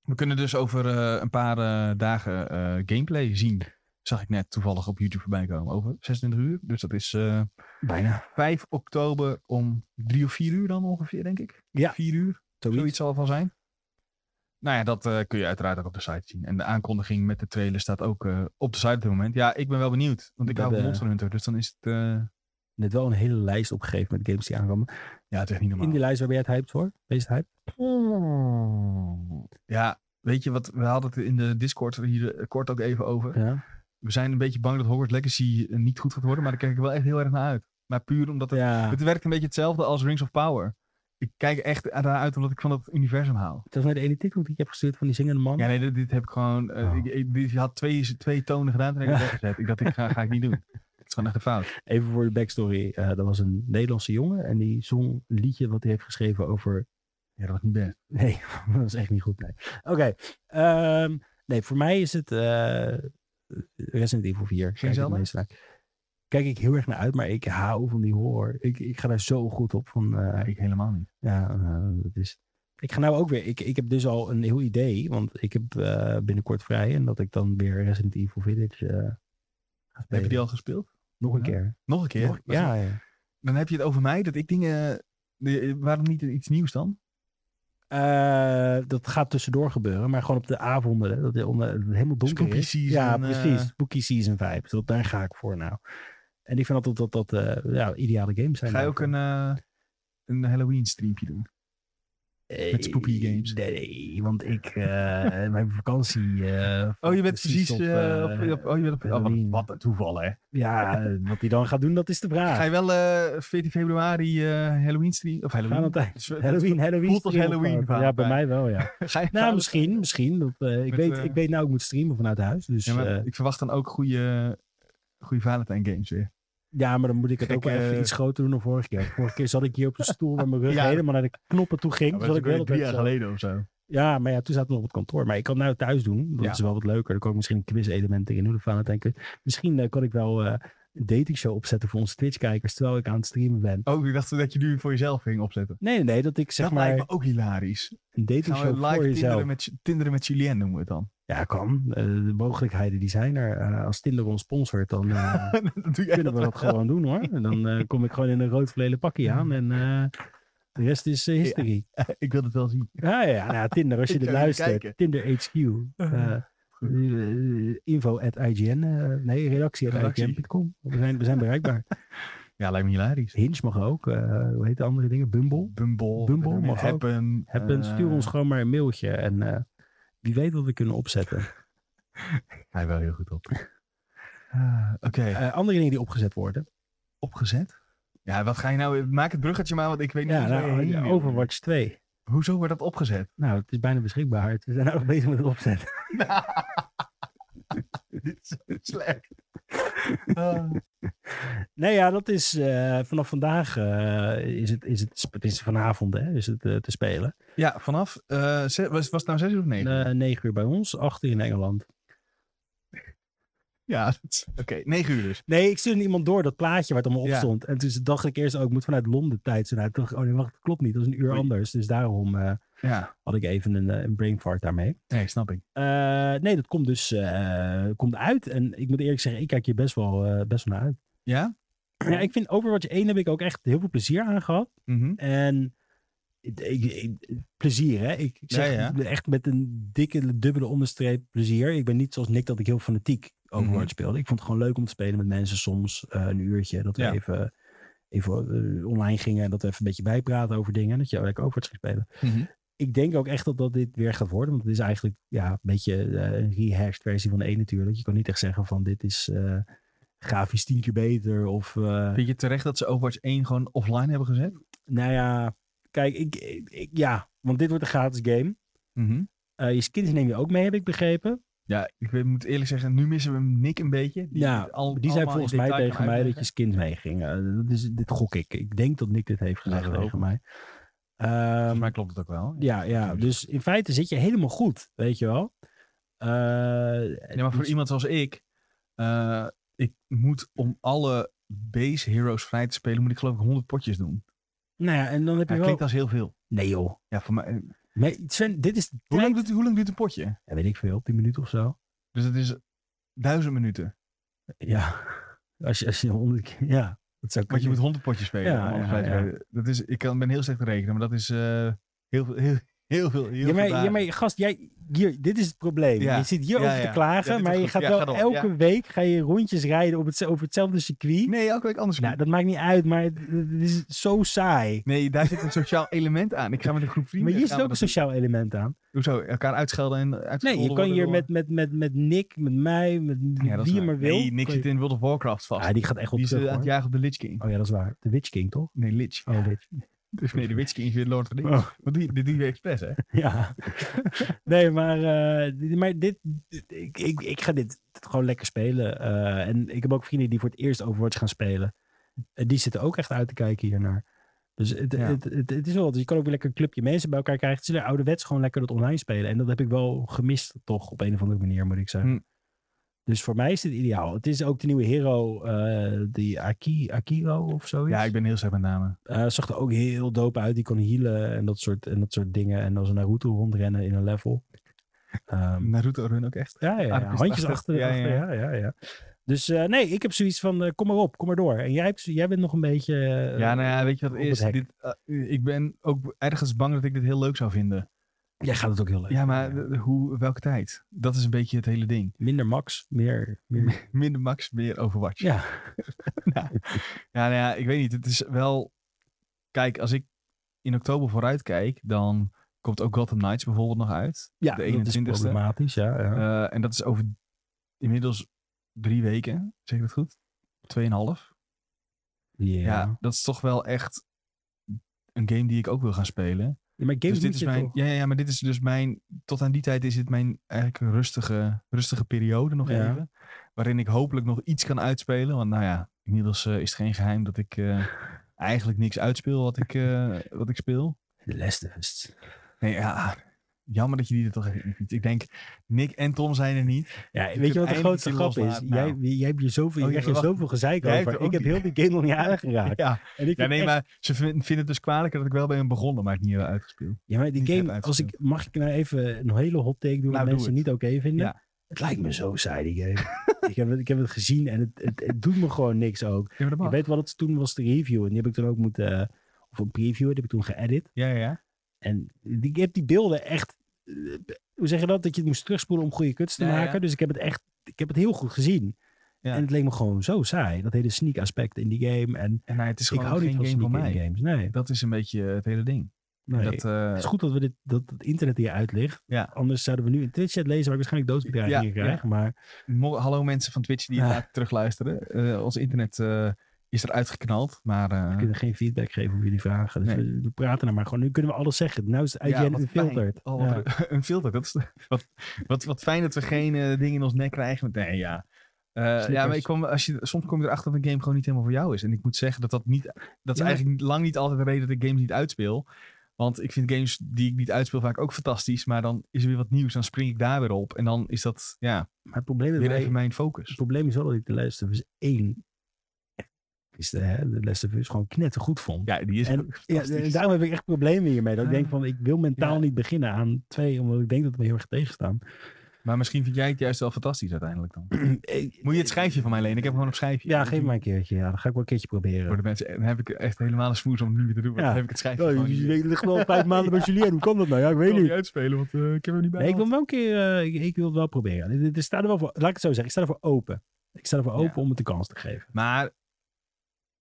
B: We kunnen dus over eh, een paar eh, dagen eh, gameplay zien. Zag ik net toevallig op YouTube voorbij komen. Over 26 uur. Dus dat is eh,
A: Bijna.
B: 5 oktober om 3 of 4 uur dan ongeveer, denk ik.
C: Ja.
B: 4 uur,
C: Zoiets.
B: zoiets zal het wel zijn. Nou ja, dat eh, kun je uiteraard ook op de site zien. En de aankondiging met de trailer staat ook eh, op de site op dit moment. Ja, ik ben wel benieuwd. Want ik
C: We
B: hou van
C: hebben-
B: Monster Hunter, dus dan is het... eh,
C: Net wel een hele lijst opgegeven met games die aankomen.
B: ja, het is echt niet normaal.
C: In die lijst waar ben jij het hyped voor? Wees het hyped? Hmm.
B: Ja, weet je wat? We hadden het in de Discord hier eh, kort ook even over.
C: Ja.
B: We zijn een beetje bang dat Hogwarts Legacy eh, niet goed gaat worden, maar daar kijk ik wel echt heel erg naar uit. Maar puur omdat het...
C: ja.
B: Het werkt een beetje hetzelfde als Rings of Power. Ik kijk echt naar uit omdat ik van dat universum hou.
C: Dat was net de ene TikTok die ik heb gestuurd van die zingende man.
B: Ja, nee, dit, dit heb ik gewoon... eh,
C: Oh.
B: ik, ik- dit had twee, twee tonen gedaan en ik heb het weggezet. Ik dacht, dit ga, ga ik niet doen. Het is gewoon echt een fout.
C: Even voor de backstory. eh dat was een Nederlandse jongen en die zong een liedje wat hij heeft geschreven over...
B: Ja, dat was niet best.
C: Nee, dat is echt niet goed. Nee. Oké. ehm, nee, voor mij is het eh, Resident Evil 4. Kijk ik het
B: Zelda?
C: meest naar. Kijk ik heel erg naar uit, maar ik hou van die horror. Ik, ik ga daar zo goed op. Van, eh,
B: Ja, ik helemaal niet.
C: Ja, eh, dat is. Ik ga nou ook weer. Ik, ik heb dus al een heel idee. Want ik heb eh, binnenkort vrij. En dat ik dan weer Resident Evil Village. eh, ga
B: Heb je
C: spelen.
B: die al gespeeld?
C: Nog een
B: Ja.
C: keer.
B: Nog een keer?
C: Nog- ja, ja.
B: Dan heb je het over mij, dat ik dingen... die- Waarom niet iets nieuws dan?
C: Eh, dat gaat tussendoor gebeuren. Maar gewoon op de avonden. hè, Dat het onder, dat het helemaal donker
B: Spooky
C: is.
B: season,
C: ja,
B: eh.
C: precies. Spooky Season 5. Dat, daar ga ik voor nou. En ik vind altijd dat dat eh, ja, ideale games zijn.
B: Ga je ook
C: daarvoor.
B: een, eh, een Halloween streampje doen? met spooky
C: Eh,
B: games?
C: Nee, want ik... eh, mijn vakantie... eh,
B: Oh, je bent
C: focust
B: precies.
C: op,
B: eh, op-
C: eh,
B: op- oh, je bent op- oh, wat,
C: Halloween.
B: wat een toeval, hè?
C: Ja, eh, wat hij dan gaat doen, dat is de vraag.
B: Ga je wel eh 14 februari eh, Halloween stream? Of Halloween?
C: Valentijn.
B: Het is- het-
C: Halloween, Halloween.
B: voelt als
C: stream
B: Halloween,
C: opgehaald. Ja, bij mij wel, ja.
B: Ga je
C: nou, misschien, misschien. Dat, eh, ik,
B: Met,
C: weet,
B: eh,
C: ik weet nou, ik moet streamen vanuit huis. Dus
B: Ja,
C: ja,
B: maar
C: maar,
B: ik verwacht dan ook goede, goede Valentijn games weer.
C: ja, maar dan moet ik het ook wel
B: gekke-
C: even iets groter doen dan vorige keer. Vorige keer zat ik hier op een stoel waar mijn rug
B: Ja.
C: helemaal naar de knoppen toe ging.
B: Ja, maar
C: zat
B: dat is
C: ik wel
B: ook drie jaar
C: zo-
B: geleden of zo.
C: Ja, maar ja, toen zaten we nog op het kantoor. Maar ik kan het nou thuis doen. Dat
B: Ja.
C: is wel wat leuker. Dan kan ik misschien quiz-elementen in hoe de Valentijn kunt. Misschien eh, kan ik wel eh, een datingshow opzetten voor onze Twitch-kijkers terwijl ik aan het streamen ben.
B: Oh, ik dacht dat je nu voor jezelf ging opzetten.
C: Nee, nee, nee, dat ik zeg
B: dat
C: maar
B: lijkt me ook hilarisch.
C: een
B: Gaan
C: datingshow
B: we
C: voor
B: live
C: jezelf.
B: tinderen met, tinderen met Julien noemen we het dan.
C: Ja, kan. Eh, de mogelijkheden die zijn er. Eh, als Tinder ons sponsort, dan eh,
B: dat doe jij
C: kunnen we
B: wel.
C: dat gewoon doen hoor. En dan eh, kom ik gewoon in een rood verleden pakje aan en eh, de rest is eh, history.
B: Ik wil het wel zien.
C: Ja, ja, ja, nou ja, Tinder, als je
B: Ik
C: dit
B: zou even
C: luistert.
B: kijken. Uh-huh.
C: Tinder HQ. eh,
B: Goed.
C: eh, info at IGN. eh, nee, redactie at
B: Redactie.
C: IGN.com. We zijn, we zijn bereikbaar.
B: Ja, lijkt me hilarisch.
C: Hinge mag ook. eh, hoe heet de andere dingen? Bumble.
B: Bumble.
C: Bumble
B: eh,
C: mag ook.
B: Happen.
C: Happen,
B: eh,
C: stuur ons gewoon maar een mailtje. En eh, wie weet wat we kunnen opzetten.
B: Hij wel heel goed op. Ah, Oké,
C: Eh, andere dingen die opgezet worden.
B: opgezet. Ja, wat ga je nou... Maak het bruggetje maar, want ik weet niet
C: Ja,
B: eens waar je
C: nou,
B: heen
C: ja,
B: wil.
C: Overwatch 2.
B: Hoezo wordt dat opgezet?
C: Nou, het is bijna beschikbaar. Het- We zijn ook bezig met het opzetten.
B: Dit is zo slecht. Ah,
C: Nee, ja, dat is eh, vanaf vandaag eh, is, het, is het, sp- het is vanavond hè, is het eh, te spelen.
B: ja, vanaf... eh, ze- was, was het nou zes uur of negen?
C: Eh 9 uur bij ons, 8 uur in Engeland.
B: Ja, dat is- oké. Negen uur dus.
C: Nee, ik stuurde iemand door dat plaatje waar het allemaal op
B: Ja.
C: stond. En toen dacht ik eerst ook, ik moet vanuit Londen tijd zijn. Toen dacht ik, oh nee, wacht, dat klopt niet. Dat is een uur
B: Oei.
C: anders. Dus daarom eh,
B: Ja,
C: had ik even een, eh, een brain fart daarmee.
B: nee, snap ik.
C: Eh, nee, dat komt dus eh, komt uit. En ik moet eerlijk zeggen, ik kijk hier best wel, eh, best wel naar uit.
B: Ja?
C: Ja, ik vind Overwatch 1 heb ik ook echt heel veel plezier aan gehad.
B: Mhm.
C: En ik- ik- ik- plezier, hè? Ik ik zeg
B: Ja,
C: echt met een dikke, dubbele onderstreep plezier. Ik ben niet zoals Nick dat ik heel fanatiek Overwatch
B: Mhm.
C: speelde. Ik vond het gewoon leuk om te spelen met mensen soms eh, een uurtje. Dat we
B: Ja.
C: even, even eh, online gingen en dat we even een beetje bijpraten over dingen. En dat je lekker Overwatch ging spelen.
B: Mhm.
C: Ik denk ook echt dat dat dit weer gaat worden. Want het is eigenlijk ja, een beetje eh, een rehashed versie van de 1 natuurlijk. Je kan niet echt zeggen van dit is eh, grafisch tien keer beter of... eh,
B: Vind je terecht dat ze Overwatch 1 gewoon offline hebben gezet?
C: nou ja, kijk, ik, ik- ik- ja, want dit wordt een gratis game.
B: Mhm.
C: Eh, je skins neem je ook mee, heb ik begrepen.
B: Ja, ik weet- moet eerlijk zeggen, nu missen we Nick een beetje.
C: Ja,
B: al,
C: Die
B: allemaal
C: zei
B: in
C: volgens mij
B: detail kan
C: tegen mij dat je
B: uitleggen.
C: skins meeging. Eh, dat is, dit gok ik. Ik denk dat Nick dit heeft gezegd
B: dat
C: tegen
B: hopen
C: mij. Ehm,
B: Volgens mij klopt het ook wel.
C: ja, ja, dus in feite zit je helemaal goed, weet je wel. Eh,
B: Ja, maar voor
C: dus-
B: iemand zoals ik, eh, ik moet om alle base heroes vrij te spelen, moet ik geloof ik 100 potjes doen.
C: Nou ja, en dan heb je
B: Ja,
C: wel...
B: klinkt als heel veel.
C: Nee joh.
B: Ja, voor mij. eh,
C: Maar Sven, dit is de
B: Hoe lang,
C: tijd...
B: duurt, hoe lang duurt een potje?
C: Ja, weet ik veel, 10 minuten of zo.
B: Dus dat is duizend minuten.
C: Ja, als je, als je honderd keer... Ja, dat zou
B: Want
C: kunnen.
B: je moet honderd potjes spelen.
C: Ja,
B: om alles
C: ja,
B: bij te
C: ja.
B: houden. Dat is, ik kan, ben heel slecht te rekenen, maar dat is eh, heel, veel- heel, heel veel.
C: Ja
B: Heel
C: maar,
B: veel
C: ja,
B: dagen.
C: maar gast, jij, hier, dit is het probleem.
B: Ja.
C: Je zit hierover
B: Ja, ja.
C: te klagen,
B: Ja, dit
C: maar
B: is
C: je
B: goed.
C: gaat
B: Ja,
C: wel
B: ga door.
C: elke week ga je rondjes rijden op het, over hetzelfde circuit.
B: Nee, elke week anders.
C: Nou, dat maakt niet uit, maar het, het is zo saai.
B: Nee, daar zit een sociaal element aan. Ik ga met een groep vrienden.
C: Maar hier zit
B: gaan
C: ook
B: we
C: een sociaal element aan.
B: dat- Hoezo? Elkaar uitschelden en
C: Nee,
B: uitgescholden
C: je kan
B: worden
C: hier
B: door-
C: met, met, met, met Nick, met mij, met
B: Ja, dat is
C: wie je
B: waar.
C: maar wil.
B: Nee, Nick
C: kan je-
B: zit in World of Warcraft vast.
C: Ah, die gaat echt op
B: die is eh,
C: terug,
B: aan het
C: hoor.
B: jagen op de Lich King.
C: Oh ja, dat is waar. De Witch King, toch?
B: Nee, Lich.
C: Oh, Witch.
B: Dus nee, de Witch King is weer Lord of the Rings.
C: Oh,
B: Want die, die doen we expres, hè?
C: ja. nee, maar, eh, dit- maar dit, dit- ik, ik, ik ga dit, dit gewoon lekker spelen. Eh, en ik heb ook vrienden die voor het eerst Overwatch gaan spelen. Eh, die zitten ook echt uit te kijken hiernaar. Dus het,
B: Ja.
C: het, het, het is wel wat. Dus Je kan ook weer lekker een clubje mensen bij elkaar krijgen. Het is weer ouderwets gewoon lekker dat online spelen. En dat heb ik wel gemist, toch, op een of andere manier, moet ik zeggen.
B: Hm.
C: Dus voor mij is dit ideaal. Het is ook de nieuwe hero, eh, die Aki, Akiro of zoiets.
B: Ja, ik ben heel slecht met namen.
C: Eh, zag er ook heel dope uit. Die kon healen en dat soort, en dat soort dingen. En als een Naruto rondrennen in een level. Ehm,
B: Naruto run ook Ah, dus echt.
C: ja, ja, ja.
B: armpjes
C: handjes
B: achter.
C: achter.
B: Ja,
C: achter,
B: ja.
C: ja, ja. ja, Dus eh, nee, ik heb zoiets van, eh, kom maar op, kom maar door. En jij, hebt, zo- jij bent nog een beetje... eh,
B: ja, nou ja, weet je wat
C: op
B: het
C: het
B: is?
C: hek.
B: Dit, eh, ik ben ook ergens bang dat ik dit heel leuk zou vinden.
C: Jij gaat het ook heel leuk.
B: Ja, maar
C: vinden,
B: de- de- hoe, welke tijd? Dat is een beetje het hele ding.
C: Minder Max, meer... meer
B: Minder max, meer Overwatch.
C: ja.
B: Ja, nou ja, ik weet niet. Het is wel... Kijk, als ik in oktober vooruit kijk, dan komt ook Gotham Knights bijvoorbeeld nog uit.
C: ja,
B: de
C: dat is
B: 21ste.
C: problematisch, ja. ja.
B: Eh, en dat is over inmiddels drie weken. Zeg ik dat goed? Tweeënhalf.
C: Ja.
B: Ja. dat is toch wel echt een game die ik ook wil gaan spelen.
C: Ja, Maar games
B: dus dit
C: moet
B: is
C: je
B: mijn,
C: toch-
B: ja, ja, ja, maar dit is dus mijn... Tot aan die tijd is dit mijn eigenlijk een rustige, rustige periode nog
C: Ja.
B: even. Waarin ik hopelijk nog iets kan uitspelen. Want nou ja, inmiddels eh, is het geen geheim dat ik... eh, Eigenlijk niks uitspeel wat ik, eh, wat ik speel.
C: The Last of Us.
B: Nee, ja. Jammer dat jullie er toch even in fietsen. Ik denk, Nick en Tom zijn er niet.
C: Ja,
B: Je
C: weet je
B: kunt
C: wat de grootste grap
B: eindelijk
C: is?
B: die loslaten.
C: Jij, jij hebt hier zoveel,
B: Oh,
C: je
B: je
C: krijgt hier
B: wacht.
C: zoveel gezeik
B: Jij hebt
C: over. Ik
B: er ook
C: heb heel die game nog niet aangeraakt.
B: Ja,
C: En ik vind
B: ja nee,
C: echt-
B: maar ze vin- vinden het dus kwalijk dat ik wel bij hem begonnen, maar het niet heb uitgespeeld.
C: Ja, maar die
B: niet
C: game,
B: heb
C: als ik, mag ik nou even een hele hot take doen
B: Nou,
C: wat
B: doe
C: mensen
B: het.
C: niet oké vinden?
B: Ja.
C: Het lijkt me zo saai, die game. ik, heb het, ik heb het gezien en het, het, het doet me gewoon niks ook.
B: Ja, maar
C: Ik
B: dat mag.
C: weet wel, dat toen was de review en die heb ik dan ook moeten, eh, of een preview, die heb ik toen geëdit.
B: Ja, ja, ja.
C: En die, ik heb die beelden echt, eh, hoe zeg je dat, dat je het moest terugspoelen om goede cuts te
B: Ja, ja.
C: maken. Dus ik heb het echt, ik heb het heel goed gezien.
B: Ja.
C: En het leek me gewoon zo saai, dat hele sneak aspect in die game. En
B: En nou, het is
C: ik
B: gewoon
C: hou niet
B: geen
C: van
B: game voor
C: sneak in
B: mij.
C: games, nee.
B: Dat is een beetje het hele ding.
C: nee.
B: Dat, eh,
C: Het is goed dat, we dit, dat het internet hier uit ligt.
B: Ja.
C: Anders zouden we nu een Twitch-chat lezen waar ik waarschijnlijk doodsbedreigingen
B: Ja,
C: krijg. Maar
B: mo- Hallo mensen van Twitch die
C: Ja.
B: het later terugluisteren. Eh, ons internet eh, is eruit geknald, maar... eh,
C: we kunnen geen feedback geven op jullie vragen. Dus
B: Nee.
C: we, we praten nou maar gewoon. Nu kunnen we alles zeggen. Nou is het IGN
B: ja, wat
C: unfiltered.
B: fijn. Oh, wat een- Een filter, dat is... Wat, wat, wat fijn dat we geen eh, dingen in ons nek krijgen. Nee, ja. Eh, ja, maar ik kwam, als je, soms kom je erachter dat een game gewoon niet helemaal voor jou is. En ik moet zeggen dat dat niet... Dat is
C: Ja.
B: eigenlijk lang niet altijd de reden dat ik games niet uitspeel. Want ik vind games die ik niet uitspeel vaak ook fantastisch. Maar dan is er weer wat nieuws. Dan spring ik daar weer op. En dan is dat ja,
C: Maar het probleem, is
B: weer
C: wij-
B: even mijn
C: het
B: focus.
C: probleem is wel dat ik de Last of Us 1 is de, hè, de Last of Us gewoon knettergoed vond.
B: Ja, die is
C: En-
B: ook
C: Ja,
B: fantastisch.
C: en daarom heb ik echt problemen hiermee. Dat ik
B: Ja.
C: denk van, ik wil mentaal
B: Ja.
C: niet beginnen aan twee, omdat ik denk dat we heel erg tegenstaan.
B: Maar misschien vind jij het juist wel fantastisch uiteindelijk dan. Moet je het schijfje van mij lenen? Ik heb gewoon een schijfje.
C: Ja, geef maar een keertje. Ja, dat ga ik wel een keertje proberen.
B: Voor de mensen, dan heb ik echt helemaal een smoes om het niet meer te doen. want
C: Ja.
B: Dan heb ik het schijfje
C: Ja,
B: gewoon
C: je
B: niet meer.
C: weet- ligt wel vijf maanden bij jullie aan. Hoe kan dat nou? Ja, ik weet niet.
B: uitspelen, want eh, ik heb er niet bij.
C: Nee, ik wil hem wel een keer. eh, ik, ik wil het wel proberen. Ik- ik- Ik sta er wel voor, laat ik het zo zeggen. Ik sta er voor open. Ik sta er voor
B: Ja.
C: open om het de kans te geven.
B: Maar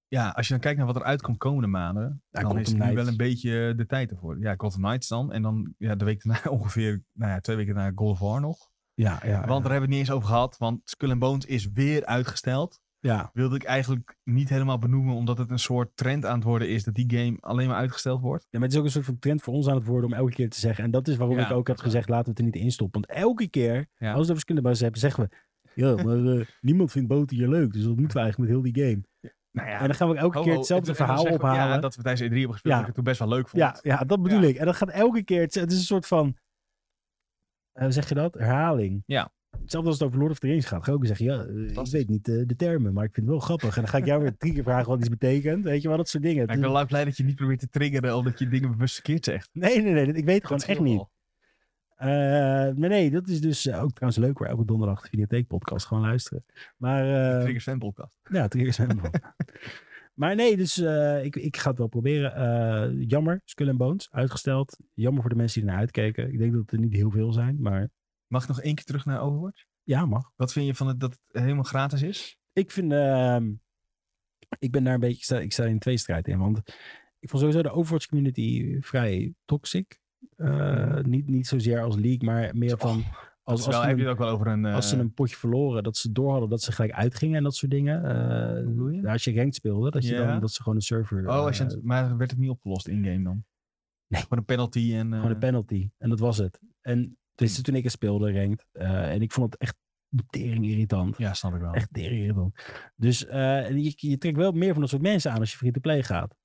B: ja, als je dan kijkt naar wat er uitkomt komende maanden,
C: Ja,
B: dan
C: Gotham
B: is het nu
C: Knights.
B: wel een beetje eh, de tijd ervoor. Ja, Gotham Knights dan. En dan ja, de week daarna ongeveer, nou ja, twee weken daarna God of War nog.
C: Ja, ja.
B: Want daar hebben we het niet eens over gehad, want Skull and Bones is weer uitgesteld.
C: ja.
B: Wilde ik eigenlijk niet helemaal benoemen, omdat het een soort trend aan het worden is dat die game alleen maar uitgesteld wordt.
C: maar het is ook een soort van trend voor ons aan het worden om elke keer te zeggen. En dat is waarom
B: Ja,
C: ik ook
B: dat
C: heb
B: is waar.
C: gezegd: laten we het er niet in stoppen. Want elke keer,
B: Ja.
C: als we het over Bones hebben, zeggen we. Ja, maar eh, niemand vindt boten hier leuk. Dus wat moeten we eigenlijk met heel die game?
B: Nou ja,
C: en dan gaan we ook elke
B: ho,
C: keer
B: ho,
C: hetzelfde
B: en dan
C: verhaal
B: zeggen we,
C: ophalen.
B: Ja, dat we tijdens E3 hebben gespeeld,
C: Ja.
B: dat ik het toen best wel leuk vond.
C: Ja, ja dat bedoel
B: Ja.
C: ik. En dat gaat elke keer. Het, het is een soort van. eh, Hoe zeg je dat? Herhaling.
B: Ja.
C: Hetzelfde als het over Lord of the Rings gaat. Ga ik ook zeggen, ja, eh, ik
B: Fantastisch.
C: weet niet eh, de termen, maar ik vind het wel grappig. En dan ga ik jou weer drie keer vragen wat iets betekent. Weet je wel, dat soort dingen.
B: Maar ik ben wel blij dat je niet probeert te triggeren omdat je dingen bewust verkeerd zegt.
C: Nee, nee, nee, dat- ik weet het gewoon
B: Dat scheelt
C: echt niet.
B: wel.
C: Eh, maar nee, dat is dus eh, ook trouwens leuk hoor. Elke donderdag de videotheekpodcast. Gewoon luisteren. Maar eh,
B: Triggers en podcast.
C: ja, triggers zijn wel. Maar nee, dus eh, ik, ik ga het wel proberen. Eh, jammer, Skull and Bones, uitgesteld. Jammer voor de mensen die ernaar uitkeken. Ik denk dat er niet heel veel zijn, maar
B: Mag ik nog één keer terug naar Overwatch?
C: ja, mag.
B: Wat vind je van het dat het helemaal gratis is?
C: Ik vind, ehm, ik ben daar een beetje, ik sta, ik sta in twee strijd in. Want ik vond sowieso de Overwatch community vrij toxic. Eh, niet, niet zozeer als league, maar meer van... Als,
B: Als,
C: als,
B: wel,
C: ze
B: heb je
C: een,
B: het ook wel over een... eh,
C: als ze een potje verloren, dat ze door hadden dat ze gelijk uitgingen en dat soort dingen. Eh,
B: Hoe bedoel je?
C: als je ranked speelde, dat, je
B: Ja.
C: dan, dat ze gewoon een server...
B: Oh, als je
C: eh,
B: het- maar werd het niet opgelost in-game dan?
C: Nee.
B: Gewoon een penalty en... eh,
C: Gewoon een penalty. En dat was het. En
B: Mm.
C: tenminste, toen ik het speelde, ranked. eh, en ik vond het echt tering irritant.
B: ja, snap ik wel.
C: Echt tering irritant. Dus eh, je, je trekt wel meer van dat soort mensen aan als je free to play gaat.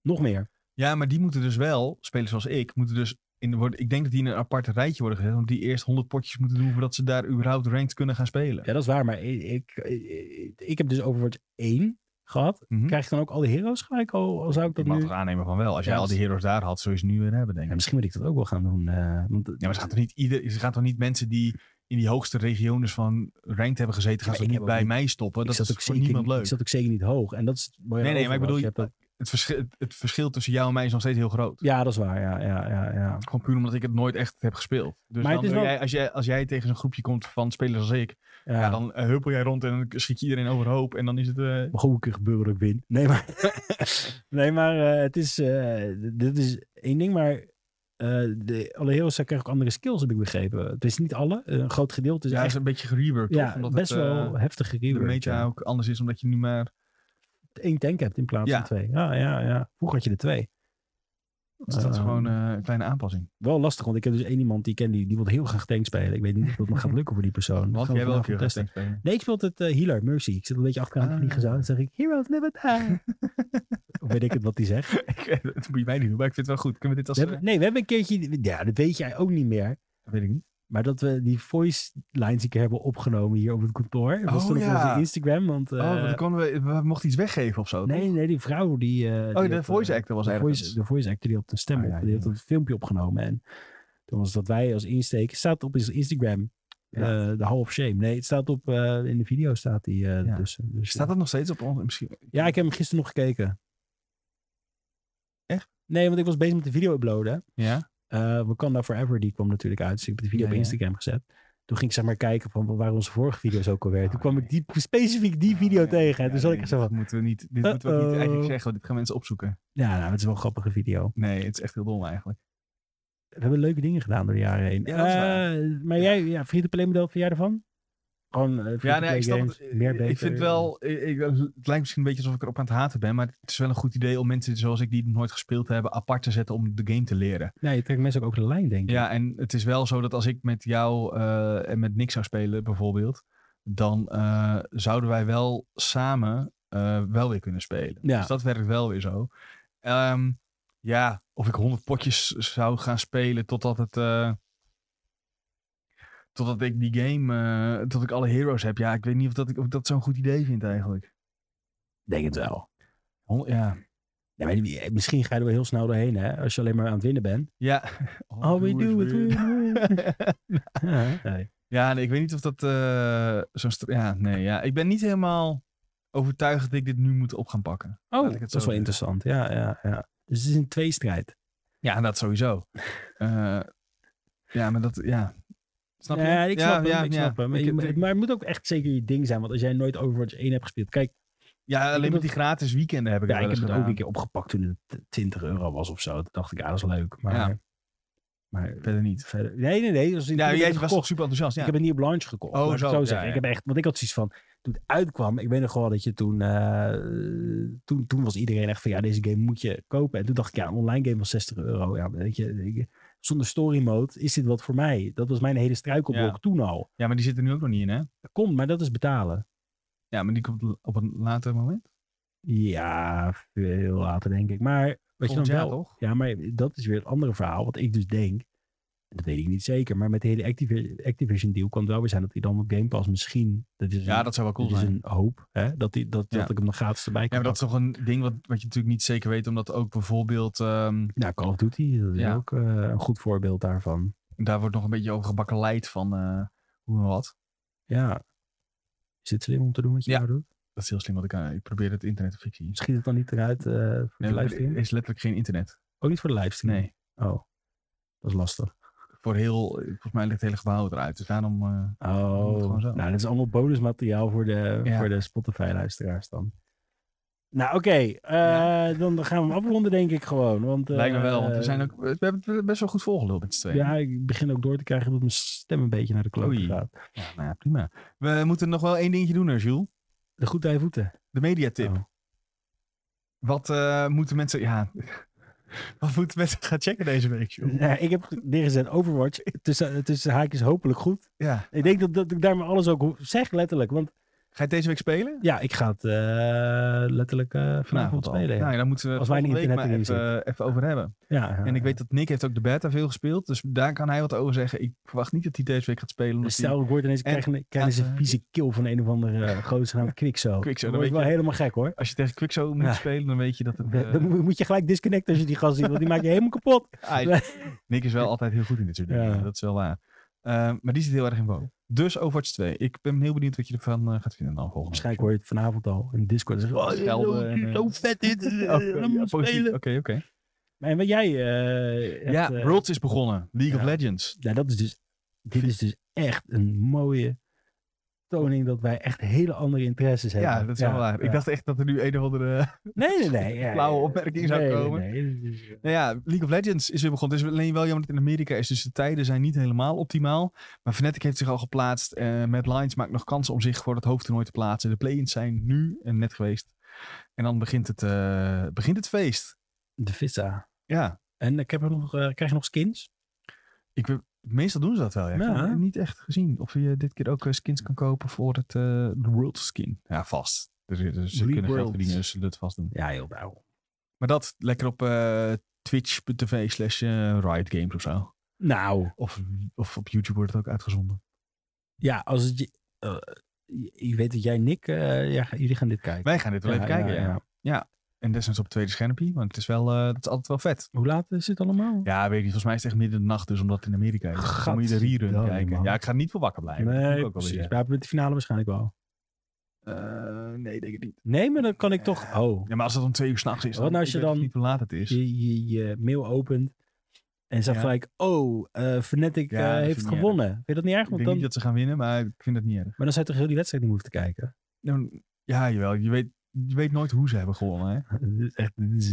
C: Nog meer.
B: Ja, maar die moeten dus wel, spelers zoals ik, moeten dus... In, de- worden, ik denk dat die in een apart rijtje worden gezet. Want die eerst 100 potjes moeten doen voordat ze daar überhaupt ranked kunnen gaan spelen.
C: Ja, dat is waar. Maar ik, ik, ik, ik heb dus Overwatch 1 gehad.
B: Mhm.
C: Krijg je dan ook al die heroes gelijk? Al, al zou ik dat
B: ik mag
C: nu...
B: het aannemen van wel. Als
C: Ja,
B: jij al
C: dat-
B: die heroes daar had, zou je ze nu weer hebben, denk
C: Ja,
B: ik.
C: misschien moet ik dat ook wel gaan doen. eh, want,
B: Ja, maar ze gaan toch niet, ieder, ze gaan toch niet mensen die in die hoogste regiones van ranked hebben gezeten, gaan
C: maar
B: ze
C: ik
B: niet
C: heb
B: bij
C: ook
B: mij stoppen.
C: ik
B: Dat
C: zat
B: is
C: ook
B: voor
C: zeker,
B: niemand
C: niet-
B: leuk.
C: Ik zat ook zeker niet hoog. En dat is het mooie
B: Nee,
C: aan
B: nee, maar ik
C: Overwatch.
B: bedoel,
C: Je hebt dat-
B: Het, verschil, het, het verschil tussen jou en mij is nog steeds heel groot.
C: Ja, dat is waar. Ja, ja, ja, ja.
B: Gewoon puur omdat ik het nooit echt heb gespeeld. Dus
C: Maar
B: dan
C: het is
B: wil
C: wel-
B: jij, als, jij, als jij tegen zo'n groepje komt van spelers als ik,
C: ja.
B: ja. dan eh, huppel jij rond en dan schiet je iedereen overhoop. En dan is het... eh,
C: Maar goed, kan gebeuren dat ik win. Nee, maar, nee, maar eh, het is, eh, d- dit is één ding, maar eh, de, alle heroes krijgen ook andere skills, heb ik begrepen. Het is niet alle, eh, een groot gedeelte is
B: ja, het is
C: echt
B: een beetje gereworked,
C: ja,
B: toch? Omdat
C: best
B: het, eh,
C: wel heftig
B: de
C: gereworked.
B: meta
C: ja.
B: ook anders is, omdat je nu maar...
C: Eén tank hebt in plaats
B: Ja.
C: van twee. Ja, ja, ja. Vroeger had je er twee.
B: Dus dat is
C: Ehm,
B: gewoon eh, een kleine aanpassing.
C: Wel lastig, want ik heb dus één iemand die ik ken, die, die wil heel graag tank spelen. Ik weet niet of dat nog gaat lukken voor die persoon. Dat
B: Want
C: gaan we
B: jij wel een
C: vanavond
B: keer
C: testen.
B: gespeeld spelen.
C: Nee, ik speelt het eh, healer, Mercy. Ik zit een beetje achteraan te
B: Ah.
C: vliegen zo. Dan zeg ik, heroes never die. Of weet ik het wat die zegt.
B: Ik weet het, het moet je mij niet doen, maar ik vind het wel goed. Kunnen we dit als...
C: We hebben- nee, we hebben een keertje, ja, dat weet jij ook niet meer.
B: eh, weet ik niet.
C: Maar dat we die voice lines een keer hebben opgenomen hier op het kantoor. Dat was
B: Oh,
C: toen op
B: ja.
C: onze Instagram. Want, eh,
B: oh, dan konden we, we mochten iets weggeven of zo.
C: nee, nee, die vrouw die. eh, die
B: Oh,
C: had,
B: de
C: eh,
B: voice actor was dus-
C: de
B: ergens.
C: voice, de voice actor die had de stem
B: Ah,
C: op.
B: ja,
C: die had
B: ja.
C: een filmpje opgenomen. En toen was dat wij als insteek. Staat op onze Instagram.
B: Ja.
C: eh, de Hall of Shame. Nee, het staat op. eh, in de video staat die eh
B: Ja.
C: tussen. Dus,
B: Staat dat nog steeds op ons? Misschien...
C: Ja, ik heb hem gisteren nog gekeken.
B: Echt?
C: Nee, want ik was bezig met de video uploaden.
B: Ja?
C: Eh Wakanda Forever, die kwam natuurlijk uit. Dus ik heb de video op
B: Ja, ja.
C: Instagram gezet. Toen ging ik zeg maar kijken van waar waren onze vorige video's ook alweer. Toen
B: Oh,
C: kwam
B: ja.
C: ik die, specifiek die video
B: Oh, ja.
C: tegen. En
B: Ja,
C: toen zat ik
B: nee,
C: er zo
B: dit
C: van,
B: Moeten we niet, dit moeten we ook niet
C: Uh-oh.
B: eigenlijk zeggen, want dit gaan mensen opzoeken.
C: ja, nou, het is wel een grappige video.
B: Nee, het is echt heel dom eigenlijk.
C: We hebben leuke dingen gedaan door de jaren heen.
B: Ja, dat is waar.
C: Eh, maar
B: Ja.
C: jij, ja, free-to-play model, vind jij ervan? Gewoon eh, free-to-play
B: Ja, nee, ik snap
C: games,
B: het.
C: meer
B: Ik
C: beter. eh.
B: ik vind wel, ik, ik- het lijkt misschien een beetje alsof ik erop aan het haten ben, maar het is wel een goed idee om mensen zoals ik die het nooit gespeeld hebben, apart te zetten om de game te leren.
C: Nee, je trekt mensen ook over de lijn, denk ik.
B: Ja, en het is wel zo dat als ik met jou eh, en met Nick zou spelen bijvoorbeeld, dan eh, zouden wij wel samen eh, wel weer kunnen spelen.
C: Ja.
B: Dus dat werkt wel weer zo. Ehm, ja, of ik 100 potjes zou gaan spelen totdat het. eh, totdat ik die game. eh tot ik alle heroes heb. Ja, ik weet niet of, dat ik, of ik dat zo'n goed idee vind eigenlijk.
C: Denk het wel.
B: Hon- ja.
C: Ja, maar die- misschien ga je er wel heel snel doorheen, hè? Als je alleen maar aan het winnen bent.
B: Ja.
C: Oh, we do it. we do it. Ja, nee.
B: ja, nee, ik weet niet of dat. eh, zo'n. str- Ja, nee, ja. Ik ben niet helemaal overtuigd dat ik dit nu moet op gaan pakken.
C: Oh,
B: Laat ik het
C: dat is
B: zo
C: wel
B: zeggen.
C: interessant. Ja, ja, ja. Dus het is een tweestrijd.
B: Ja, dat sowieso. Eh, ja, maar dat. Ja. Snap je?
C: Ja, ik snap hem, ik snap hem.
B: Ik-
C: Je moet-
B: ik-
C: maar het moet ook echt zeker je ding zijn. Want als jij nooit Overwatch 1 hebt gespeeld... Kijk,
B: Ja, alleen
C: heb
B: met
C: dat-
B: die gratis weekenden heb ik
C: ja,
B: het
C: ik heb
B: wel eens
C: het ook
B: gedaan.
C: een keer opgepakt toen het 20 euro was of zo. Toen dacht ik, ah, dat is leuk. Maar,
B: Ja.
C: maar
B: Verder niet.
C: verder... Nee, nee, nee. Dus ik,
B: Ja,
C: ik
B: jij
C: heb het
B: was
C: gekocht.
B: toch super enthousiast. Ja.
C: Ik heb het niet op launch gekocht.
B: Oh,
C: laat ik het
B: zo,
C: zo.
B: ja,
C: zeggen.
B: ja.
C: Ik heb echt, want ik had zoiets van... Toen het uitkwam, ik weet nog wel dat je toen, eh, toen... Toen was iedereen echt van, ja, deze game moet je kopen. En toen dacht ik, ja, een online game was 60 euro. Ja, weet je... ik- zonder story mode is dit wat voor mij. Dat was mijn hele struikelblok
B: Ja.
C: toen al.
B: Ja, maar die zit er nu ook nog niet in, hè?
C: Dat komt, maar dat is betalen.
B: Ja, maar die komt l- op een later moment.
C: Ja, veel later denk ik. Maar wat je
B: Volgend
C: dan
B: jaar,
C: wel...
B: toch?
C: Ja, maar dat is weer het andere verhaal. Wat ik dus denk, Dat weet ik niet zeker, maar met de hele Activ- Activision deal kan het wel weer zijn dat hij dan op Game Pass misschien... Dat is
B: Ja,
C: een-
B: dat zou wel cool
C: dit is
B: zijn.
C: een hoop. Hè? Dat, die, dat,
B: Ja.
C: dat ik hem nog gratis erbij
B: Ja,
C: kan
B: maar dat is toch een ding wat, wat je natuurlijk niet zeker weet, omdat ook bijvoorbeeld, ehm,
C: pakken. Nou, Call of Duty dat is
B: Ja.
C: ook eh, een goed voorbeeld daarvan.
B: daar wordt nog een beetje over gebakkeleid van eh, hoe en wat.
C: Ja. Is dit slim om te doen wat je
B: Ja.
C: nou doet?
B: Dat is heel slim, want ik, eh, ik probeer het internet te fixen. hier.
C: Schiet het dan niet eruit eh, voor de
B: Nee, er
C: livestream?
B: is letterlijk geen internet.
C: Ook niet voor de livestream?
B: Nee,
C: Oh, dat is lastig.
B: voor heel, volgens mij ligt het hele gebouw eruit. Dus daarom, eh, moet
C: Oh,
B: gewoon zo.
C: nou, dat is allemaal bonusmateriaal voor de,
B: Ja.
C: voor de Spotify-luisteraars dan. Nou, oké. eh,
B: Ja.
C: Dan gaan we hem afronden, denk ik gewoon. Want, eh,
B: lijkt me wel, want we, zijn ook, we hebben het best wel goed volgeluld met z'n tweeën.
C: Ja, ik begin ook door te krijgen dat mijn stem een beetje naar de kloot
B: Oei.
C: gaat.
B: Ja, nou ja, prima. We moeten nog wel één dingetje doen, hè, Jules.
C: De goede voeten.
B: De mediatip.
C: Oh.
B: Wat eh, moeten mensen... Ja, wat moeten mensen gaan checken deze week, Jules?
C: Nou, ik heb neergezet Overwatch. Tussen, tussen haakjes hopelijk goed.
B: Ja.
C: Ik denk dat, dat ik daarmee alles ook ho- zeg, letterlijk. Want
B: Ga je het deze week spelen?
C: ja, ik ga het eh, letterlijk eh, vanavond
B: al.
C: spelen. Ja.
B: Nou, ja, dan moeten we het
C: Als wij niet
B: volgende week
C: internet
B: maar
C: erin
B: even, eh, even over hebben.
C: Ja, ja,
B: En ik
C: ja.
B: weet dat Nick heeft ook de beta veel gespeeld. Dus daar kan hij wat over zeggen. Ik verwacht niet dat hij deze week gaat spelen. omdat
C: Dus stel, ik word ineens, ik
B: En-
C: krijg, een- krijg eens een
B: eh,
C: vieze kill van een of andere eh, gozer genaamd Quixo.
B: Quixo,
C: Dan
B: dan
C: word ik
B: weet
C: wel helemaal gek hoor.
B: hij- als je tegen Quixo moet
C: Ja.
B: spelen, dan weet je dat het... eh, Ah,
C: Dan moet- moet je gelijk disconnecten als je die gast ziet, want die maakt je helemaal kapot.
B: hij- Nick is wel altijd heel goed in dit soort dingen.
C: Ja.
B: Dat is wel waar. Eh, maar die zit heel erg in WoW. Dus Overwatch 2. Ik ben heel benieuwd wat je ervan eh, gaat vinden dan volgende week.
C: Waarschijnlijk hoor je het vanavond al in Discord. Dan zeg je, oh,
B: Schelden en, eh,
C: zo vet dit. eh,
B: Oké, ja,
C: allemaal
B: positief.
C: spelen.
B: Oké, oké.
C: En wat jij eh, hebt,
B: Ja,
C: eh,
B: Worlds is begonnen. League
C: ja.
B: of Legends.
C: nou, dat is dus, dit is dus echt een mooie toning dat wij echt hele andere interesses hebben.
B: Ja, dat is wel waar.
C: ja.
B: Ik dacht echt dat er nu een of andere...
C: nee, nee, nee, ja,
B: flauwe
C: ja.
B: opmerking zou
C: Nee, nee,
B: komen.
C: nee, dit is, eh,
B: Nou ja, League of Legends is weer begonnen. Het is alleen wel jammer dat het in Amerika is. Dus de tijden zijn niet helemaal optimaal. Maar Fnatic heeft zich al geplaatst. Eh Mad Lions maakt nog kansen om zich voor het hoofdtoernooi te plaatsen. De play-ins zijn nu en net geweest. En dan begint het, eh, begint het feest.
C: de vissa.
B: Ja,
C: En ik heb er nog, eh, krijg je nog skins?
B: ik, weet- meestal doen ze dat wel. Ja. Ik
C: Ja,
B: heb
C: hè?
B: niet echt gezien of je dit keer ook eh, skins kan kopen voor het eh, de World Skin. Ja, vast. Dus, ze
C: League
B: kunnen geld
C: Worlds.
B: verdienen, dus ze zullen het vast doen.
C: Ja, heel nou.
B: Maar dat lekker op eh, twitch.tv slash eh, Riot Games of zo.
C: Nou,
B: Of, of op YouTube wordt het ook uitgezonden.
C: ja, als het je... eh, je- ik weet dat jij, Nick, eh, ja, jullie gaan dit kijken.
B: Wij gaan dit wel
C: Ja,
B: even kijken,
C: ja,
B: ja.
C: ja.
B: En desnoods op het tweede schermpje, want het is wel, eh, dat is altijd wel vet.
C: Hoe laat is het allemaal?
B: Ja, weet je, volgens mij is het echt midden in de nacht, dus omdat het in Amerika is. Dus Dan moet je de
C: Gadverdamme,
B: rerun kijken.
C: man.
B: Ja, ik ga er niet voor wakker blijven. dat moet ik
C: nee,
B: ook wel
C: precies.
B: weer
C: Ja, met de finale waarschijnlijk wel.
B: zeggen. Eh, nee, denk ik niet.
C: Nee, maar dan kan ik toch... Oh,
B: Ja, maar als het om twee uur s'nachts is,
C: Wat nou als
B: ik
C: je
B: weet
C: dan-
B: echt niet hoe laat het is.
C: je, je, je mail opent en zegt
B: Ja.
C: gelijk... Oh, eh Fnatic
B: Ja,
C: eh,
B: dat vind
C: heeft
B: ik niet
C: gewonnen. Vind je dat niet erg?
B: Ik denk
C: Want dan,
B: niet dat ze gaan winnen, maar ik vind het niet erg.
C: Maar dan zou je toch heel die wedstrijd niet hoeven te kijken?
B: Nou, Ja, jawel. Je weet, je weet nooit hoe ze hebben gewonnen, hè.
C: dit, is echt, dit, is,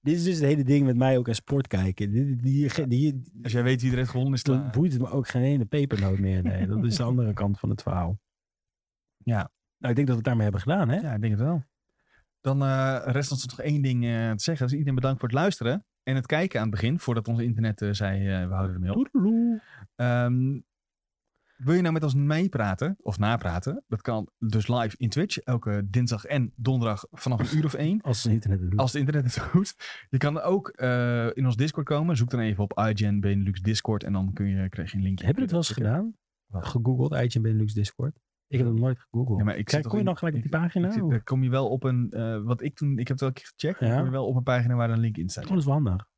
C: dit is dus het hele ding met mij ook aan sport kijken. Die, die, die, die,
B: Als jij weet wie er heeft gewonnen, is het
C: dan
B: klaar.
C: boeit het me ook geen ene pepernoot meer. Nee, dat is de andere kant van het verhaal.
B: Ja.
C: Nou, ik denk dat we het daarmee hebben gedaan, hè?
B: Ja, ik denk het wel. Dan eh, rest ons nog één ding eh, te zeggen. Dus iedereen bedankt voor het luisteren en het kijken aan het begin. Voordat ons internet eh, zei, eh, we houden ermee op.
C: Toedeloe.
B: Ehm, wil je nou met ons meepraten of napraten? Dat kan dus live in Twitch. Elke dinsdag en donderdag vanaf een uur of één.
C: Als het internet het doet.
B: Als het internet het doet. Je kan ook eh, in ons Discord komen. Zoek dan even op iGen Benelux Discord. En dan kun je, krijg je een linkje.
C: Hebben we het wel eens gedaan?
B: Wat?
C: Gegoogeld, eitje in Benelux Discord. Ik heb het nooit gegoogeld.
B: Ja, maar ik zit
C: Kijk,
B: toch
C: kom je
B: in-
C: dan gelijk op die
B: ik-
C: pagina? Oh,
B: Ik zit-
C: Of-
B: Dan kom je wel op een... eh, wat ik toen... Ik heb het wel een keer gecheckt. Dan
C: Ja.
B: kom je wel op een pagina waar een link in staat.
C: Oh, dat is wel handig.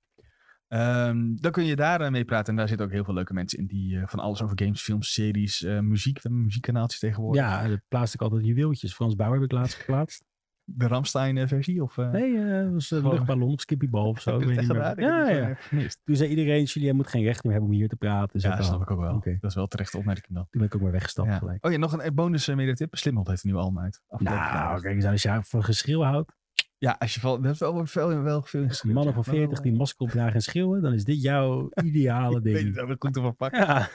B: Ehm, dan kun je daar eh, mee praten. En daar zitten ook heel veel leuke mensen in die eh, van alles over games, films, series, eh, muziek. We hebben muziekkanaaltjes tegenwoordig.
C: Ja, dat plaatste ik altijd juweeltjes. Frans Bauer heb ik laatst geplaatst.
B: De Ramstein-versie. Of, eh,
C: Nee, eh, dat was een
B: Gewoon-
C: luchtballon op Skippybal of zo.
B: heb
C: Ik
B: je
C: weet
B: dat
C: niet
B: echt
C: meer.
B: gedaan? Ik heb
C: Ja,
B: het gewoon
C: ja.
B: even gemist.
C: Toen zei iedereen, Julia moet geen recht meer hebben om hier te praten.
B: Ja,
C: Zei ik,
B: dat
C: oh,
B: snap ik ook wel.
C: Oké.
B: Dat is wel terecht opmerking dan.
C: Toen ben ik ook maar weggestapt
B: Ja.
C: gelijk.
B: Oh ja, nog een eh, bonus uh, mediatip. Slimhot heeft een nieuw album uit. Afgelopen
C: Nou,
B: vrijdag.
C: kijk eens aan, als je van geschreeuw houdt.
B: Ja, als je van, dat is wel, wordt veel, wel veel ingeschreven.
C: Mannen van
B: Ja, maar wel,
C: 40 die masker opdragen en schreeuwen. Dan is dit jouw ideale
B: eh, Ik weet
C: ding.
B: het ook, dat klinkt ervan pakken.
C: Ja,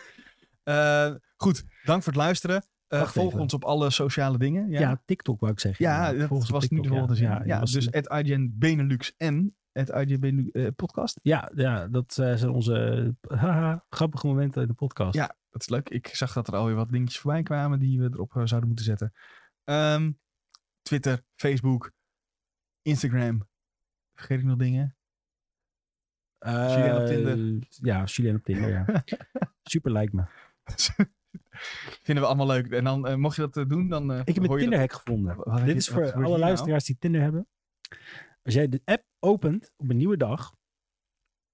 B: Eh, goed, dank voor het luisteren. Eh,
C: Wacht
B: volg
C: even.
B: ons op alle sociale dingen.
C: ja. TikTok wou ik zeggen.
B: Ja,
C: Volg
B: dat
C: ons op
B: was nu de
C: TikTok, ja.
B: volgende zin. Ja,
C: dat was-
B: dus het IGN Benelux en het IGN Benelux eh, podcast.
C: Ja, ja dat eh, zijn onze haha, grappige momenten in de podcast.
B: Ja. Dat is leuk. Ik zag dat er alweer wat dingetjes voorbij kwamen die we erop eh, zouden moeten zetten. Ehm, Twitter, Facebook, Instagram. Vergeet ik nog dingen? Julien op Tinder.
C: Eh, Ja, Julien op Tinder, ja. Super lijkt me.
B: Vinden we allemaal leuk. En dan, eh, mocht je dat eh, doen, dan eh
C: Ik heb een
B: hoor je
C: Tinderhack gevonden.
B: Waar- waar-
C: Dit is
B: wat
C: voor
B: hoor je
C: alle
B: nou?
C: luisteraars die Tinder hebben. Als jij de app opent op een nieuwe dag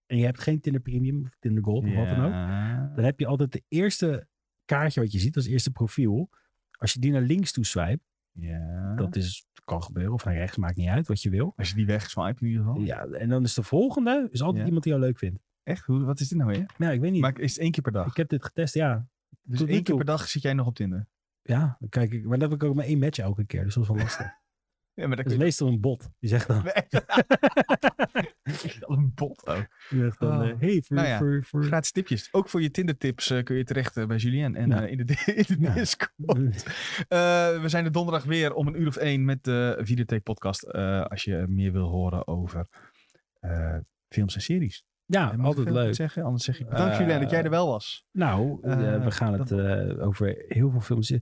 C: en je hebt geen Tinder Premium of Tinder Gold
B: dat.
C: of wat dan ook,
B: Ja.
C: dan heb je altijd de eerste kaartje wat je ziet, dat is het eerste profiel. Als je die naar links toe swipe,
B: Ja.
C: dat is, kan gebeuren, of naar rechts, maakt niet uit, wat je wil.
B: Als je die wegswipe in ieder geval.
C: Ja, en dan is de volgende, is altijd
B: Ja.
C: iemand die jou leuk vindt.
B: Echt? Hoe, wat is dit nou weer?
C: Maar ja, ik weet niet,
B: Maar is het één keer per dag?
C: ik heb dit getest, ja.
B: Dus
C: tot nu
B: één keer
C: toe.
B: per dag zit jij nog op Tinder?
C: Ja, dan kijk ik, maar dan heb ik ook maar één match elke keer, dus dat is wel lastig.
B: Ja, maar
C: Dat
B: dat
C: is
B: kun je...
C: meestal een bot, die zegt
B: Oh.
C: dan,
B: Echt al een bot ook.
C: die zegt dan
B: Oh.
C: eh, hey, voor,
B: Nou ja,
C: voor, voor,
B: Gratis tipjes. Ook voor je Tinder tips kun je terecht eh, bij Julien en
C: Ja.
B: eh, in de, in de
C: Ja.
B: Discord. Eh, we zijn er donderdag weer om een uur of één met de Videotheek podcast. eh, als je meer wil horen over eh, films en series.
C: Ja,
B: Moet ik
C: altijd
B: veel meer
C: leuk.
B: Zeggen? Anders zeg ik bedankt
C: Eh,
B: Julien dat jij er wel was.
C: Nou, eh,
B: Eh,
C: we gaan het eh, over heel veel films.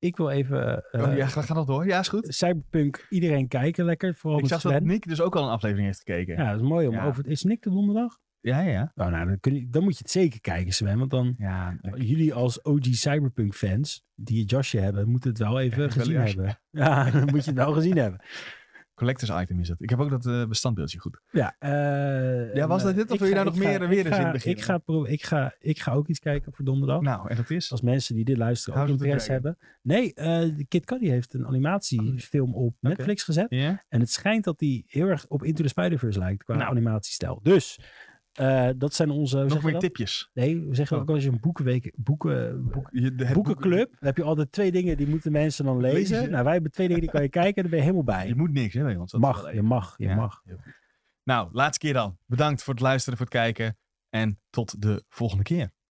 C: Ik wil even eh,
B: oh, ja, ga, ga nog door. Ja, is goed.
C: Cyberpunk iedereen kijken, lekker. Vooral
B: Ik
C: met
B: zag dat
C: Sven.
B: Nick dus ook al een aflevering heeft gekeken. Ja,
C: Ja, dat is mooi om
B: Ja.
C: over. Is Nick de donderdag?
B: ja, ja.
C: Nou, nou dan, kun je, dan moet je het zeker kijken, Sven. Want dan
B: ja
C: jullie als OG Cyberpunk fans die het jasje hebben, moeten het wel even
B: wel
C: gezien
B: jasje.
C: hebben. Ja, dan moet je het wel gezien hebben.
B: collectors item is het. Ik heb ook dat eh, bestandbeeldje goed.
C: Ja, eh,
B: Ja, was
C: en,
B: dat dit?
C: eh,
B: Of
C: ik
B: wil je
C: ga-
B: daar nog
C: ik ga-
B: meer en weer
C: ik
B: eens in
C: ga-
B: beginnen?
C: Ik ga, pro- ik, ga, ik ga ook iets kijken voor donderdag.
B: Nou, en dat is...
C: Als mensen die dit luisteren ook
B: House of the
C: interesse hebben. Nee, eh Kid Cudi heeft een animatiefilm op Netflix gezet.
B: Ja?
C: En het schijnt dat die heel erg op Into the Spider-Verse lijkt qua
B: Nou.
C: animatiestijl. Dus eh, dat zijn onze... hoe zeg
B: Nog
C: je
B: meer
C: dat?
B: tipjes.
C: Nee, we zeggen
B: Oh.
C: ook als je een boekenweek, boeken,
B: Boek- je- de- het
C: boekenclub... Dan heb je altijd twee dingen die moeten mensen dan lezen.
B: Lezen.
C: Nou, wij hebben twee dingen die kan je kijken en dan ben je helemaal bij.
B: boek- Je moet niks, hè, bij ons. Dat is wel
C: mag,
B: leuk.
C: je mag, je
B: Ja.
C: mag.
B: Heel goed. Nou, laatste keer dan. Bedankt voor het luisteren, voor het kijken. En tot de volgende keer.